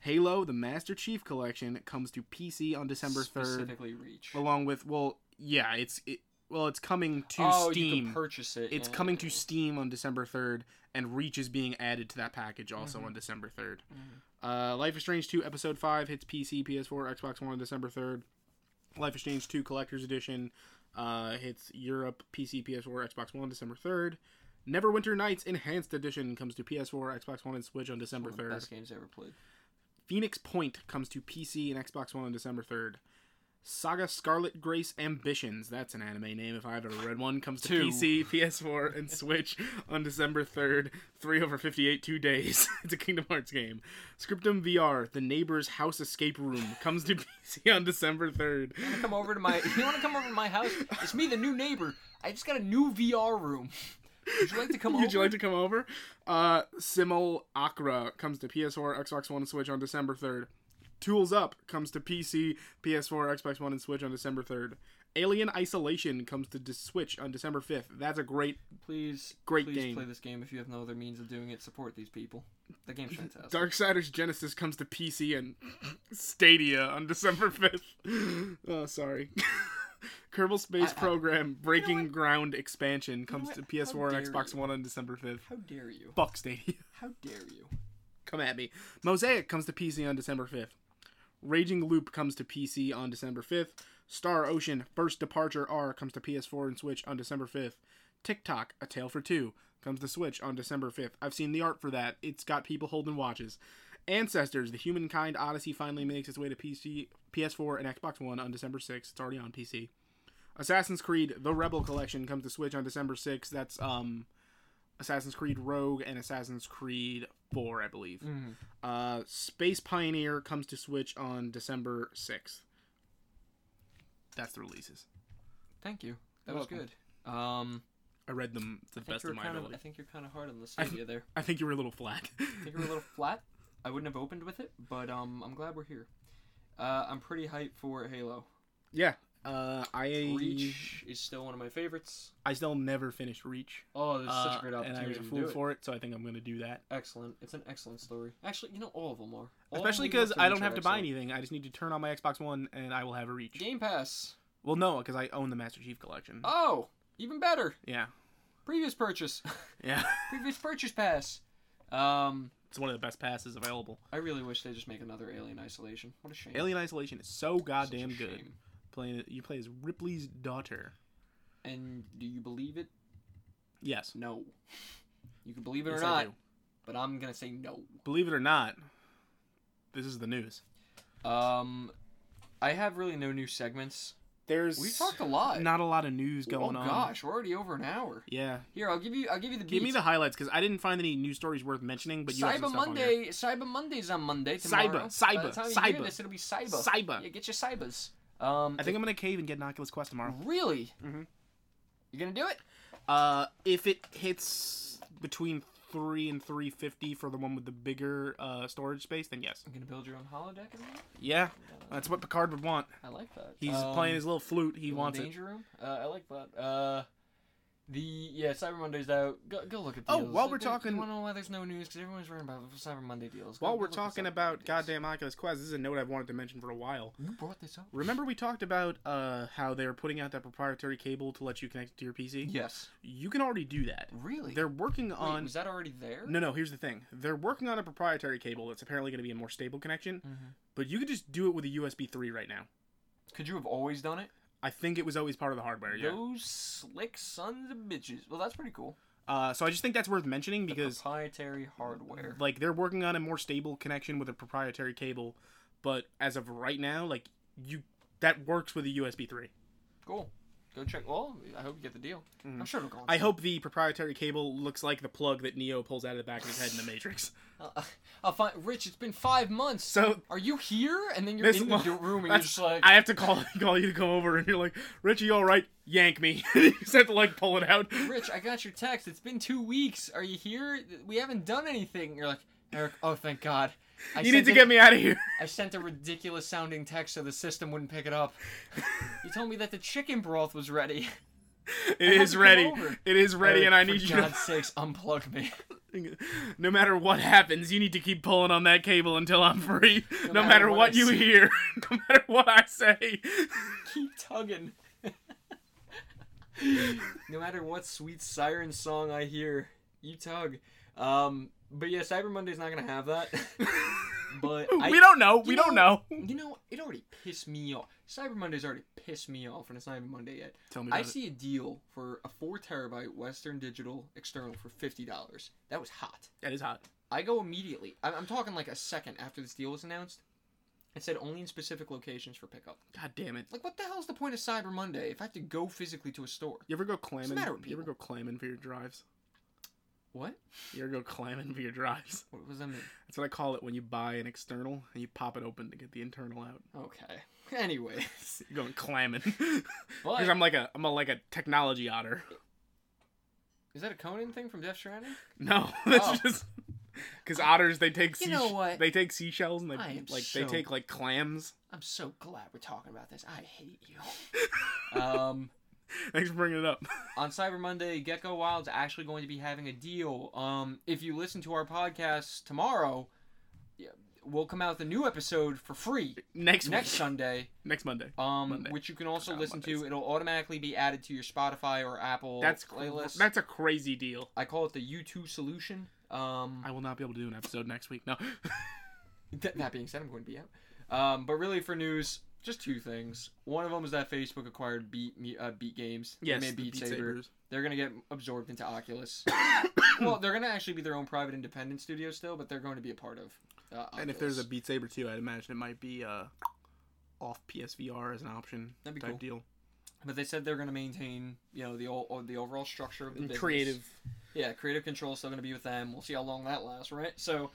[SPEAKER 2] Halo, the Master Chief Collection, comes to PC on December 3rd,
[SPEAKER 1] Specifically, Reach.
[SPEAKER 2] along with, well, yeah, it's, it, well, it's coming to
[SPEAKER 1] oh, you
[SPEAKER 2] Steam.
[SPEAKER 1] can purchase it.
[SPEAKER 2] it's
[SPEAKER 1] yeah,
[SPEAKER 2] coming to
[SPEAKER 1] yeah,
[SPEAKER 2] Steam on December 3rd, and Reach is being added to that package also
[SPEAKER 1] Mm-hmm.
[SPEAKER 2] on December 3rd. Uh, Life is Strange 2 Episode 5 hits PC, PS4, Xbox One on December 3rd. Life is Strange 2 Collector's Edition uh, hits Europe, PC, PS4, Xbox One December 3rd. Neverwinter Nights Enhanced Edition comes to PS4, Xbox One, and Switch on
[SPEAKER 1] yeah.
[SPEAKER 2] December
[SPEAKER 1] One of the
[SPEAKER 2] 3rd.
[SPEAKER 1] Best games I ever played.
[SPEAKER 2] Phoenix Point comes to PC and Xbox One on December 3rd. Saga Scarlet Grace Ambitions, that's an anime name if I've ever read one, comes to
[SPEAKER 1] Two.
[SPEAKER 2] PC, PS4, and Switch on December 3rd. 3 over 58, two days. it's a Kingdom Hearts game. Scriptum VR, The Neighbor's House Escape Room, comes to PC on December 3rd.
[SPEAKER 1] Come over to my. You want to come over to my house? It's me, the new neighbor. I just got a new VR room. Would you like to come over?
[SPEAKER 2] Would you like to come over? Uh, Simul Akra comes to PS4, Xbox One, and Switch on December 3rd. Tools Up comes to PC, PS4, Xbox One, and Switch on December 3rd. Alien Isolation comes to De- Switch on December 5th. That's a great.
[SPEAKER 1] please,
[SPEAKER 2] Great
[SPEAKER 1] please
[SPEAKER 2] game.
[SPEAKER 1] play this game if you have no other means of doing it. Support these people. The game's fantastic.
[SPEAKER 2] Darksiders Genesis comes to PC and Stadia on December 5th. Oh, sorry. Kerbal Space
[SPEAKER 1] I- I-
[SPEAKER 2] Program Breaking
[SPEAKER 1] what?
[SPEAKER 2] Ground Expansion comes
[SPEAKER 1] what?
[SPEAKER 2] to
[SPEAKER 1] How
[SPEAKER 2] PS4 and
[SPEAKER 1] dare
[SPEAKER 2] Xbox
[SPEAKER 1] you.
[SPEAKER 2] One on December 5th.
[SPEAKER 1] How dare you?
[SPEAKER 2] Fuck Stadia.
[SPEAKER 1] How dare you?
[SPEAKER 2] come at me. Mosaic comes to PC on December 5th. Raging Loop comes to PC on December 5th. Star Ocean First Departure R comes to PS4 and Switch on December 5th. TikTok A Tale for Two comes to Switch on December 5th. I've seen the art for that. It's got people holding watches. Ancestors The Humankind Odyssey finally makes its way to PC, PS4 and Xbox One on December 6th. It's already on PC. Assassin's Creed The Rebel Collection comes to Switch on December 6th. That's um Assassin's Creed Rogue and Assassin's Creed 4, I believe.
[SPEAKER 1] Mhm.
[SPEAKER 2] Uh, Space Pioneer comes to Switch on December 6th. That's the releases.
[SPEAKER 1] Thank you. That
[SPEAKER 2] You're
[SPEAKER 1] was
[SPEAKER 2] welcome.
[SPEAKER 1] good. Um,
[SPEAKER 2] I read them to the
[SPEAKER 1] I think
[SPEAKER 2] best
[SPEAKER 1] you
[SPEAKER 2] of
[SPEAKER 1] were
[SPEAKER 2] my
[SPEAKER 1] kind of.
[SPEAKER 2] ability.
[SPEAKER 1] I think you're kind of hard on the
[SPEAKER 2] I-
[SPEAKER 1] Stadia there.
[SPEAKER 2] I think you were a little flat.
[SPEAKER 1] I think we were a little flat. I wouldn't have opened with it, but um, I'm glad we're here. Uh, I'm pretty hyped for Halo.
[SPEAKER 2] yeah. Uh, I
[SPEAKER 1] Reach is still one of my favorites.
[SPEAKER 2] I still never finished Reach.
[SPEAKER 1] Oh, there's such
[SPEAKER 2] Uh,
[SPEAKER 1] a great
[SPEAKER 2] And I
[SPEAKER 1] opportunity
[SPEAKER 2] was a
[SPEAKER 1] to
[SPEAKER 2] fool
[SPEAKER 1] do it.
[SPEAKER 2] for it, so I think I'm going to do that.
[SPEAKER 1] Excellent. It's an excellent story. Actually, you know, all of them are. All
[SPEAKER 2] Especially
[SPEAKER 1] of them
[SPEAKER 2] because I don't
[SPEAKER 1] are
[SPEAKER 2] have to buy
[SPEAKER 1] excellent.
[SPEAKER 2] anything. I just need to turn on my Xbox One and I will have a Reach.
[SPEAKER 1] Game Pass.
[SPEAKER 2] Well, no, because I own the Master Chief Collection.
[SPEAKER 1] Oh, even better.
[SPEAKER 2] Yeah.
[SPEAKER 1] Previous purchase.
[SPEAKER 2] Yeah.
[SPEAKER 1] Previous purchase pass. Um,
[SPEAKER 2] it's one of the best passes available.
[SPEAKER 1] I really wish they just make another Alien Isolation. What a shame.
[SPEAKER 2] Alien Isolation is so
[SPEAKER 1] Such a
[SPEAKER 2] goddamn good.
[SPEAKER 1] shame.
[SPEAKER 2] Playing it, you play as Ripley's daughter.
[SPEAKER 1] And do you believe it?
[SPEAKER 2] Yes.
[SPEAKER 1] No. You can believe it or
[SPEAKER 2] Yes, I
[SPEAKER 1] not,
[SPEAKER 2] do.
[SPEAKER 1] but I'm gonna say no.
[SPEAKER 2] Believe it or not, this is the news.
[SPEAKER 1] Um, I have really no new segments.
[SPEAKER 2] There's
[SPEAKER 1] We talked a lot.
[SPEAKER 2] not a lot of news going
[SPEAKER 1] oh
[SPEAKER 2] on.
[SPEAKER 1] gosh, we're already over an hour.
[SPEAKER 2] Yeah.
[SPEAKER 1] Here, I'll give you. I'll give you the.
[SPEAKER 2] Give me
[SPEAKER 1] beats.
[SPEAKER 2] the highlights because I didn't find any news stories worth mentioning. But you have some
[SPEAKER 1] Cyber
[SPEAKER 2] stuff on there.
[SPEAKER 1] Monday. Cyber Monday's on Monday tomorrow.
[SPEAKER 2] Cyber, cyber,
[SPEAKER 1] By the time you
[SPEAKER 2] cyber,
[SPEAKER 1] hear this, it'll be cyber.
[SPEAKER 2] cyber.
[SPEAKER 1] Yeah, get your cybers. Um,
[SPEAKER 2] I think I'm gonna cave and get an Oculus Quest tomorrow.
[SPEAKER 1] really.
[SPEAKER 2] Mhm.
[SPEAKER 1] You gonna do it?
[SPEAKER 2] Uh, if it hits between three and three fifty for the one with the bigger uh, storage space, then yes.
[SPEAKER 1] I'm gonna build your own holodeck. in there?
[SPEAKER 2] Yeah, that's what Picard would want.
[SPEAKER 1] I like that.
[SPEAKER 2] Uh, He's
[SPEAKER 1] Um,
[SPEAKER 2] playing his little flute. He
[SPEAKER 1] Little
[SPEAKER 2] wants it.
[SPEAKER 1] danger room. Uh, I like that. Uh, the yeah, Cyber Monday's out. Go, go look at
[SPEAKER 2] Oh,
[SPEAKER 1] deals.
[SPEAKER 2] while we're
[SPEAKER 1] I
[SPEAKER 2] talking-
[SPEAKER 1] want to know why there's no news because everyone's worrying about Cyber Monday deals. Go-
[SPEAKER 2] While
[SPEAKER 1] go
[SPEAKER 2] we're
[SPEAKER 1] look at
[SPEAKER 2] talking
[SPEAKER 1] Cyber
[SPEAKER 2] about
[SPEAKER 1] Monday deals.
[SPEAKER 2] goddamn Oculus Quest, this is a note I've wanted to mention for a while.
[SPEAKER 1] you brought this up.
[SPEAKER 2] Remember we talked about uh, how they were putting out that proprietary cable to let you connect it to your PC?
[SPEAKER 1] Yes,
[SPEAKER 2] You can already do that.
[SPEAKER 1] really.
[SPEAKER 2] They're working
[SPEAKER 1] Wait,
[SPEAKER 2] on
[SPEAKER 1] was that already there?
[SPEAKER 2] No, no, here's the thing. They're working on a proprietary cable that's apparently going to be a more stable connection,
[SPEAKER 1] Mhm.
[SPEAKER 2] but you could just do it with a USB 3 right now.
[SPEAKER 1] Could you have always done it?
[SPEAKER 2] I think it was always part of the hardware, yeah.
[SPEAKER 1] Those slick sons of bitches. Well, that's pretty cool.
[SPEAKER 2] Uh, so I just think that's worth mentioning
[SPEAKER 1] The
[SPEAKER 2] because
[SPEAKER 1] proprietary hardware.
[SPEAKER 2] like they're working on a more stable connection with a proprietary cable, but as of right now, like you that works with a USB 3.
[SPEAKER 1] Cool. Go check. Well, I hope you get the deal.
[SPEAKER 2] Mhm.
[SPEAKER 1] I'm sure it'll go. on
[SPEAKER 2] I
[SPEAKER 1] sale.
[SPEAKER 2] hope the proprietary cable looks like the plug that Neo pulls out of the back of his head in the Matrix.
[SPEAKER 1] I'll, Uh, I'll find Rich. It's been five months.
[SPEAKER 2] So
[SPEAKER 1] Are you here? And then you're
[SPEAKER 2] This
[SPEAKER 1] in
[SPEAKER 2] one-
[SPEAKER 1] the room and you're
[SPEAKER 2] that's-
[SPEAKER 1] just like,
[SPEAKER 2] I have to call call you to come over, and you're like, "Richie, you all right? Yank me." you just have to like pull it out.
[SPEAKER 1] Rich, I got your text. It's been two weeks. Are you here? We haven't done anything. You're like, Eric, oh, thank God. I
[SPEAKER 2] you
[SPEAKER 1] sent
[SPEAKER 2] need to
[SPEAKER 1] a-
[SPEAKER 2] get me out of here.
[SPEAKER 1] I sent a ridiculous sounding text so the system wouldn't pick it up. you told me that the chicken broth was ready.
[SPEAKER 2] It
[SPEAKER 1] had
[SPEAKER 2] is
[SPEAKER 1] to come
[SPEAKER 2] ready.
[SPEAKER 1] over.
[SPEAKER 2] It is ready,
[SPEAKER 1] Eric,
[SPEAKER 2] and I
[SPEAKER 1] for
[SPEAKER 2] need you.
[SPEAKER 1] God's sakes, unplug me.
[SPEAKER 2] to- No matter what happens, you need to keep pulling on that cable until I'm free. No, matter, what,
[SPEAKER 1] I
[SPEAKER 2] you
[SPEAKER 1] say.
[SPEAKER 2] hear, no matter what I say.
[SPEAKER 1] Keep tugging. no matter what sweet siren song I hear, you tug. Um, but yeah, Cyber Monday's not gonna have that. but I,
[SPEAKER 2] we don't know. We
[SPEAKER 1] you
[SPEAKER 2] don't know.
[SPEAKER 1] You know, it already pissed me off. Cyber Monday's already pissed me off, and it's not even Monday yet.
[SPEAKER 2] Tell me
[SPEAKER 1] I see a deal for a four terabyte Western Digital external for fifty dollars. That was hot.
[SPEAKER 2] That is hot.
[SPEAKER 1] I go immediately. I'm, I'm talking like a second after this deal was announced. It said only in specific locations for pickup.
[SPEAKER 2] God damn it.
[SPEAKER 1] Like, what the hell's the point of Cyber Monday if I have to go physically to a store?
[SPEAKER 2] You ever go clamming?
[SPEAKER 1] matter with
[SPEAKER 2] You ever
[SPEAKER 1] people?
[SPEAKER 2] go clamming for your drives?
[SPEAKER 1] What?
[SPEAKER 2] You ever go clamming for your drives?
[SPEAKER 1] What was that mean?
[SPEAKER 2] That's what I call it when you buy an external and you pop it open to get the internal out.
[SPEAKER 1] Okay. Anyway,
[SPEAKER 2] You're going clamming. Because
[SPEAKER 1] but
[SPEAKER 2] I'm like a I'm a, like a technology otter.
[SPEAKER 1] is that a Conan thing from Death Stranding?
[SPEAKER 2] No, that's
[SPEAKER 1] Oh.
[SPEAKER 2] just because otters they take
[SPEAKER 1] You
[SPEAKER 2] sea-
[SPEAKER 1] know what?
[SPEAKER 2] they take seashells and they
[SPEAKER 1] I am
[SPEAKER 2] like
[SPEAKER 1] so-
[SPEAKER 2] they take like clams.
[SPEAKER 1] I'm so glad we're talking about this. I hate you. um.
[SPEAKER 2] Thanks for bringing it up.
[SPEAKER 1] on Cyber Monday, Gecko Wild's actually going to be having a deal. Um, if you listen to our podcast tomorrow, yeah, we'll come out with a new episode for free
[SPEAKER 2] Next
[SPEAKER 1] next
[SPEAKER 2] next
[SPEAKER 1] Sunday,
[SPEAKER 2] next Monday.
[SPEAKER 1] um,
[SPEAKER 2] Monday.
[SPEAKER 1] which you can also
[SPEAKER 2] Come out
[SPEAKER 1] listen
[SPEAKER 2] Mondays.
[SPEAKER 1] to. It'll automatically be added to your Spotify or Apple
[SPEAKER 2] That's cr-
[SPEAKER 1] playlist.
[SPEAKER 2] that's a crazy deal.
[SPEAKER 1] I call it the U2 solution. Um,
[SPEAKER 2] I will not be able to do an episode next week. No,
[SPEAKER 1] Th- that being said, I'm going to be out. Um, but really, for news, just two things. One of them is that Facebook acquired Beat Me- uh, Beat Games. They
[SPEAKER 2] yes,
[SPEAKER 1] made
[SPEAKER 2] the
[SPEAKER 1] Beat
[SPEAKER 2] Beat
[SPEAKER 1] Saber.
[SPEAKER 2] Sabers.
[SPEAKER 1] They're gonna get absorbed into Oculus. well, they're gonna actually be their own private independent studio still, but they're going to be a part of. Uh, Oculus.
[SPEAKER 2] And if there's a Beat Saber too, I'd imagine it might be uh off PSVR as an option
[SPEAKER 1] That'd be
[SPEAKER 2] type
[SPEAKER 1] cool.
[SPEAKER 2] deal.
[SPEAKER 1] but they said they're gonna maintain, you know, the all the overall structure of the business.
[SPEAKER 2] Mm. Creative.
[SPEAKER 1] Yeah, creative control still gonna be with them. We'll see how long that lasts, right? So,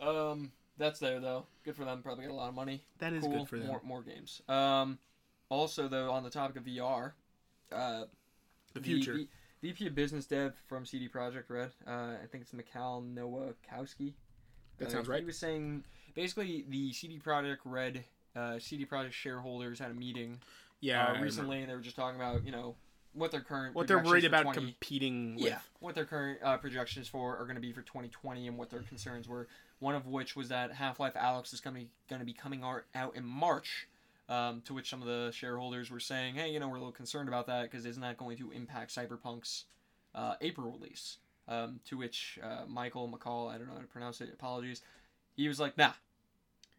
[SPEAKER 1] um, that's there though. Good for them. Probably get a lot of money.
[SPEAKER 2] That is
[SPEAKER 1] cool.
[SPEAKER 2] good for them.
[SPEAKER 1] More more games. Um, also though, on the topic of VR, uh,
[SPEAKER 2] the future.
[SPEAKER 1] V- VP of Business Dev from CD Projekt Red. Uh, I think it's Mikhail Nowakowski.
[SPEAKER 2] That
[SPEAKER 1] Uh,
[SPEAKER 2] sounds
[SPEAKER 1] He
[SPEAKER 2] right.
[SPEAKER 1] was saying basically the CD Projekt Red, uh, CD Projekt shareholders had a meeting
[SPEAKER 2] yeah. I
[SPEAKER 1] uh,
[SPEAKER 2] remember.
[SPEAKER 1] recently, and they were just talking about you know what their current
[SPEAKER 2] What they're worried
[SPEAKER 1] projections for
[SPEAKER 2] about
[SPEAKER 1] 20
[SPEAKER 2] competing with.
[SPEAKER 1] yeah, what their current uh, projections for are going to be for 2020 and what their concerns were. One of which was that Half Life Alex is going to be coming ar- out in March, um, to which some of the shareholders were saying, hey, you know, we're a little concerned about that because isn't that going to impact Cyberpunk's uh, April release? Um, to which uh, Michael McCall, I don't know how to pronounce it, apologies, he was like, nah,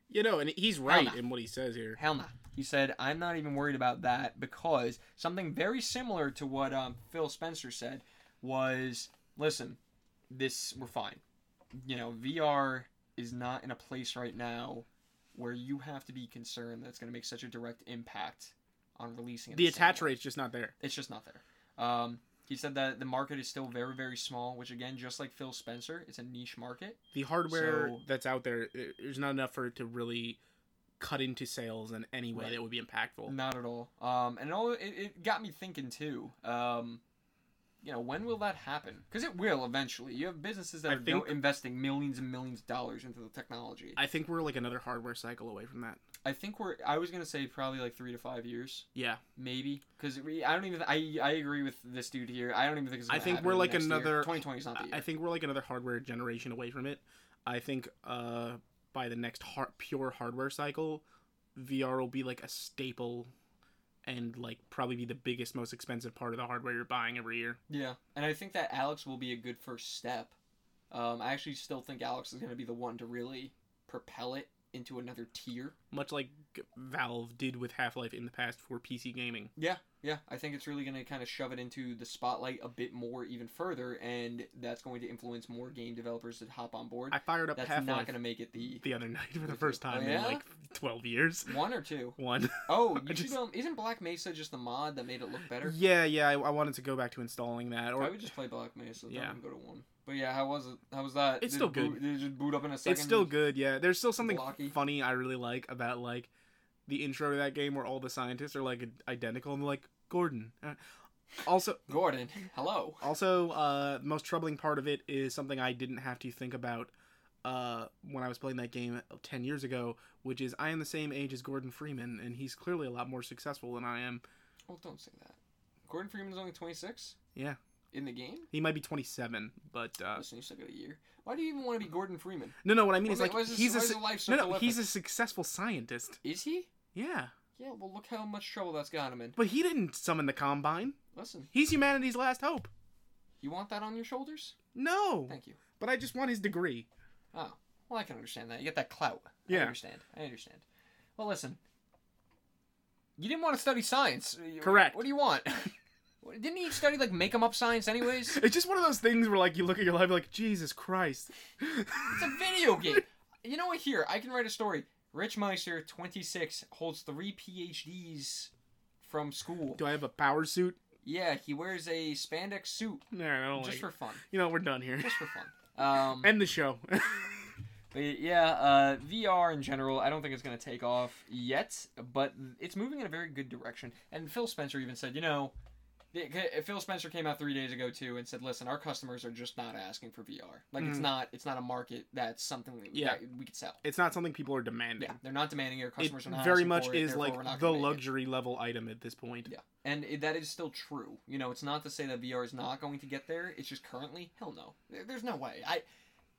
[SPEAKER 2] You know, and he's right
[SPEAKER 1] no.
[SPEAKER 2] in what he says here.
[SPEAKER 1] Hell no. He said, I'm not even worried about that because something very similar to what um, Phil Spencer said was listen, this, we're fine. You know, VR is not in a place right now where you have to be concerned that it's going to make such a direct impact on releasing it.
[SPEAKER 2] The
[SPEAKER 1] the same
[SPEAKER 2] attach
[SPEAKER 1] way."
[SPEAKER 2] rate's just not there.
[SPEAKER 1] It's just not there. Um, he said that the market is still very, very small, which again, just like Phil Spencer, it's a niche market.
[SPEAKER 2] The hardware
[SPEAKER 1] So-
[SPEAKER 2] that's out there, i- there's not enough for it to really cut into sales in any way
[SPEAKER 1] Right.
[SPEAKER 2] that would be impactful.
[SPEAKER 1] Not at all. Um, and it, all, it, it got me thinking too. Um, you know, when will that happen? Because it will eventually. You have businesses that
[SPEAKER 2] I
[SPEAKER 1] are go-
[SPEAKER 2] think-
[SPEAKER 1] investing millions and millions of dollars into the technology. I,
[SPEAKER 2] I think we're like another hardware cycle away from that.
[SPEAKER 1] think we're. I was gonna say probably like three to five years,
[SPEAKER 2] Yeah,
[SPEAKER 1] maybe. Because I don't even. I I agree with this dude here. I don't even think it's.
[SPEAKER 2] I
[SPEAKER 1] gonna
[SPEAKER 2] think
[SPEAKER 1] happen
[SPEAKER 2] we're
[SPEAKER 1] in the
[SPEAKER 2] like
[SPEAKER 1] next year.
[SPEAKER 2] another-
[SPEAKER 1] 2020 is not the
[SPEAKER 2] I-
[SPEAKER 1] year.
[SPEAKER 2] I think we're like another hardware generation away from it. I think uh, by the next har- pure hardware cycle, VR will be like a staple, and like probably be the biggest, most expensive part of the hardware you're buying every year.
[SPEAKER 1] Yeah, and I think that Alex will be a good first step. Um, I actually still think Alex is gonna be the one to really propel it into another tier.
[SPEAKER 2] Much like Valve did with Half Life in the past for PC gaming.
[SPEAKER 1] Yeah, Yeah, I think it's really going to kind of shove it into the spotlight a bit more, even further, and that's going to influence more game developers to hop on board.
[SPEAKER 2] I fired up
[SPEAKER 1] that's
[SPEAKER 2] half
[SPEAKER 1] not
[SPEAKER 2] life
[SPEAKER 1] going to make it the
[SPEAKER 2] the other night for the first time in
[SPEAKER 1] Oh, yeah?
[SPEAKER 2] like twelve years.
[SPEAKER 1] one or two.
[SPEAKER 2] One.
[SPEAKER 1] Oh,
[SPEAKER 2] I
[SPEAKER 1] you
[SPEAKER 2] just-
[SPEAKER 1] should, um, isn't Black Mesa just the mod that made it look better?
[SPEAKER 2] Yeah, yeah. I, I wanted to go back to installing that. Or
[SPEAKER 1] I would just play Black Mesa.
[SPEAKER 2] Yeah.
[SPEAKER 1] Yeah. Don't even go to one. But yeah, how was it? How was that?
[SPEAKER 2] It's
[SPEAKER 1] Did
[SPEAKER 2] still
[SPEAKER 1] it boot-
[SPEAKER 2] good.
[SPEAKER 1] Did it just boot up in a second?
[SPEAKER 2] it's still good. Yeah, there's still something
[SPEAKER 1] blocky.
[SPEAKER 2] funny I really like about like the intro to that game where all the scientists are like identical and like Gordon. Uh, Also,
[SPEAKER 1] Gordon, hello.
[SPEAKER 2] Also, uh, the most troubling part of it is something I didn't have to think about uh, when I was playing that game 10 years ago, which is I am the same age as Gordon Freeman, and he's clearly a lot more successful than I am.
[SPEAKER 1] Well, Oh, don't say that. Gordon Freeman's only 26?
[SPEAKER 2] Yeah.
[SPEAKER 1] In the game?
[SPEAKER 2] He might be 27, but uh,
[SPEAKER 1] Listen, you still got a year. Why do you even want to be Gordon Freeman?
[SPEAKER 2] no, no. What I mean
[SPEAKER 1] Why
[SPEAKER 2] is
[SPEAKER 1] ma-
[SPEAKER 2] like
[SPEAKER 1] why is this-
[SPEAKER 2] he's
[SPEAKER 1] why
[SPEAKER 2] a
[SPEAKER 1] is
[SPEAKER 2] su-
[SPEAKER 1] your life so
[SPEAKER 2] no, no.
[SPEAKER 1] prolific?
[SPEAKER 2] He's a successful scientist.
[SPEAKER 1] Is he?
[SPEAKER 2] Yeah,
[SPEAKER 1] Yeah, well, look how much trouble that's got him in.
[SPEAKER 2] but he didn't summon the Combine.
[SPEAKER 1] Listen,
[SPEAKER 2] He's humanity's last hope.
[SPEAKER 1] you want that on your shoulders?
[SPEAKER 2] No,
[SPEAKER 1] Thank you.
[SPEAKER 2] but I just want his degree.
[SPEAKER 1] Oh, well, I can understand that. You get that clout.
[SPEAKER 2] Yeah.
[SPEAKER 1] I understand. I understand. Well, listen. You didn't want to study science. You-
[SPEAKER 2] Correct.
[SPEAKER 1] What do you want? What- didn't you study, like, make 'em up science anyways?
[SPEAKER 2] It's just one of those things where like you look at your life like Jesus Christ.
[SPEAKER 1] It's a video game. You know what? Here, I can write a story. Rich Meister, 26, holds three PhDs from school.
[SPEAKER 2] Do I have a power suit?
[SPEAKER 1] Yeah, he wears a spandex suit
[SPEAKER 2] No, I don't like
[SPEAKER 1] just
[SPEAKER 2] it.
[SPEAKER 1] for fun.
[SPEAKER 2] You know, we're done here.
[SPEAKER 1] Just for fun. Um,
[SPEAKER 2] End the show.
[SPEAKER 1] but yeah, uh, VR in general, I don't think it's going to take off yet, but it's moving in a very good direction. And Phil Spencer even said, you know, the- c- Phil Spencer came out three days ago too and said, "Listen, our customers are just not asking for VR. Like it's
[SPEAKER 2] Mm.
[SPEAKER 1] not, it's not a market that's something that,
[SPEAKER 2] Yeah.
[SPEAKER 1] that we could sell.
[SPEAKER 2] it's not something people are demanding.
[SPEAKER 1] Yeah, they're not demanding it. Our
[SPEAKER 2] It
[SPEAKER 1] customers are not
[SPEAKER 2] very
[SPEAKER 1] asking
[SPEAKER 2] much
[SPEAKER 1] for it,
[SPEAKER 2] is
[SPEAKER 1] therefore
[SPEAKER 2] like
[SPEAKER 1] we're not
[SPEAKER 2] the
[SPEAKER 1] gonna make it.
[SPEAKER 2] luxury level item at this point.
[SPEAKER 1] Yeah. And it, that is still true. You know, it's not to say that VR is not going to get there. It's just currently, hell no. There- There's no way. I,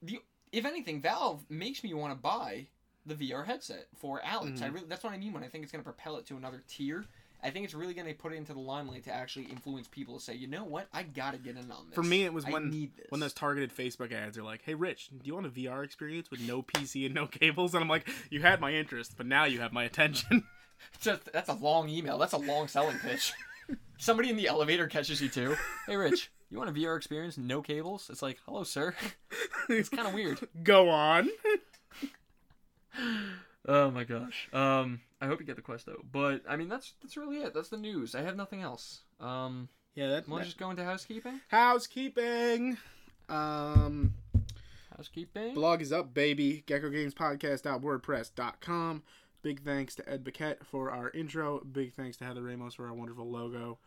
[SPEAKER 1] the, if anything, Valve makes me want to buy the VR headset for Alex.
[SPEAKER 2] Mm-hmm.
[SPEAKER 1] I really, that's what I mean when I think it's going to propel it to another tier. I think it's really going to put it into the limelight to actually influence people to say, you know what, I got to get in on this.
[SPEAKER 2] For me, it was
[SPEAKER 1] I
[SPEAKER 2] when-
[SPEAKER 1] need this.
[SPEAKER 2] When those targeted Facebook ads are like, "Hey, Rich, do you want a VR experience with no PC and no cables?" and I'm like, "You had my interest, but now you have my attention."
[SPEAKER 1] Just, that's a long email. That's a long selling pitch. Somebody in the elevator catches you too. Hey, Rich, you want a VR experience? No cables? It's like, hello, sir.
[SPEAKER 2] it's
[SPEAKER 1] Kind of weird.
[SPEAKER 2] Go on.
[SPEAKER 1] Oh my gosh. Um, I hope you get the quest though. But I mean, that's that's really it. That's the news. I have nothing else. Um,
[SPEAKER 2] Yeah, that,
[SPEAKER 1] want to just go into housekeeping?
[SPEAKER 2] housekeeping. Um,
[SPEAKER 1] Housekeeping.
[SPEAKER 2] Blog is up, baby. GeckoGamesPodcast.wordpress.com. Big thanks to Ed Paquette for our intro. Big thanks to Heather Ramos for our wonderful logo.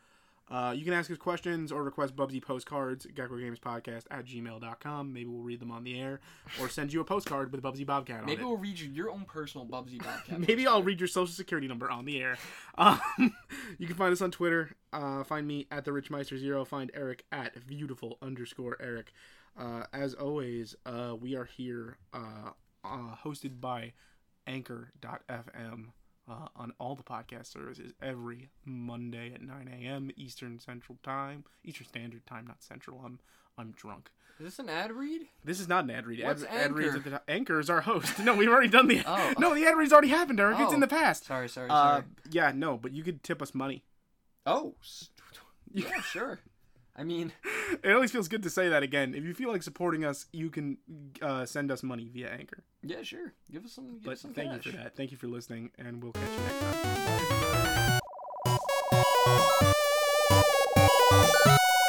[SPEAKER 2] Uh, you can ask us questions or request Bubsy postcards, GeckoGamesPodcast at gmail.com. Maybe we'll read them on the air or send you a postcard with a Bubsy Bobcat on
[SPEAKER 1] Maybe
[SPEAKER 2] it.
[SPEAKER 1] we'll read you your own personal Bubsy Bobcat.
[SPEAKER 2] Maybe I'll read your social security number on the air. Um, you can find us on Twitter. Uh, find me at the Rich Meister Zero. Find Eric at beautiful underscore Eric. Uh, as always, uh, we are here uh, uh, hosted by Anchor.fm uh, on all the podcast services every Monday at 9 a.m. Eastern Central Time, Eastern Standard Time, not Central. I'm I'm drunk.
[SPEAKER 1] Is this an ad read?
[SPEAKER 2] This is not an ad read.
[SPEAKER 1] What's
[SPEAKER 2] ad, ad reads
[SPEAKER 1] Anchor?
[SPEAKER 2] at the top. Anchor is our host. No, we've already done the.
[SPEAKER 1] Oh.
[SPEAKER 2] No, the ad read's already happened, Eric. It's in
[SPEAKER 1] Oh.
[SPEAKER 2] the past.
[SPEAKER 1] Sorry, sorry,
[SPEAKER 2] Uh,
[SPEAKER 1] sorry.
[SPEAKER 2] yeah, no, but you could tip us money.
[SPEAKER 1] oh. s- Yeah, sure. I mean,
[SPEAKER 2] It always feels good to say that again. If you feel like supporting us, you can uh, send us money via Anchor.
[SPEAKER 1] yeah, sure. Give us some. Give
[SPEAKER 2] But
[SPEAKER 1] us some
[SPEAKER 2] thank
[SPEAKER 1] cash.
[SPEAKER 2] you for that. Thank you for listening, and we'll catch you next time.
[SPEAKER 3] Thank you.